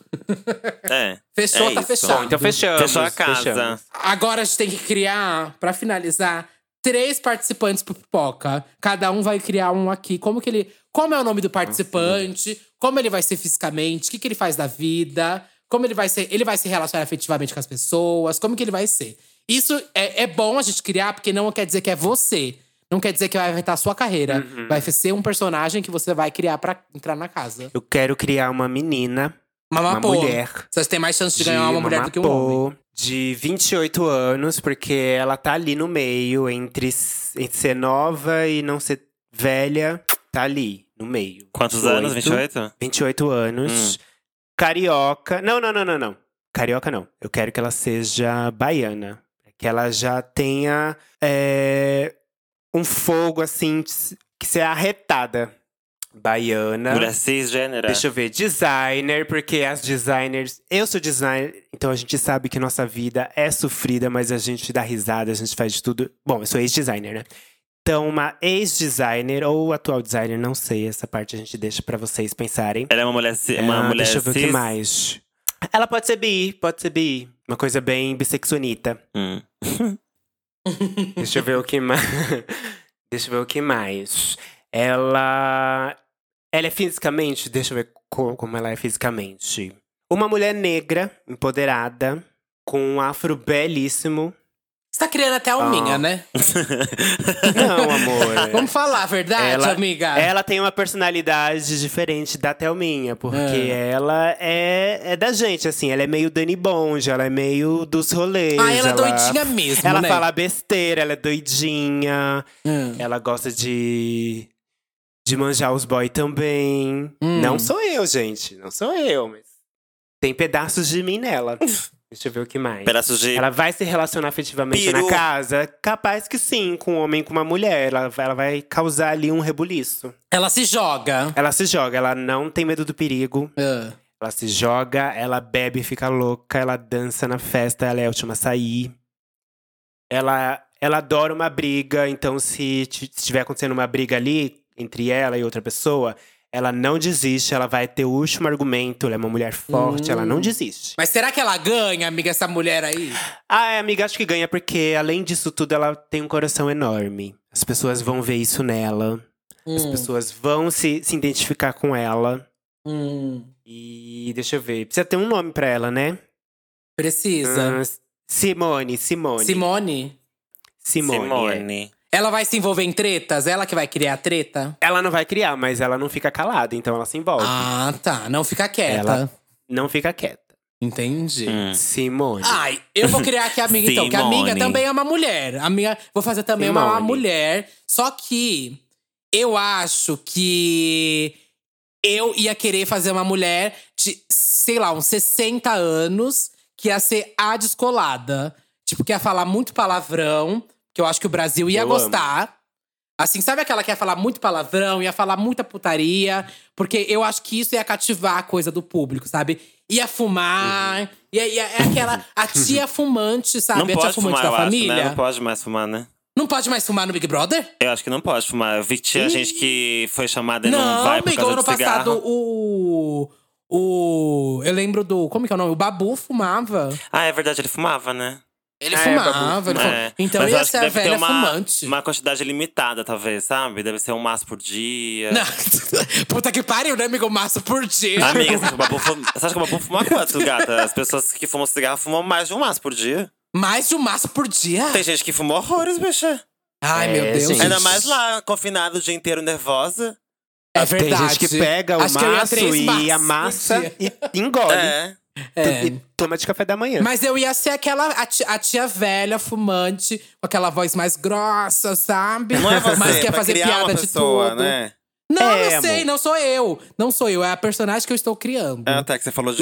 [SPEAKER 4] É.
[SPEAKER 2] Fechou,
[SPEAKER 4] é
[SPEAKER 2] tá
[SPEAKER 4] isso.
[SPEAKER 2] fechado.
[SPEAKER 1] Bom, então fechamos.
[SPEAKER 4] Fechou a casa.
[SPEAKER 1] fechamos.
[SPEAKER 2] Agora a gente tem que criar, pra finalizar, três participantes pro pipoca. Cada um vai criar um aqui. Como que ele. Como é o nome do participante? Como ele vai ser fisicamente? O que, que ele faz da vida? Como ele vai ser. Ele vai se relacionar afetivamente com as pessoas? Como que ele vai ser? Isso é, é bom a gente criar, porque não quer dizer que é você. Não quer dizer que vai afetar a sua carreira.
[SPEAKER 1] Uhum.
[SPEAKER 2] Vai ser um personagem que você vai criar pra entrar na casa.
[SPEAKER 1] Eu quero criar uma menina, uma
[SPEAKER 2] Mamapô.
[SPEAKER 1] mulher.
[SPEAKER 2] Vocês têm mais chance de, ganhar uma mulher do que um
[SPEAKER 1] mamapô,
[SPEAKER 2] homem.
[SPEAKER 1] De 28 anos, porque ela tá ali no meio, entre, s- entre ser nova e não ser velha. Tá ali, no meio.
[SPEAKER 4] Quantos anos? 28?
[SPEAKER 2] Né?
[SPEAKER 1] 28 anos.
[SPEAKER 4] Hum.
[SPEAKER 1] Carioca. Não, não, não, não, não. Carioca não. Eu quero que ela seja baiana. Que ela já tenha é, um fogo assim, de se- que ser arretada. Baiana.
[SPEAKER 4] Mulher cisgênera.
[SPEAKER 1] Deixa eu ver, designer, porque as designers. Eu sou designer, então a gente sabe que nossa vida é sofrida, mas a gente dá risada, a gente faz de tudo. Bom, eu sou ex-designer, né? Então, uma ex-designer ou atual designer, não sei, essa parte a gente deixa pra vocês pensarem.
[SPEAKER 4] Ela é uma mulher, ci- uma
[SPEAKER 1] Ah,
[SPEAKER 4] mulher
[SPEAKER 1] deixa eu ver
[SPEAKER 4] cis.
[SPEAKER 1] o que mais. Ela pode ser bi, pode ser bi. Uma coisa bem bissexuanita.
[SPEAKER 4] Hum.
[SPEAKER 1] Deixa eu ver o que mais. Deixa eu ver o que mais. Ela. Ela é fisicamente. Deixa eu ver co- como ela é fisicamente. Uma mulher negra, empoderada, com um afro belíssimo.
[SPEAKER 2] Você tá criando até a
[SPEAKER 1] Ah.
[SPEAKER 2] alminha, né?
[SPEAKER 1] Não, amor.
[SPEAKER 2] Vamos falar a verdade,
[SPEAKER 1] Ela- é
[SPEAKER 2] amiga. Ah,
[SPEAKER 1] Ela tem uma personalidade diferente da Thelminha, porque ela é, é da gente, assim. Ela é meio Dani Bond, ela é meio dos rolês.
[SPEAKER 2] Ah, ela é doidinha mesmo,
[SPEAKER 1] Ela
[SPEAKER 2] né?
[SPEAKER 1] fala besteira, ela é doidinha.
[SPEAKER 2] Hum.
[SPEAKER 1] Ela gosta de. de manjar os boy também.
[SPEAKER 2] Hum.
[SPEAKER 1] Não sou eu, gente. Não sou eu, mas. Tem pedaços de mim nela. Deixa eu ver o que mais.
[SPEAKER 4] Pedaços de.
[SPEAKER 1] Ela vai se relacionar afetivamente
[SPEAKER 4] Peru.
[SPEAKER 1] na casa? Capaz que sim, com um homem, com uma mulher. Ela, ela vai causar ali um rebuliço.
[SPEAKER 2] Ela se joga.
[SPEAKER 1] Ela se joga, ela não tem medo do perigo.
[SPEAKER 2] Ah.
[SPEAKER 1] Ela se joga, ela bebe, fica louca, ela dança na festa, ela é a última a sair. Ela, ela adora uma briga, então se ti- se tiver acontecendo uma briga ali entre ela e outra pessoa, ela não desiste, ela vai ter o último argumento, ela é uma mulher forte, ela não desiste.
[SPEAKER 2] Mas será que ela ganha, amiga, essa mulher aí?
[SPEAKER 1] Ah, é, amiga, acho que ganha porque além disso tudo ela tem um coração enorme. As pessoas vão ver isso nela, as
[SPEAKER 2] Hum,
[SPEAKER 1] pessoas vão se, se identificar com ela.
[SPEAKER 2] hum.
[SPEAKER 1] E deixa eu ver, precisa ter um nome pra ela, né?
[SPEAKER 2] Precisa.
[SPEAKER 1] Ah, Simone, Ah, Simone.
[SPEAKER 2] Simone?
[SPEAKER 1] Simone. é.
[SPEAKER 4] Simone.
[SPEAKER 2] Ela vai se envolver em tretas? Ela que vai criar a treta?
[SPEAKER 1] Ela não vai criar, mas ela não fica calada, então ela se envolve.
[SPEAKER 2] Ah, tá. Não fica quieta.
[SPEAKER 1] Ela- Não fica quieta.
[SPEAKER 2] Entendi.
[SPEAKER 4] Hum.
[SPEAKER 1] Simone.
[SPEAKER 2] Ai, eu vou criar aqui a amiga, então. Que a amiga
[SPEAKER 4] Simone.
[SPEAKER 2] também é uma mulher. A minha, vou fazer também uma,
[SPEAKER 1] Simone.
[SPEAKER 2] mulher. Só que eu acho que eu ia querer fazer uma mulher de, sei lá, uns 60 anos, que ia ser a descolada. Tipo, que ia falar muito palavrão, que eu acho que o Brasil ia
[SPEAKER 4] Eu
[SPEAKER 2] gostar. Assim, sabe aquela que ia falar muito palavrão, ia falar muita putaria? Porque eu acho que isso ia cativar a coisa do público, sabe? Ia fumar, ia, ia- é aquela… A tia fumante, sabe?
[SPEAKER 4] Uhum. Não
[SPEAKER 2] a tia
[SPEAKER 4] pode
[SPEAKER 2] fumante
[SPEAKER 4] fumar,
[SPEAKER 2] da
[SPEAKER 4] eu acho,
[SPEAKER 2] família.
[SPEAKER 4] né? Não
[SPEAKER 2] não, pode.
[SPEAKER 4] pode mais fumar, né?
[SPEAKER 2] mais fumar no Big Brother?
[SPEAKER 4] Eu acho que não pode fumar. Eu vi que tinha gente que foi chamada e não,
[SPEAKER 2] Não,
[SPEAKER 4] vai por
[SPEAKER 2] amigo,
[SPEAKER 4] causa
[SPEAKER 2] ano
[SPEAKER 4] do cigarro.
[SPEAKER 2] passado o… O… Eu lembro do… Como que é o nome? O Babu fumava.
[SPEAKER 4] Ah, é verdade, ele fumava, né?
[SPEAKER 2] Ele
[SPEAKER 1] É,
[SPEAKER 2] fumava,
[SPEAKER 1] Babu.
[SPEAKER 2] ele fumava.
[SPEAKER 4] É.
[SPEAKER 2] Então
[SPEAKER 4] Mas eu
[SPEAKER 2] ia
[SPEAKER 4] acho
[SPEAKER 2] ser
[SPEAKER 4] que
[SPEAKER 2] a
[SPEAKER 4] deve ter
[SPEAKER 2] velha
[SPEAKER 4] uma,
[SPEAKER 2] fumante.
[SPEAKER 4] Uma quantidade limitada, talvez, sabe? Deve ser um maço por dia.
[SPEAKER 2] Não. Puta que pariu, né, amigo? Massa por dia.
[SPEAKER 4] Amiga, você acha que o babu fuma, você acha que o babu fuma quanto, gata? As pessoas que fumam cigarro fumam mais de um maço por dia.
[SPEAKER 2] Mais de um maço por dia?
[SPEAKER 4] Tem gente que fuma horrores, bicha.
[SPEAKER 2] Ai,
[SPEAKER 1] É,
[SPEAKER 2] meu Deus.
[SPEAKER 1] gente.
[SPEAKER 4] Ainda mais lá, confinado o dia inteiro, nervosa.
[SPEAKER 2] É verdade.
[SPEAKER 1] Tem gente que pega o
[SPEAKER 2] Acho que eu ia
[SPEAKER 1] maço
[SPEAKER 2] três
[SPEAKER 1] e
[SPEAKER 2] maços por
[SPEAKER 1] amassa
[SPEAKER 2] dia.
[SPEAKER 1] e engole.
[SPEAKER 4] É.
[SPEAKER 2] É.
[SPEAKER 1] E toma de café da manhã.
[SPEAKER 2] Mas eu ia ser aquela a ti- a tia, velha, fumante, com aquela voz mais grossa, sabe?
[SPEAKER 3] Não é você,
[SPEAKER 2] Mas que ia
[SPEAKER 3] pra
[SPEAKER 2] fazer
[SPEAKER 3] criar
[SPEAKER 2] piada
[SPEAKER 3] uma
[SPEAKER 2] de
[SPEAKER 3] pessoa,
[SPEAKER 2] tudo.
[SPEAKER 3] né?
[SPEAKER 2] Não,
[SPEAKER 1] É,
[SPEAKER 2] eu sei,
[SPEAKER 1] amor.
[SPEAKER 2] não sou eu. Não sou eu, é a personagem que eu estou criando.
[SPEAKER 4] É,
[SPEAKER 3] Ah, tá, que você falou de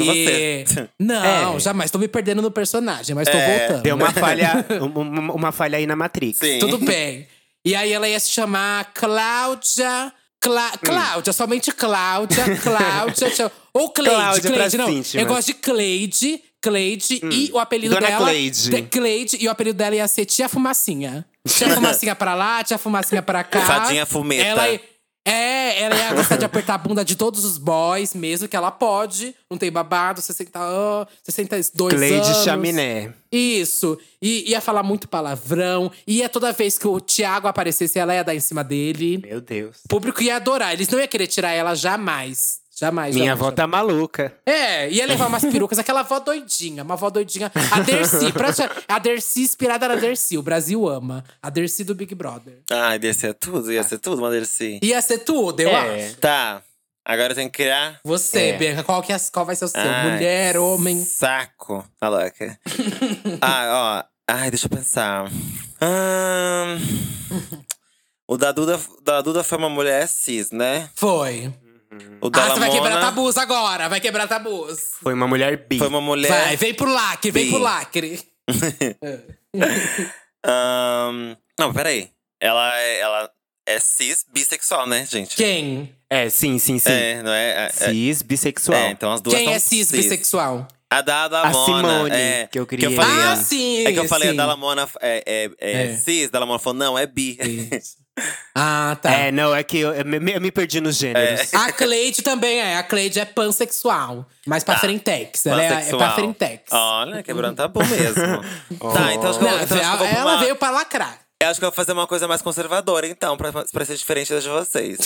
[SPEAKER 2] E-
[SPEAKER 3] você.
[SPEAKER 2] Não,
[SPEAKER 1] É.
[SPEAKER 2] jamais. Tô me perdendo no personagem, mas tô
[SPEAKER 3] É,
[SPEAKER 2] voltando.
[SPEAKER 1] Deu uma falha, um- um- uma falha aí na Matrix.
[SPEAKER 3] Sim.
[SPEAKER 2] Tudo bem. E aí ela ia se chamar Cláudia. Clá
[SPEAKER 1] Hum.
[SPEAKER 2] Cláudia, somente Cláudia, Cláudia. tchau. Ou Cleide,
[SPEAKER 1] Cláudia pras
[SPEAKER 2] Cleide, não.
[SPEAKER 1] íntimas.
[SPEAKER 2] Eu gosto de Cleide, Cleide e o apelido
[SPEAKER 1] Hum. Dona
[SPEAKER 2] dela.
[SPEAKER 1] Cleide.
[SPEAKER 2] de- Cleide e o apelido dela ia ser Tia Fumacinha. Tia Fumacinha pra lá, Tia Fumacinha pra cá.
[SPEAKER 4] Fadinha fumeta.
[SPEAKER 2] Ela ia- é, ela ia gostar de apertar a bunda de todos os boys, mesmo que ela pode. Não tem babado, 60 anos, 62 anos.
[SPEAKER 1] Cleide Chaminé.
[SPEAKER 2] Isso. E ia falar muito palavrão. Ia toda vez que o Thiago aparecesse, ela ia dar em cima dele.
[SPEAKER 1] Meu Deus.
[SPEAKER 2] O público ia adorar. Eles não iam querer tirar ela jamais. Jamais.
[SPEAKER 1] Minha
[SPEAKER 2] jamais,
[SPEAKER 1] avó tá maluca.
[SPEAKER 2] é, ia levar umas perucas, aquela avó doidinha, uma avó doidinha. A Dercy, pra, a Dercy inspirada na Dercy, o Brasil ama. A Dercy do Big Brother.
[SPEAKER 3] Ai, ia
[SPEAKER 4] é
[SPEAKER 3] ser tudo,
[SPEAKER 2] Ah.
[SPEAKER 3] ia ser tudo, Mandercy.
[SPEAKER 2] Ia ser tudo, eu
[SPEAKER 1] É.
[SPEAKER 2] acho.
[SPEAKER 3] Tá, agora eu tenho que criar.
[SPEAKER 2] Você,
[SPEAKER 1] É. Ah.
[SPEAKER 2] Bianca, qual, que é- qual vai ser o seu?
[SPEAKER 3] Ai,
[SPEAKER 2] Mulher, homem.
[SPEAKER 3] Saco. Tá louca. ah, ó. Ai, deixa eu pensar. Ahn, o da Duda, da Duda foi uma mulher cis, né?
[SPEAKER 2] Foi.
[SPEAKER 3] O
[SPEAKER 2] Ah,
[SPEAKER 3] da
[SPEAKER 2] você vai
[SPEAKER 3] Lamona
[SPEAKER 2] quebrar tabus agora, vai quebrar tabus.
[SPEAKER 1] Foi uma mulher bi.
[SPEAKER 3] foi uma mulher.
[SPEAKER 2] Vai, vem pro lacre, vem
[SPEAKER 3] Bi.
[SPEAKER 2] pro lacre.
[SPEAKER 3] Ahn, não, peraí. Ela, é- ela é cis bissexual, né, gente?
[SPEAKER 2] Quem?
[SPEAKER 1] É, sim, sim, sim.
[SPEAKER 3] É, não é? É, é-
[SPEAKER 1] Cis, bissexual.
[SPEAKER 3] é, então as duas
[SPEAKER 2] Quem
[SPEAKER 3] são
[SPEAKER 2] é cis, bissexual?
[SPEAKER 3] A da
[SPEAKER 1] A
[SPEAKER 3] Lamona.
[SPEAKER 1] Simone,
[SPEAKER 3] é,
[SPEAKER 1] que eu queria.
[SPEAKER 3] falei,
[SPEAKER 2] Ah,
[SPEAKER 3] é.
[SPEAKER 2] sim!
[SPEAKER 3] É que eu falei,
[SPEAKER 2] sim.
[SPEAKER 3] a da Lamona é, é, é,
[SPEAKER 2] É.
[SPEAKER 3] cis, da Lamona falou, não, é bi.
[SPEAKER 2] Isso. Ah, tá.
[SPEAKER 1] É, não, é que eu, eu me, eu me perdi nos gêneros.
[SPEAKER 2] A Cleide também é. A Cleide é pansexual. Mas pra Frentex. Ela é, é
[SPEAKER 3] Tá. Pansexual.
[SPEAKER 2] pra Frentex.
[SPEAKER 3] Olha, quebrando tabu mesmo. tá, então acho que eu,
[SPEAKER 2] Não,
[SPEAKER 3] então acho que eu
[SPEAKER 2] ela,
[SPEAKER 3] vou pra
[SPEAKER 2] ela
[SPEAKER 3] uma-
[SPEAKER 2] veio pra lacrar.
[SPEAKER 3] eu acho que eu vou fazer uma coisa mais conservadora, então, pra, pra ser diferente das de vocês.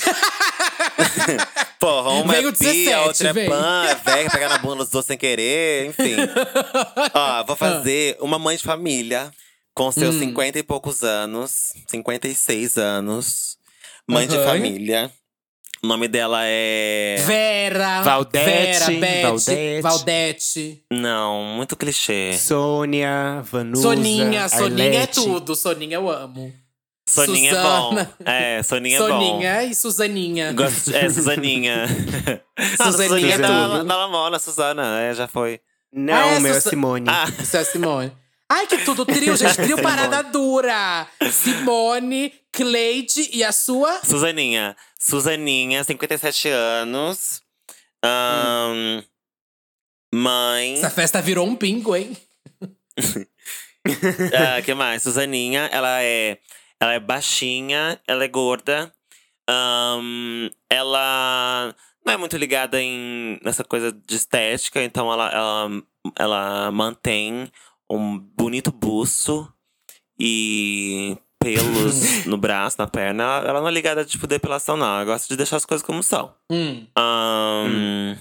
[SPEAKER 3] Porra, uma
[SPEAKER 2] Veio
[SPEAKER 3] é
[SPEAKER 2] o
[SPEAKER 3] bi, a
[SPEAKER 2] 17,
[SPEAKER 3] outra
[SPEAKER 2] veio.
[SPEAKER 3] é pan, é velha, pegar na bunda dos outros sem querer, enfim. Ó,
[SPEAKER 2] Ah.
[SPEAKER 3] vou fazer uma mãe de família com seus
[SPEAKER 2] Hum.
[SPEAKER 3] 50 e poucos anos, 56 anos, mãe de
[SPEAKER 2] Uhum.
[SPEAKER 3] família. O nome dela é.
[SPEAKER 2] Vera.
[SPEAKER 1] Valdete,
[SPEAKER 2] Vera, Beth,
[SPEAKER 1] Valdete.
[SPEAKER 2] Valdete.
[SPEAKER 3] Não, muito clichê.
[SPEAKER 1] Sônia, Vanusa,
[SPEAKER 2] Soninha. Soninha é
[SPEAKER 1] Arlete.
[SPEAKER 2] tudo. Soninha eu amo.
[SPEAKER 4] Soninha
[SPEAKER 2] Susana.
[SPEAKER 4] é bom. É, Soninha, é bom.
[SPEAKER 2] Soninha e Suzaninha.
[SPEAKER 4] Gosto, é, Suzaninha.
[SPEAKER 3] Ah, Suzaninha
[SPEAKER 2] Suzaninha
[SPEAKER 3] é da, da Lamona, Suzana, é, já foi.
[SPEAKER 1] Não,
[SPEAKER 2] Ah, é,
[SPEAKER 1] meu, é
[SPEAKER 2] Susa-
[SPEAKER 1] Simone.
[SPEAKER 3] Ah,
[SPEAKER 2] Isso é a Simone. Ai, que tudo trio, gente. Trio parada dura. Simone, Cleide e a sua?
[SPEAKER 4] Suzaninha. Suzaninha, 57 anos.
[SPEAKER 3] ahn, mãe.
[SPEAKER 2] Hum. Essa festa virou um bingo, hein?
[SPEAKER 4] Ah, que mais? Suzaninha, ela é, ela é baixinha, ela é gorda. ahn, ela não é muito ligada em nessa coisa de estética, então ela, ela, ela mantém um bonito buço e pelos no braço, na perna. Ela- Ela não é ligada tipo depilação, não. Ela gosta de deixar as coisas como são.
[SPEAKER 2] Hum.
[SPEAKER 4] Ahn,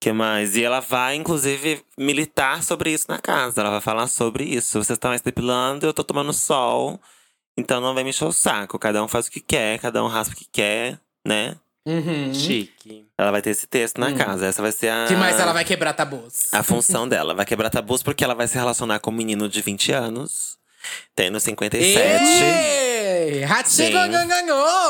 [SPEAKER 4] que mais? E ela vai, inclusive, militar sobre isso na casa. Ela vai falar sobre isso. Vocês estão aí se depilando, eu tô tomando sol. Então não vem me encher o saco. Cada um faz o que quer, cada um raspa o que quer, né?
[SPEAKER 2] Uhum.
[SPEAKER 1] Chique.
[SPEAKER 4] Ela vai ter esse texto na
[SPEAKER 2] Hum.
[SPEAKER 4] casa. Essa vai ser a.
[SPEAKER 2] Que mais ela vai quebrar tá, tabus?
[SPEAKER 1] Ah,
[SPEAKER 4] A função dela. Vai quebrar tabus porque ela vai se relacionar com um menino de 20 anos, tendo 57.
[SPEAKER 2] Ê! Ei! Ratinho!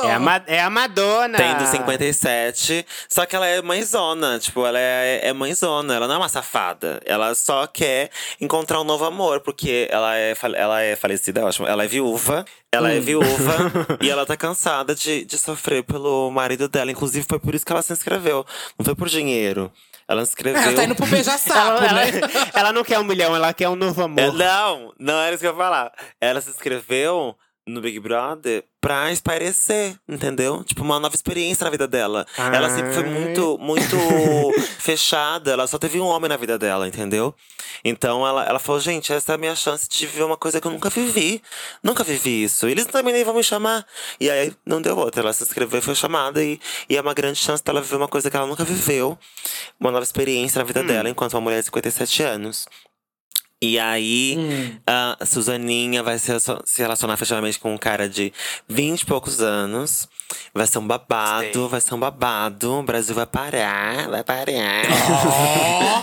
[SPEAKER 1] É a, Ma- é a Madonna.
[SPEAKER 3] Tem
[SPEAKER 2] Ah.
[SPEAKER 3] do 57, só que ela é mãezona, tipo, ela é, é mãezona, ela não é uma safada. Ela só quer encontrar um novo amor, porque ela é, fale- ela é falecida, eu acho, ela é viúva. Ela
[SPEAKER 2] Hum.
[SPEAKER 3] é viúva e ela tá cansada de, de sofrer pelo marido dela. Inclusive, foi por isso que ela se inscreveu. Não foi por dinheiro. Ela se inscreveu.
[SPEAKER 2] Ela tá indo pro beijar-sapo,
[SPEAKER 1] Ela,
[SPEAKER 2] né?
[SPEAKER 1] ela- ela não quer um milhão, ela quer um novo amor.
[SPEAKER 3] É, não, não era isso que eu ia falar. Ela se inscreveu no Big Brother pra espairecer, entendeu? Tipo, uma nova experiência na vida dela. Ela sempre foi
[SPEAKER 1] Ai.
[SPEAKER 3] muito, muito fechada. Ela só teve um homem na vida dela, entendeu? Então ela, ela falou, gente, essa é a minha chance de viver uma coisa que eu nunca vivi. Nunca vivi isso. Eles também nem vão me chamar. E aí não deu outra. Ela se inscreveu e foi chamada. E, e é uma grande chance dela viver uma coisa que ela nunca viveu. Uma nova experiência na vida dela, enquanto uma mulher de 57 anos. E aí, a Suzaninha vai se relacion- se relacionar fechadamente com um cara de 20 e poucos anos. Vai ser um babado,
[SPEAKER 1] Gostei.
[SPEAKER 3] vai ser um babado. O Brasil vai parar, vai parar.
[SPEAKER 2] Ó!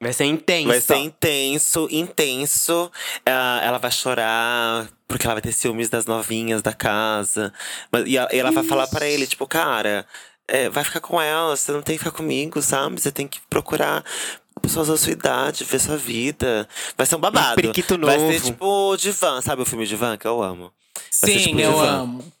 [SPEAKER 1] Vai ser intenso.
[SPEAKER 3] Vai ser intenso, intenso. Ah, ela vai chorar, porque ela vai ter ciúmes das novinhas da casa. Mas- E ela, e ela vai falar pra ele, tipo, cara, é, vai ficar com ela, você não tem que ficar comigo, sabe? Você tem que procurar pessoas da sua idade, ver sua vida. Vai ser um babado.
[SPEAKER 1] periquito
[SPEAKER 3] Vai ser
[SPEAKER 1] novo.
[SPEAKER 3] tipo Divan, sabe o filme Divan que eu amo? Vai ser
[SPEAKER 2] Sim,
[SPEAKER 3] tipo
[SPEAKER 2] eu
[SPEAKER 3] divã.
[SPEAKER 2] amo.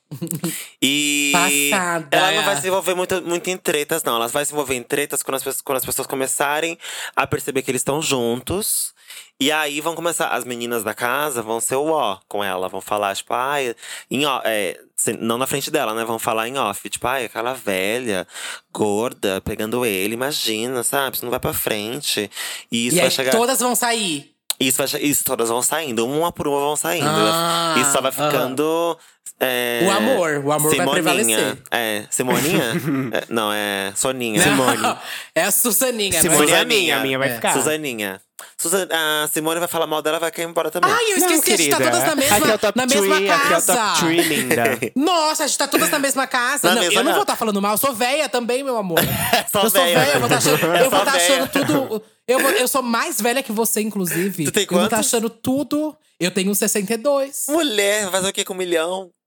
[SPEAKER 3] E
[SPEAKER 2] Passada.
[SPEAKER 3] ela não vai se envolver muito, muito em tretas, não. Ela vai se envolver em tretas quando as, pessoas- quando as pessoas começarem a perceber que eles estão juntos. E aí vão começar. As meninas da casa vão ser o ó com ela. Vão falar, tipo, ai, em ó. é, se- não na frente dela, né? Vão falar em off. Tipo, ai, aquela velha, gorda, pegando ele, imagina, sabe? Isso não vai pra frente. E isso
[SPEAKER 2] e
[SPEAKER 3] vai
[SPEAKER 2] aí
[SPEAKER 3] chegar.
[SPEAKER 2] todas vão sair.
[SPEAKER 3] Isso, vai che- isso todas vão saindo, uma por uma vão saindo.
[SPEAKER 2] Ah,
[SPEAKER 3] isso só vai
[SPEAKER 2] aham.
[SPEAKER 3] ficando. é,
[SPEAKER 2] O amor, o amor vai prevalecer.
[SPEAKER 3] É, Simoninha? É, não, é Soninha.
[SPEAKER 2] Não, é a Susaninha.
[SPEAKER 1] Simone
[SPEAKER 2] Mas-
[SPEAKER 1] é a minha, a minha vai
[SPEAKER 2] É.
[SPEAKER 1] ficar.
[SPEAKER 3] Suzaninha. Suza- a Simone vai falar mal dela, vai cair embora também.
[SPEAKER 2] Ai,
[SPEAKER 1] Não,
[SPEAKER 2] eu esqueci, a gente
[SPEAKER 1] querida.
[SPEAKER 2] tá todas na mesma,
[SPEAKER 1] Aqui é o top
[SPEAKER 2] na mesma
[SPEAKER 1] three,
[SPEAKER 2] casa.
[SPEAKER 1] Aqui é o top three, linda.
[SPEAKER 2] Nossa, a gente tá todas na mesma casa.
[SPEAKER 3] Na
[SPEAKER 2] não,
[SPEAKER 3] mesma
[SPEAKER 2] eu não vou
[SPEAKER 3] casa.
[SPEAKER 2] estar falando mal, eu sou véia também, meu amor.
[SPEAKER 3] É Só
[SPEAKER 2] eu sou
[SPEAKER 3] véia.
[SPEAKER 2] véia, eu vou tá achando,
[SPEAKER 3] É
[SPEAKER 2] eu vou
[SPEAKER 3] só
[SPEAKER 2] tá
[SPEAKER 3] véia.
[SPEAKER 2] achando tudo. Eu, vou- eu sou mais velha que você, inclusive.
[SPEAKER 3] Tu tem
[SPEAKER 2] Eu vou estar
[SPEAKER 3] quantos?
[SPEAKER 2] achando tudo. Eu tenho um 62.
[SPEAKER 3] Mulher, vai fazer o quê com um milhão?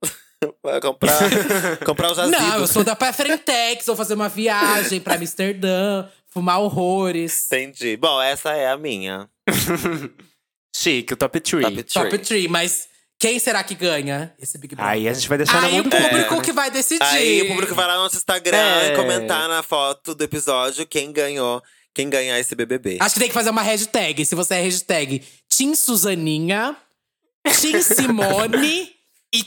[SPEAKER 3] Vai comprar, comprar um os jazidos.
[SPEAKER 2] Não, eu sou da Prefrentex, vou fazer uma viagem pra Amsterdã, fumar horrores.
[SPEAKER 3] Entendi. Bom, essa é a minha.
[SPEAKER 1] Chique, o top three.
[SPEAKER 3] Top three.
[SPEAKER 2] Top 3, mas quem será que ganha esse Big Brother?
[SPEAKER 1] Aí a gente tá vai deixar na
[SPEAKER 2] Aí
[SPEAKER 1] mão
[SPEAKER 2] o
[SPEAKER 1] do público.
[SPEAKER 2] público que vai decidir.
[SPEAKER 3] Aí o público vai lá no nosso Instagram
[SPEAKER 1] É.
[SPEAKER 3] e comentar na foto do episódio quem ganhou, quem ganhar esse BBB.
[SPEAKER 2] Acho que tem que fazer uma hashtag. Se você é hashtag Tim Suzaninha, Tim Simone e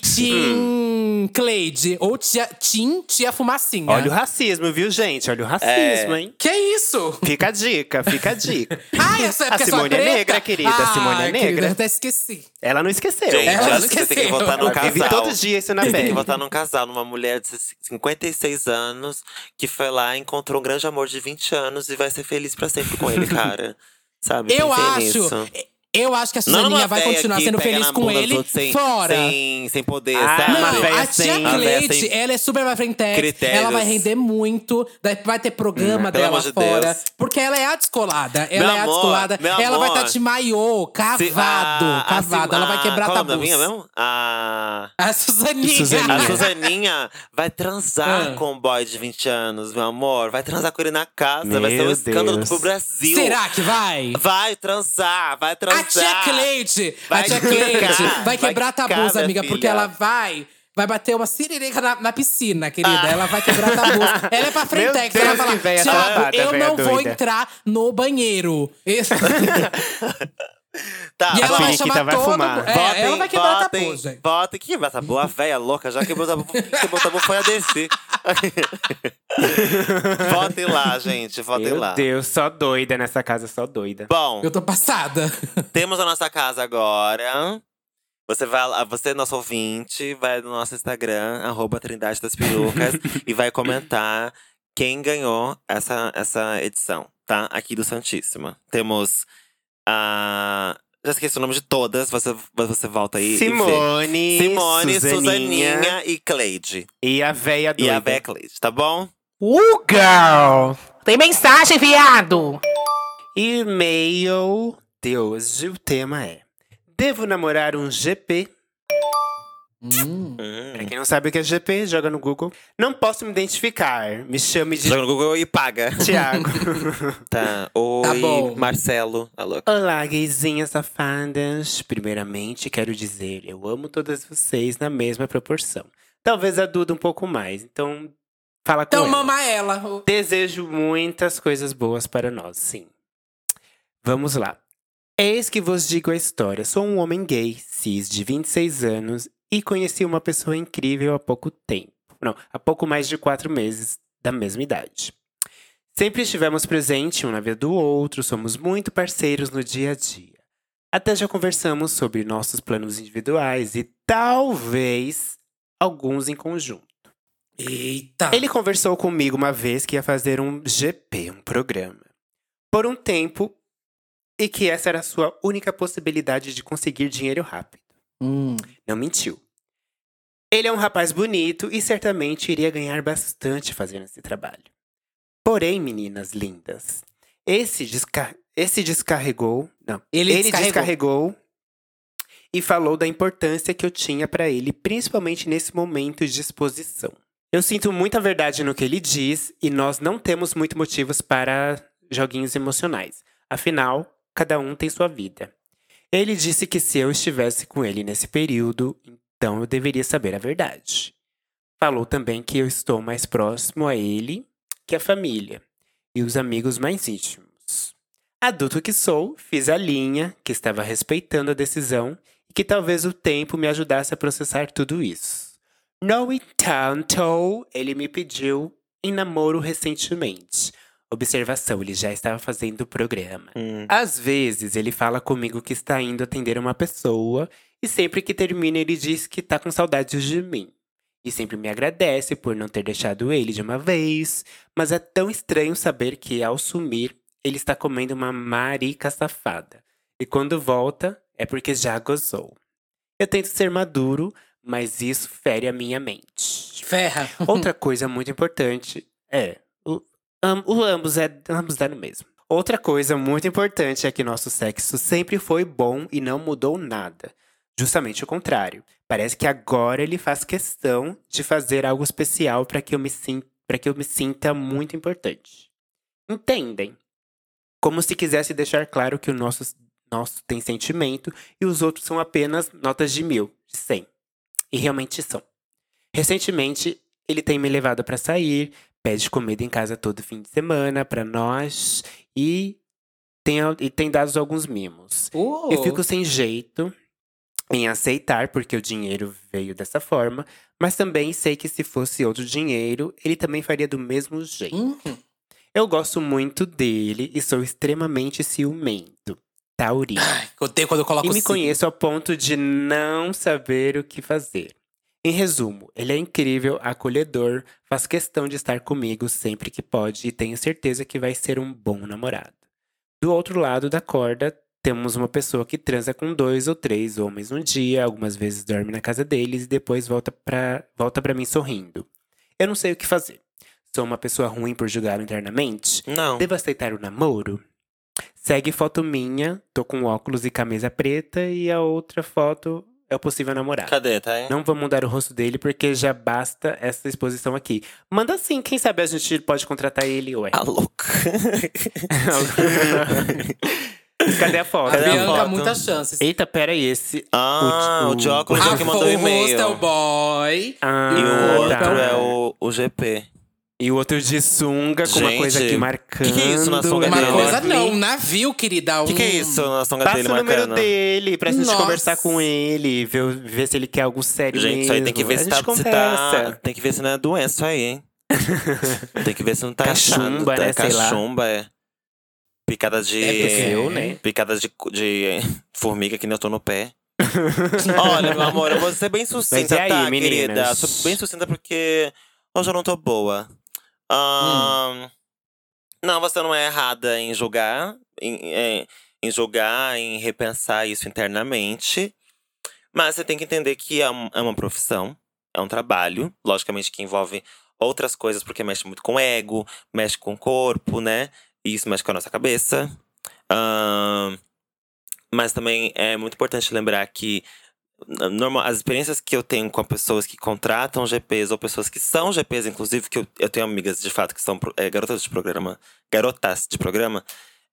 [SPEAKER 2] Tim Cleide. Ou tia, Tim Tia Fumacinha.
[SPEAKER 1] Hum. Olha o racismo, viu, gente? Olha o racismo,
[SPEAKER 3] É.
[SPEAKER 1] hein?
[SPEAKER 2] Que isso?
[SPEAKER 1] Fica a dica, fica a dica.
[SPEAKER 2] Ah, essa é
[SPEAKER 1] A
[SPEAKER 2] porque sou
[SPEAKER 1] Simone é
[SPEAKER 2] preta?
[SPEAKER 1] negra, querida, a Simone é
[SPEAKER 2] Ai,
[SPEAKER 1] negra.
[SPEAKER 2] querida, eu até esqueci.
[SPEAKER 1] Ela não esqueceu.
[SPEAKER 3] Gente,
[SPEAKER 2] Ela
[SPEAKER 3] acho que você tem que
[SPEAKER 2] esqueceu.
[SPEAKER 3] votar num
[SPEAKER 1] Ela vive
[SPEAKER 3] casal.
[SPEAKER 1] todo dia isso na
[SPEAKER 3] Você tem
[SPEAKER 1] pele.
[SPEAKER 3] que votar num casal, numa mulher de 56 anos que foi lá, encontrou um grande amor de 20 anos e vai ser feliz pra sempre com ele, cara. Sabe?
[SPEAKER 2] Eu
[SPEAKER 3] Pensei
[SPEAKER 2] acho.
[SPEAKER 3] nisso.
[SPEAKER 2] Eu acho que a
[SPEAKER 3] Não numa
[SPEAKER 2] Suzaninha vai
[SPEAKER 3] véia
[SPEAKER 2] continuar
[SPEAKER 3] que
[SPEAKER 2] sendo
[SPEAKER 3] pega
[SPEAKER 2] feliz
[SPEAKER 3] na
[SPEAKER 2] com
[SPEAKER 3] bunda dos
[SPEAKER 2] ele
[SPEAKER 3] outros sem,
[SPEAKER 2] fora.
[SPEAKER 3] Sem, sem poder,
[SPEAKER 1] Ah,
[SPEAKER 3] sabe?
[SPEAKER 1] uma
[SPEAKER 2] Não,
[SPEAKER 1] véia
[SPEAKER 2] a tia
[SPEAKER 1] sem-
[SPEAKER 3] uma véia
[SPEAKER 2] Cleide,
[SPEAKER 3] sem-
[SPEAKER 2] ela é super vai frente.
[SPEAKER 3] Critérios.
[SPEAKER 2] Ela vai render muito, daí vai ter programa
[SPEAKER 3] Hum, pelo
[SPEAKER 2] dela
[SPEAKER 3] amor de
[SPEAKER 2] fora.
[SPEAKER 3] Deus.
[SPEAKER 2] Porque ela é a descolada. Ela
[SPEAKER 3] Meu
[SPEAKER 2] é a
[SPEAKER 3] amor,
[SPEAKER 2] descolada.
[SPEAKER 3] meu
[SPEAKER 2] ela vai
[SPEAKER 3] amor.
[SPEAKER 2] estar de maiô, cavado,
[SPEAKER 3] Se- a- a
[SPEAKER 2] cavado.
[SPEAKER 3] ah, Sim-
[SPEAKER 2] ela vai
[SPEAKER 3] a-
[SPEAKER 2] quebrar
[SPEAKER 3] qual é o nome da
[SPEAKER 2] tabus.
[SPEAKER 3] minha mesmo? Ah, A.
[SPEAKER 2] A Suzaninha.
[SPEAKER 1] Suzaninha.
[SPEAKER 3] A Suzaninha vai transar
[SPEAKER 2] Ah.
[SPEAKER 3] com um boy de 20 anos, meu amor. Vai transar com ele na casa. vai
[SPEAKER 1] Meu
[SPEAKER 3] ser um escândalo
[SPEAKER 1] Deus.
[SPEAKER 3] pro Brasil.
[SPEAKER 2] Será que vai?
[SPEAKER 3] Vai transar, vai transar.
[SPEAKER 2] A tia Cleide, a
[SPEAKER 3] Vai
[SPEAKER 2] tia
[SPEAKER 3] quicar,
[SPEAKER 2] Cleide vai
[SPEAKER 3] vai
[SPEAKER 2] quebrar
[SPEAKER 3] quicar,
[SPEAKER 2] tabus,
[SPEAKER 3] minha
[SPEAKER 2] amiga, porque
[SPEAKER 3] filha.
[SPEAKER 2] ela vai. Vai bater uma siririca na, na piscina, querida. Ela vai quebrar tabus. Ela é pra frente,
[SPEAKER 1] Ah. Meu
[SPEAKER 2] que ela
[SPEAKER 1] Deus, que
[SPEAKER 2] vai falar:
[SPEAKER 1] véia
[SPEAKER 2] Thiago,
[SPEAKER 1] safada,
[SPEAKER 2] eu
[SPEAKER 1] véia
[SPEAKER 2] não vou
[SPEAKER 1] doida."
[SPEAKER 2] entrar no banheiro. Esse-
[SPEAKER 3] Tá,
[SPEAKER 2] e ela
[SPEAKER 3] bom.
[SPEAKER 2] vai
[SPEAKER 1] periquita
[SPEAKER 2] chamar
[SPEAKER 1] vai
[SPEAKER 2] todo
[SPEAKER 1] fumar.
[SPEAKER 2] mundo. É, ela vai quebrar tabu, gente.
[SPEAKER 3] Votem, que quebrar tabu. A véia louca já quebrou tabu. Quem quebrou tabu foi a DC. votem lá, gente. Votem
[SPEAKER 1] Meu
[SPEAKER 3] lá.
[SPEAKER 1] Deus, só doida nessa casa, só doida.
[SPEAKER 3] Bom,
[SPEAKER 2] Eu tô passada.
[SPEAKER 3] temos a nossa casa agora. Você vai lá, você, nosso ouvinte, vai no nosso Instagram, arroba Trindade das Perucas, e vai comentar quem ganhou essa, essa edição, tá? Aqui do Santíssima. Temos a. Já esqueci o nome de todas, você, você volta aí. e vê.
[SPEAKER 1] Simone,
[SPEAKER 3] Simone,
[SPEAKER 1] Suzaninha,
[SPEAKER 3] Suzaninha e Cleide.
[SPEAKER 1] e a véia
[SPEAKER 3] E
[SPEAKER 1] doida.
[SPEAKER 3] a Vé Cleide, tá bom?
[SPEAKER 1] Uh, girl!
[SPEAKER 5] Tem mensagem, viado!
[SPEAKER 1] E-mail de hoje, o tema é Devo namorar um GP?
[SPEAKER 2] Hum.
[SPEAKER 1] Pra quem não sabe o que é GP, joga no Google. Não posso me identificar. Me chame de
[SPEAKER 3] Joga no Google e paga.
[SPEAKER 1] Tiago.
[SPEAKER 3] Tá. Oi,
[SPEAKER 2] bom.
[SPEAKER 3] Marcelo. Tá louca.
[SPEAKER 1] Olá, gaysinhas safadas. Primeiramente, quero dizer, eu amo todas vocês na mesma proporção. Talvez a Duda um pouco mais. Então, fala com
[SPEAKER 2] Então
[SPEAKER 1] ela.
[SPEAKER 2] mama ela.
[SPEAKER 1] Desejo muitas coisas boas para nós, sim. Vamos lá. Eis que vos digo a história. Sou um homem gay, cis, de 26 anos e conheci uma pessoa incrível há pouco tempo. Não, há pouco mais de quatro meses, da mesma idade. Sempre estivemos presentes um na vida do outro, somos muito parceiros no dia a dia. Até já conversamos sobre nossos planos individuais e talvez alguns em conjunto.
[SPEAKER 2] Eita.
[SPEAKER 1] Ele conversou comigo uma vez que ia fazer um GP, um programa, por um tempo e que essa era a sua única possibilidade de conseguir dinheiro rápido.
[SPEAKER 2] Hum.
[SPEAKER 1] Não mentiu. Ele é um rapaz bonito e certamente iria ganhar bastante fazendo esse trabalho. Porém, meninas lindas, esse, desca esse descarregou. Não,
[SPEAKER 2] Ele descarregou.
[SPEAKER 1] descarregou. e falou da importância que eu tinha pra ele, principalmente nesse momento de exposição. Eu sinto muita verdade no que ele diz e nós não temos muito motivos para joguinhos emocionais. Afinal, cada um tem sua vida. Ele disse que se eu estivesse com ele nesse período, então eu deveria saber a verdade. Falou também que eu estou mais próximo a ele que a família e os amigos mais íntimos. Adulto que sou, fiz a linha, que estava respeitando a decisão e que talvez o tempo me ajudasse a processar tudo isso. No entanto, ele me pediu em namoro recentemente. Observação, ele já estava fazendo o programa.
[SPEAKER 3] Hum. Uhum.
[SPEAKER 1] Às vezes ele fala comigo que está indo atender uma pessoa e sempre que termina ele diz que tá com saudades de mim. E sempre me agradece por não ter deixado ele de uma vez, mas é tão estranho saber que ao sumir ele está comendo uma marica safada. E quando volta é porque já gozou. Eu tento ser maduro, mas isso fere a minha mente.
[SPEAKER 2] Ferra.
[SPEAKER 1] Outra coisa muito importante é. O, am- o ambos é. Ambos dá no mesmo. Outra coisa muito importante é que nosso sexo sempre foi bom e não mudou nada. Justamente o contrário. Parece que agora ele faz questão de fazer algo especial para que, eu me sin- pra que eu me sinta muito importante. Entendem? Como se quisesse deixar claro que o nosso, nosso tem sentimento e os outros são apenas notas de mil, de cem. E realmente são. Recentemente, ele tem me levado pra sair, pede comida em casa todo fim de semana pra nós e tem, e tem dado alguns mimos.
[SPEAKER 2] Uh.
[SPEAKER 1] Eu fico sem jeito em aceitar, porque o dinheiro veio dessa forma, mas também sei que se fosse outro dinheiro, ele também faria do mesmo jeito.
[SPEAKER 2] Hum.
[SPEAKER 1] Eu gosto muito dele e sou extremamente ciumento. Taurino.
[SPEAKER 2] Ai, eu odeio quando eu coloco
[SPEAKER 1] E me
[SPEAKER 2] sim.
[SPEAKER 1] conheço a ponto de não saber o que fazer. Em resumo, ele é incrível, acolhedor, faz questão de estar comigo sempre que pode e tenho certeza que vai ser um bom namorado. Do outro lado da corda, temos uma pessoa que transa com dois ou três homens no dia, algumas vezes dorme na casa deles e depois volta pra, volta pra mim sorrindo. Eu não sei o que fazer. Sou uma pessoa ruim por julgá-lo internamente?
[SPEAKER 3] Não.
[SPEAKER 1] Devo aceitar o namoro? Segue foto minha, tô com óculos e camisa preta, e a outra foto é o possível namorado.
[SPEAKER 3] Cadê, tá? hein?
[SPEAKER 1] Não vou mudar o rosto dele porque já basta essa exposição aqui. Manda sim, quem sabe a gente pode contratar ele, ué.
[SPEAKER 3] Tá louca.
[SPEAKER 1] Cadê a foto?
[SPEAKER 2] A
[SPEAKER 3] Cadê a
[SPEAKER 2] Bianca,
[SPEAKER 3] foto?
[SPEAKER 2] muitas chances.
[SPEAKER 1] Eita, peraí, esse.
[SPEAKER 3] Ah,
[SPEAKER 1] O-
[SPEAKER 3] o Dióculo
[SPEAKER 2] Ah,
[SPEAKER 3] é o que mandou
[SPEAKER 2] o
[SPEAKER 3] e-mail.
[SPEAKER 2] hostel boy.
[SPEAKER 1] Ah,
[SPEAKER 3] E o outro
[SPEAKER 1] tá.
[SPEAKER 3] é o, o GP.
[SPEAKER 1] E o outro de sunga, com uma
[SPEAKER 3] Gente,
[SPEAKER 1] coisa aqui
[SPEAKER 3] que
[SPEAKER 1] marcando.
[SPEAKER 3] que é isso na sunga
[SPEAKER 2] Uma
[SPEAKER 3] dele?
[SPEAKER 2] coisa
[SPEAKER 1] enorme.
[SPEAKER 2] não, um navio, querida. Um
[SPEAKER 3] O que, que é isso na songa
[SPEAKER 1] Hum. Passa
[SPEAKER 3] dele,
[SPEAKER 1] o número
[SPEAKER 3] Marcana?
[SPEAKER 1] dele pra gente
[SPEAKER 2] Nossa.
[SPEAKER 1] conversar com ele, ver, ver se ele quer algo sério
[SPEAKER 3] Gente, isso aí tem que
[SPEAKER 1] mesmo.
[SPEAKER 3] ver
[SPEAKER 1] A gente
[SPEAKER 3] se tá, se tá.
[SPEAKER 1] conversa.
[SPEAKER 3] Tem que ver se não é doença isso aí, hein? tem que ver se não tá
[SPEAKER 1] Cachumba,
[SPEAKER 3] inchado, tá?
[SPEAKER 1] né, sei lá.
[SPEAKER 3] Cachumba, é. Picada de.
[SPEAKER 2] É porque
[SPEAKER 1] eu, né?
[SPEAKER 3] Picada de, de formiga que nem eu tô no pé. Olha, meu amor, eu vou ser bem sucinta,
[SPEAKER 1] e aí,
[SPEAKER 3] tá,
[SPEAKER 1] meninas?
[SPEAKER 3] querida? Sou bem sucinta porque hoje eu não tô boa. Ahn, Não, você não é errada em julgar, em, em, em julgar, em repensar isso internamente. Mas você tem que entender que é um- é uma profissão, é um trabalho, logicamente que envolve outras coisas, porque mexe muito com o ego, mexe com o corpo, né? E isso mexe com a nossa cabeça. Ahn, mas também é muito importante lembrar que n- normal, as experiências que eu tenho com pessoas que contratam GPs ou pessoas que são GPs, inclusive, que eu, eu tenho amigas de fato que são pro- eh, garotas de programa, garotas de programa,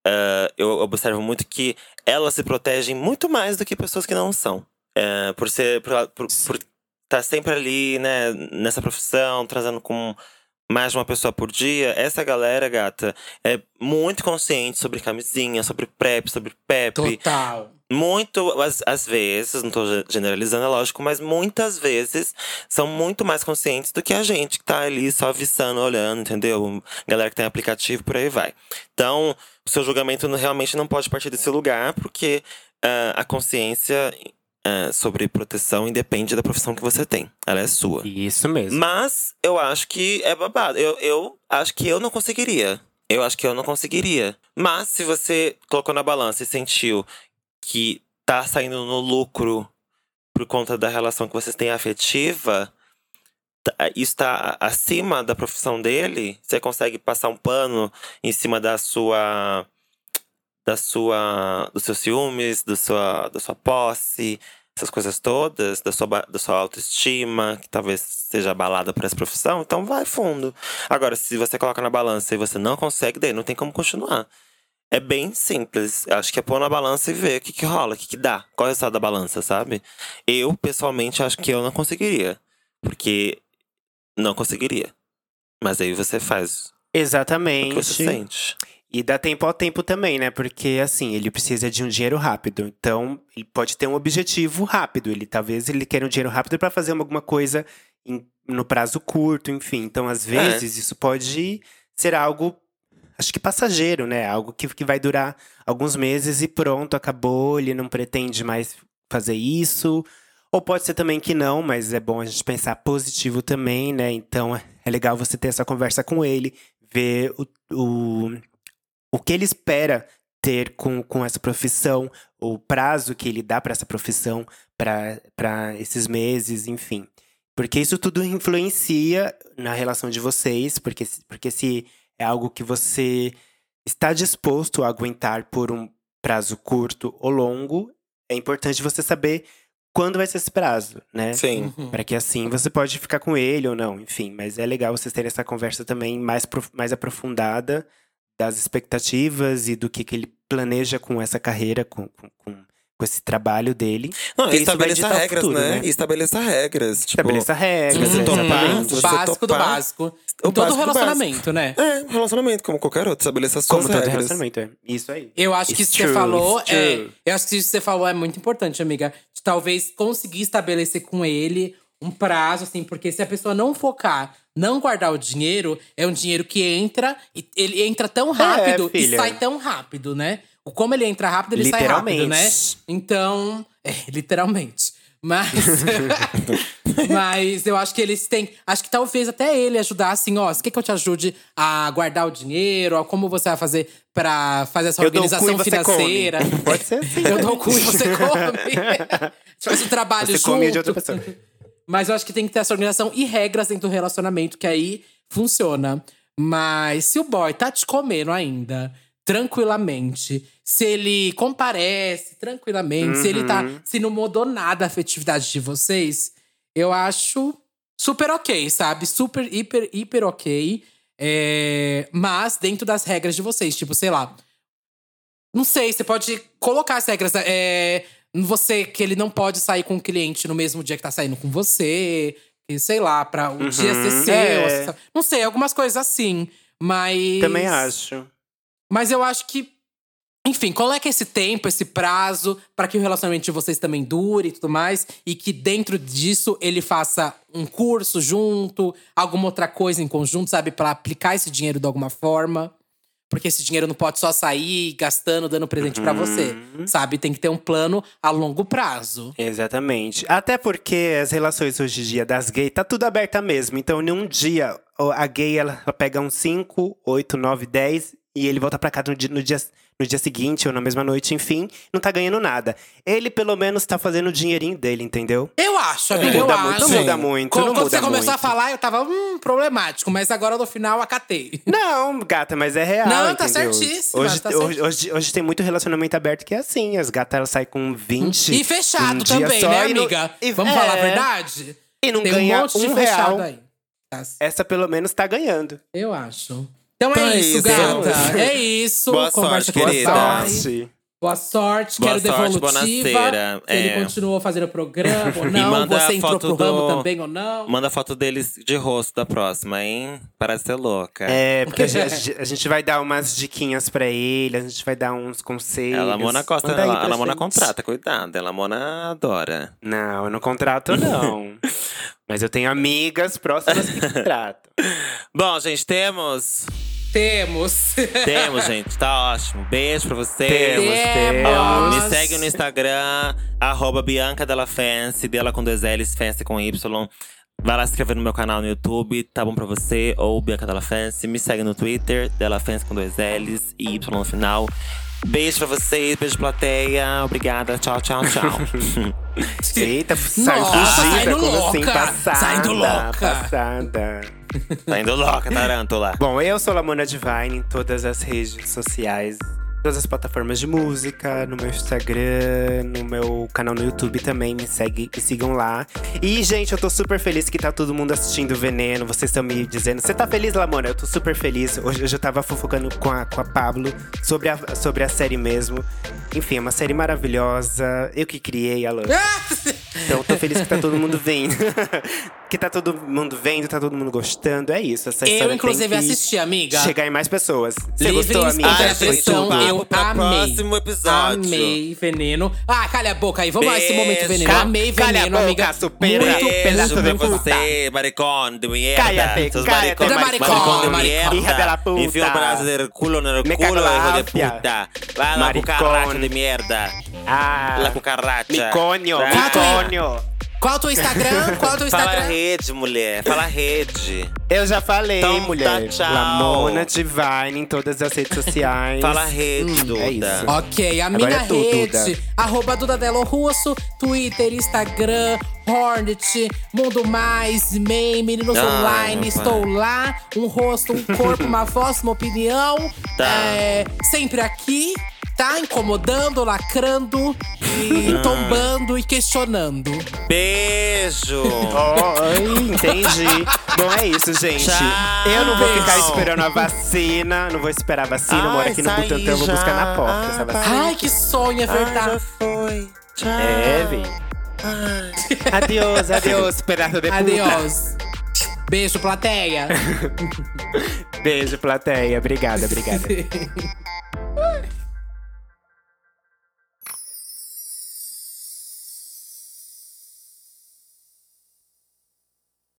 [SPEAKER 3] ah, eu observo muito que elas se protegem muito mais do que pessoas que não são. Eh, por ser. Por, por, por tá sempre ali, né, nessa profissão, trazendo com mais de uma pessoa por dia. Essa galera, gata, é muito consciente sobre camisinha, sobre PrEP, sobre PEP.
[SPEAKER 2] Total.
[SPEAKER 3] Muito, às, às vezes, não tô ge- generalizando, é lógico, mas muitas vezes são muito mais conscientes do que a gente que tá ali só viçando, olhando, entendeu? Galera que tem aplicativo, por aí vai. Então, o seu julgamento não- realmente não pode partir desse lugar, porque ah, a consciência ah, sobre proteção independe da profissão que você tem. Ela é sua.
[SPEAKER 1] Isso mesmo.
[SPEAKER 3] Mas eu acho que é babado. Eu, eu acho que eu não conseguiria. Eu acho que eu não conseguiria. Mas se você colocou na balança e sentiu que tá saindo no lucro por conta da relação que vocês têm afetiva, tá- isso tá a- acima da profissão dele, você consegue passar um pano em cima da sua. Da sua. dos seus ciúmes, da sua, da sua posse essas coisas todas, da sua, ba- da sua autoestima, que talvez seja abalada por essa profissão, então vai fundo. Agora, se você coloca na balança e você não consegue, daí não tem como continuar. É bem simples. Acho que é pôr na balança e ver o que, que rola, o que, que dá, qual é o resultado da balança, sabe? Eu, pessoalmente, acho que eu não conseguiria. Porque não conseguiria. Mas aí você faz o que você
[SPEAKER 1] Exatamente.
[SPEAKER 3] sente.
[SPEAKER 1] E dá tempo ao tempo também, né? Porque assim, ele precisa de um dinheiro rápido. Então, ele pode ter um objetivo rápido. Ele talvez ele queira um dinheiro rápido pra fazer alguma coisa em- no prazo curto, enfim. Então, às vezes, isso pode ser algo acho que passageiro, né? Algo que, que vai durar alguns meses e pronto, acabou, ele não pretende mais fazer isso. Ou pode ser também que não, mas é bom a gente pensar positivo também, né? Então é legal você ter essa conversa com ele, ver o, o, o que ele espera ter com, com essa profissão, o prazo que ele dá para essa profissão, para esses meses, enfim. Porque isso tudo influencia na relação de vocês, porque, se- porque se é algo que você está disposto a aguentar por um prazo curto ou longo, é importante você saber quando vai ser esse prazo, né?
[SPEAKER 3] Sim.
[SPEAKER 2] Uhum.
[SPEAKER 1] Para que assim você pode ficar com ele ou não, enfim. Mas é legal vocês terem essa conversa também mais, prof- mais aprofundada das expectativas e do que, que ele planeja com essa carreira, com, com, com, com esse trabalho dele.
[SPEAKER 2] Tipo,
[SPEAKER 6] Não,
[SPEAKER 1] Porque
[SPEAKER 6] e
[SPEAKER 1] isso vai
[SPEAKER 6] estabeleça
[SPEAKER 1] ditar o
[SPEAKER 6] regras,
[SPEAKER 1] futuro,
[SPEAKER 6] né?
[SPEAKER 1] né?
[SPEAKER 6] E estabeleça regras. Tipo,
[SPEAKER 1] Estabeleça regras,
[SPEAKER 6] você topar,
[SPEAKER 1] né? exatamente.
[SPEAKER 6] se você
[SPEAKER 2] Uhum. básico do
[SPEAKER 6] topar,
[SPEAKER 2] básico.
[SPEAKER 6] o
[SPEAKER 2] Em todo
[SPEAKER 6] básico do
[SPEAKER 2] relacionamento, né?
[SPEAKER 6] É, relacionamento, como qualquer outro. Estabeleça as suas
[SPEAKER 1] Como todo
[SPEAKER 6] regras.
[SPEAKER 1] relacionamento, é. Isso aí.
[SPEAKER 2] Eu acho que
[SPEAKER 1] It's
[SPEAKER 2] isso que você
[SPEAKER 1] true,
[SPEAKER 2] falou
[SPEAKER 1] it's
[SPEAKER 2] é.
[SPEAKER 1] true.
[SPEAKER 2] Eu acho que isso que você falou é muito importante, amiga. De talvez conseguir estabelecer com ele um prazo, assim, porque se a pessoa não focar, não guardar o dinheiro, é um dinheiro que entra, e ele entra tão rápido e
[SPEAKER 1] É, filha.
[SPEAKER 2] sai tão rápido, né? O Como ele entra rápido, ele sai rápido, né?
[SPEAKER 1] Literalmente.
[SPEAKER 2] Então, é, literalmente. Mas. Mas eu acho que eles têm. Acho que talvez até ele ajudar, assim, ó, você quer que eu te ajude a guardar o dinheiro, a como você vai fazer pra fazer essa
[SPEAKER 1] Eu dou o cu e
[SPEAKER 2] organização
[SPEAKER 1] você
[SPEAKER 2] financeira.
[SPEAKER 1] come. Pode ser assim.
[SPEAKER 2] Eu dou o cu e você come. A gente faz o trabalho
[SPEAKER 1] Você
[SPEAKER 2] junto.
[SPEAKER 1] come é de outra pessoa.
[SPEAKER 2] Mas eu acho que tem que ter essa organização e regras dentro do relacionamento, que aí funciona. Mas se o boy tá te comendo ainda, tranquilamente, se ele comparece tranquilamente, se ele
[SPEAKER 1] Uhum.
[SPEAKER 2] tá. Se não mudou nada a afetividade de vocês, eu acho super ok, sabe? Super, hiper, hiper ok. É, mas dentro das regras de vocês, tipo, sei lá, não sei, você pode colocar as regras. É, você que ele não pode sair com o cliente no mesmo dia que tá saindo com você. Que, sei lá, pra o dia ser seu.
[SPEAKER 1] é.
[SPEAKER 2] essa- Não sei, algumas coisas assim. Mas.
[SPEAKER 1] Também acho.
[SPEAKER 2] Mas eu acho que. Enfim, coloca esse tempo, esse prazo, pra que o relacionamento de vocês também dure e tudo mais. E que dentro disso ele faça um curso junto, alguma outra coisa em conjunto, sabe? Pra aplicar esse dinheiro de alguma forma. Porque esse dinheiro não pode só sair gastando, dando presente pra você.
[SPEAKER 1] Uhum.
[SPEAKER 2] Sabe? Tem que ter um plano a longo prazo.
[SPEAKER 1] Exatamente. Até porque as relações hoje em dia das gays tá tudo aberta mesmo. Então, num dia, um o- a gay ela ela pega um 5, 8, 9, 10 e ele volta pra cá no dia, no dia, no dia seguinte ou na mesma noite, enfim, não tá ganhando nada. Ele, pelo menos, tá fazendo o dinheirinho dele, entendeu?
[SPEAKER 2] Eu acho, amiga, eu
[SPEAKER 1] Muda
[SPEAKER 2] acho.
[SPEAKER 1] muito, não muda muito,
[SPEAKER 2] Quando,
[SPEAKER 1] não
[SPEAKER 2] quando
[SPEAKER 1] muda
[SPEAKER 2] você começou
[SPEAKER 1] muito.
[SPEAKER 2] a falar, eu tava, hum, problemático. Mas agora no final, acatei.
[SPEAKER 1] Não, gata, mas é real.
[SPEAKER 2] Não, tá
[SPEAKER 1] entendeu?
[SPEAKER 2] certíssima,
[SPEAKER 1] Hoje,
[SPEAKER 2] tá
[SPEAKER 1] hoje, hoje, hoje tem muito relacionamento aberto que é assim. As gatas elas saem com 20.
[SPEAKER 2] E fechado
[SPEAKER 1] um dia
[SPEAKER 2] também,
[SPEAKER 1] só,
[SPEAKER 2] né,
[SPEAKER 1] e não-
[SPEAKER 2] amiga?
[SPEAKER 1] e-
[SPEAKER 2] Vamos falar a
[SPEAKER 1] é,
[SPEAKER 2] verdade?
[SPEAKER 1] E não
[SPEAKER 2] Tem
[SPEAKER 1] ganha
[SPEAKER 2] um monte de fechado
[SPEAKER 1] real.
[SPEAKER 2] aí. Tá
[SPEAKER 1] Essa pelo menos tá ganhando.
[SPEAKER 2] Eu acho. Então
[SPEAKER 3] Então
[SPEAKER 2] é
[SPEAKER 3] é
[SPEAKER 2] isso,
[SPEAKER 3] isso.
[SPEAKER 2] gata.
[SPEAKER 1] então.
[SPEAKER 2] É isso.
[SPEAKER 3] Boa
[SPEAKER 2] Conversa
[SPEAKER 3] sorte,
[SPEAKER 2] com a
[SPEAKER 3] querida.
[SPEAKER 2] Sai.
[SPEAKER 1] Sorte.
[SPEAKER 2] Boa sorte.
[SPEAKER 3] Boa
[SPEAKER 2] Quero
[SPEAKER 3] sorte,
[SPEAKER 2] devolutiva.
[SPEAKER 3] bonaceira.
[SPEAKER 2] Se ele
[SPEAKER 3] É.
[SPEAKER 2] continuou fazendo o programa ou não.
[SPEAKER 3] manda
[SPEAKER 2] você
[SPEAKER 3] a
[SPEAKER 2] entrou pro
[SPEAKER 3] foto
[SPEAKER 2] ramo
[SPEAKER 3] do-
[SPEAKER 2] também ou não.
[SPEAKER 3] Manda foto deles de rosto da próxima, hein? Para de ser louca.
[SPEAKER 1] É, porque a gente, a gente vai dar umas diquinhas pra ele, a gente vai dar uns conselhos.
[SPEAKER 3] Ela mona Costa,
[SPEAKER 1] Manda aí
[SPEAKER 3] ela,
[SPEAKER 1] pra
[SPEAKER 3] ela mona
[SPEAKER 1] gente.
[SPEAKER 3] contrata, cuidado. Ela mona adora.
[SPEAKER 1] Não, eu não contrato, não. Mas eu tenho amigas próximas que contratam.
[SPEAKER 3] Bom, gente, temos.
[SPEAKER 2] Temos.
[SPEAKER 3] Temos, gente. Tá ótimo. Beijo pra vocês.
[SPEAKER 1] Temos,
[SPEAKER 2] É
[SPEAKER 1] temos.
[SPEAKER 3] É, Ó,
[SPEAKER 2] Nossa.
[SPEAKER 3] me segue no Instagram, arroba Bianca Della Fancy, dela com dois L's, Fancy com Y. Vai lá se inscrever no meu canal no YouTube, tá bom pra você, ou Bianca Della Fancy. Me segue no Twitter, Della Fancy com dois L's e Y no final. Beijo pra vocês, beijo plateia. Obrigada, tchau, tchau, tchau.
[SPEAKER 1] Eita, saiu
[SPEAKER 2] Nossa,
[SPEAKER 1] fugida,
[SPEAKER 2] saindo
[SPEAKER 1] como assim?
[SPEAKER 2] louca,
[SPEAKER 1] Passada,
[SPEAKER 2] saindo louca.
[SPEAKER 1] passada.
[SPEAKER 3] tá indo louca, tarântula.
[SPEAKER 1] Bom, eu sou Lamona Divine em todas as redes sociais, todas as plataformas de música, no meu Instagram, no meu canal no YouTube também, me, segue, me sigam lá. E, gente, eu tô super feliz que tá todo mundo assistindo o Veneno, vocês estão me dizendo. Você tá feliz, Lamona? Eu tô super feliz. Hoje eu já tava fofocando com a, com a Pablo sobre a, sobre a série mesmo. Enfim, é uma série maravilhosa. Eu que criei a Lana.
[SPEAKER 2] Ah,
[SPEAKER 1] Então tô feliz que tá todo mundo vendo. que tá todo mundo vendo, tá todo mundo gostando. É isso. Essa
[SPEAKER 2] Eu,
[SPEAKER 1] história
[SPEAKER 2] inclusive,
[SPEAKER 1] tem que
[SPEAKER 2] assisti, amiga.
[SPEAKER 1] Chegar em mais pessoas. Você
[SPEAKER 2] Livre
[SPEAKER 1] gostou,
[SPEAKER 2] e
[SPEAKER 1] amiga?
[SPEAKER 2] espontânea
[SPEAKER 1] Foi
[SPEAKER 2] pressão,
[SPEAKER 1] tudo.
[SPEAKER 2] eu
[SPEAKER 3] Pra
[SPEAKER 2] amei.
[SPEAKER 3] próximo episódio.
[SPEAKER 2] Amei, veneno. Ah, calha a boca aí. Vamos lá esse
[SPEAKER 3] Beijo.
[SPEAKER 2] momento, veneno. Amei,
[SPEAKER 1] Calha a
[SPEAKER 2] veneno,
[SPEAKER 1] boca,
[SPEAKER 2] amiga.
[SPEAKER 1] supera.
[SPEAKER 2] Muito
[SPEAKER 3] Beijo pra
[SPEAKER 1] pedaço de
[SPEAKER 3] você, maricón de mierda.
[SPEAKER 1] Cállate,
[SPEAKER 3] Seus
[SPEAKER 1] cállate,
[SPEAKER 3] maricones,
[SPEAKER 2] maricón,
[SPEAKER 3] maricón de
[SPEAKER 2] maricón.
[SPEAKER 3] mierda.
[SPEAKER 1] Hija de la puta.
[SPEAKER 3] Enfia o braço del culo en el
[SPEAKER 1] Me cago
[SPEAKER 3] culo,
[SPEAKER 1] en la
[SPEAKER 3] hijo de
[SPEAKER 1] hostia.
[SPEAKER 3] puta. Vai lá,
[SPEAKER 1] Maricón.
[SPEAKER 3] cucaracha de mierda.
[SPEAKER 1] Ah,
[SPEAKER 3] La cucaracha.
[SPEAKER 1] Micônio,
[SPEAKER 3] Tá?
[SPEAKER 1] Micônio.
[SPEAKER 2] Qual o teu Instagram? Qual o teu
[SPEAKER 3] Fala
[SPEAKER 2] Instagram?
[SPEAKER 3] rede, mulher. Fala rede.
[SPEAKER 1] Eu já falei,
[SPEAKER 3] Então tá,
[SPEAKER 1] mulher.
[SPEAKER 3] tchau.
[SPEAKER 1] Lamona Divine em todas as redes sociais.
[SPEAKER 3] Fala rede,
[SPEAKER 1] é
[SPEAKER 3] Duda.
[SPEAKER 1] isso.
[SPEAKER 2] Ok, a minha
[SPEAKER 1] é tu,
[SPEAKER 2] rede,
[SPEAKER 1] Duda.
[SPEAKER 2] arroba Duda Delo Russo, Twitter, Instagram, Hornet, Mundo Mais, MEI, Meninos
[SPEAKER 3] Ai,
[SPEAKER 2] Online,
[SPEAKER 3] meu
[SPEAKER 2] estou
[SPEAKER 3] pai.
[SPEAKER 2] lá. Um rosto, um corpo, uma voz, uma opinião.
[SPEAKER 3] Tá.
[SPEAKER 2] É, sempre aqui, tá? Incomodando, lacrando, e
[SPEAKER 3] Ah.
[SPEAKER 2] tombando e questionando.
[SPEAKER 3] Beijo.
[SPEAKER 1] Oh, ai, entendi. Bom, é isso, gente.
[SPEAKER 3] Tchau.
[SPEAKER 1] Eu não vou ficar
[SPEAKER 3] Beijo.
[SPEAKER 1] esperando a vacina. Não vou esperar a vacina. Eu moro
[SPEAKER 3] Ai,
[SPEAKER 1] aqui no
[SPEAKER 3] saí
[SPEAKER 1] Butantã, eu vou
[SPEAKER 3] já.
[SPEAKER 1] buscar na porta essa
[SPEAKER 3] Ah,
[SPEAKER 1] vacina.
[SPEAKER 2] Ai, que sonho, é
[SPEAKER 3] Ai, já
[SPEAKER 2] verdade.
[SPEAKER 3] foi. Tchau.
[SPEAKER 1] É, vi. Adeus, adeus, pedaço de puta.
[SPEAKER 2] Adeus. Beijo, plateia.
[SPEAKER 1] Beijo, plateia. Obrigada, obrigada.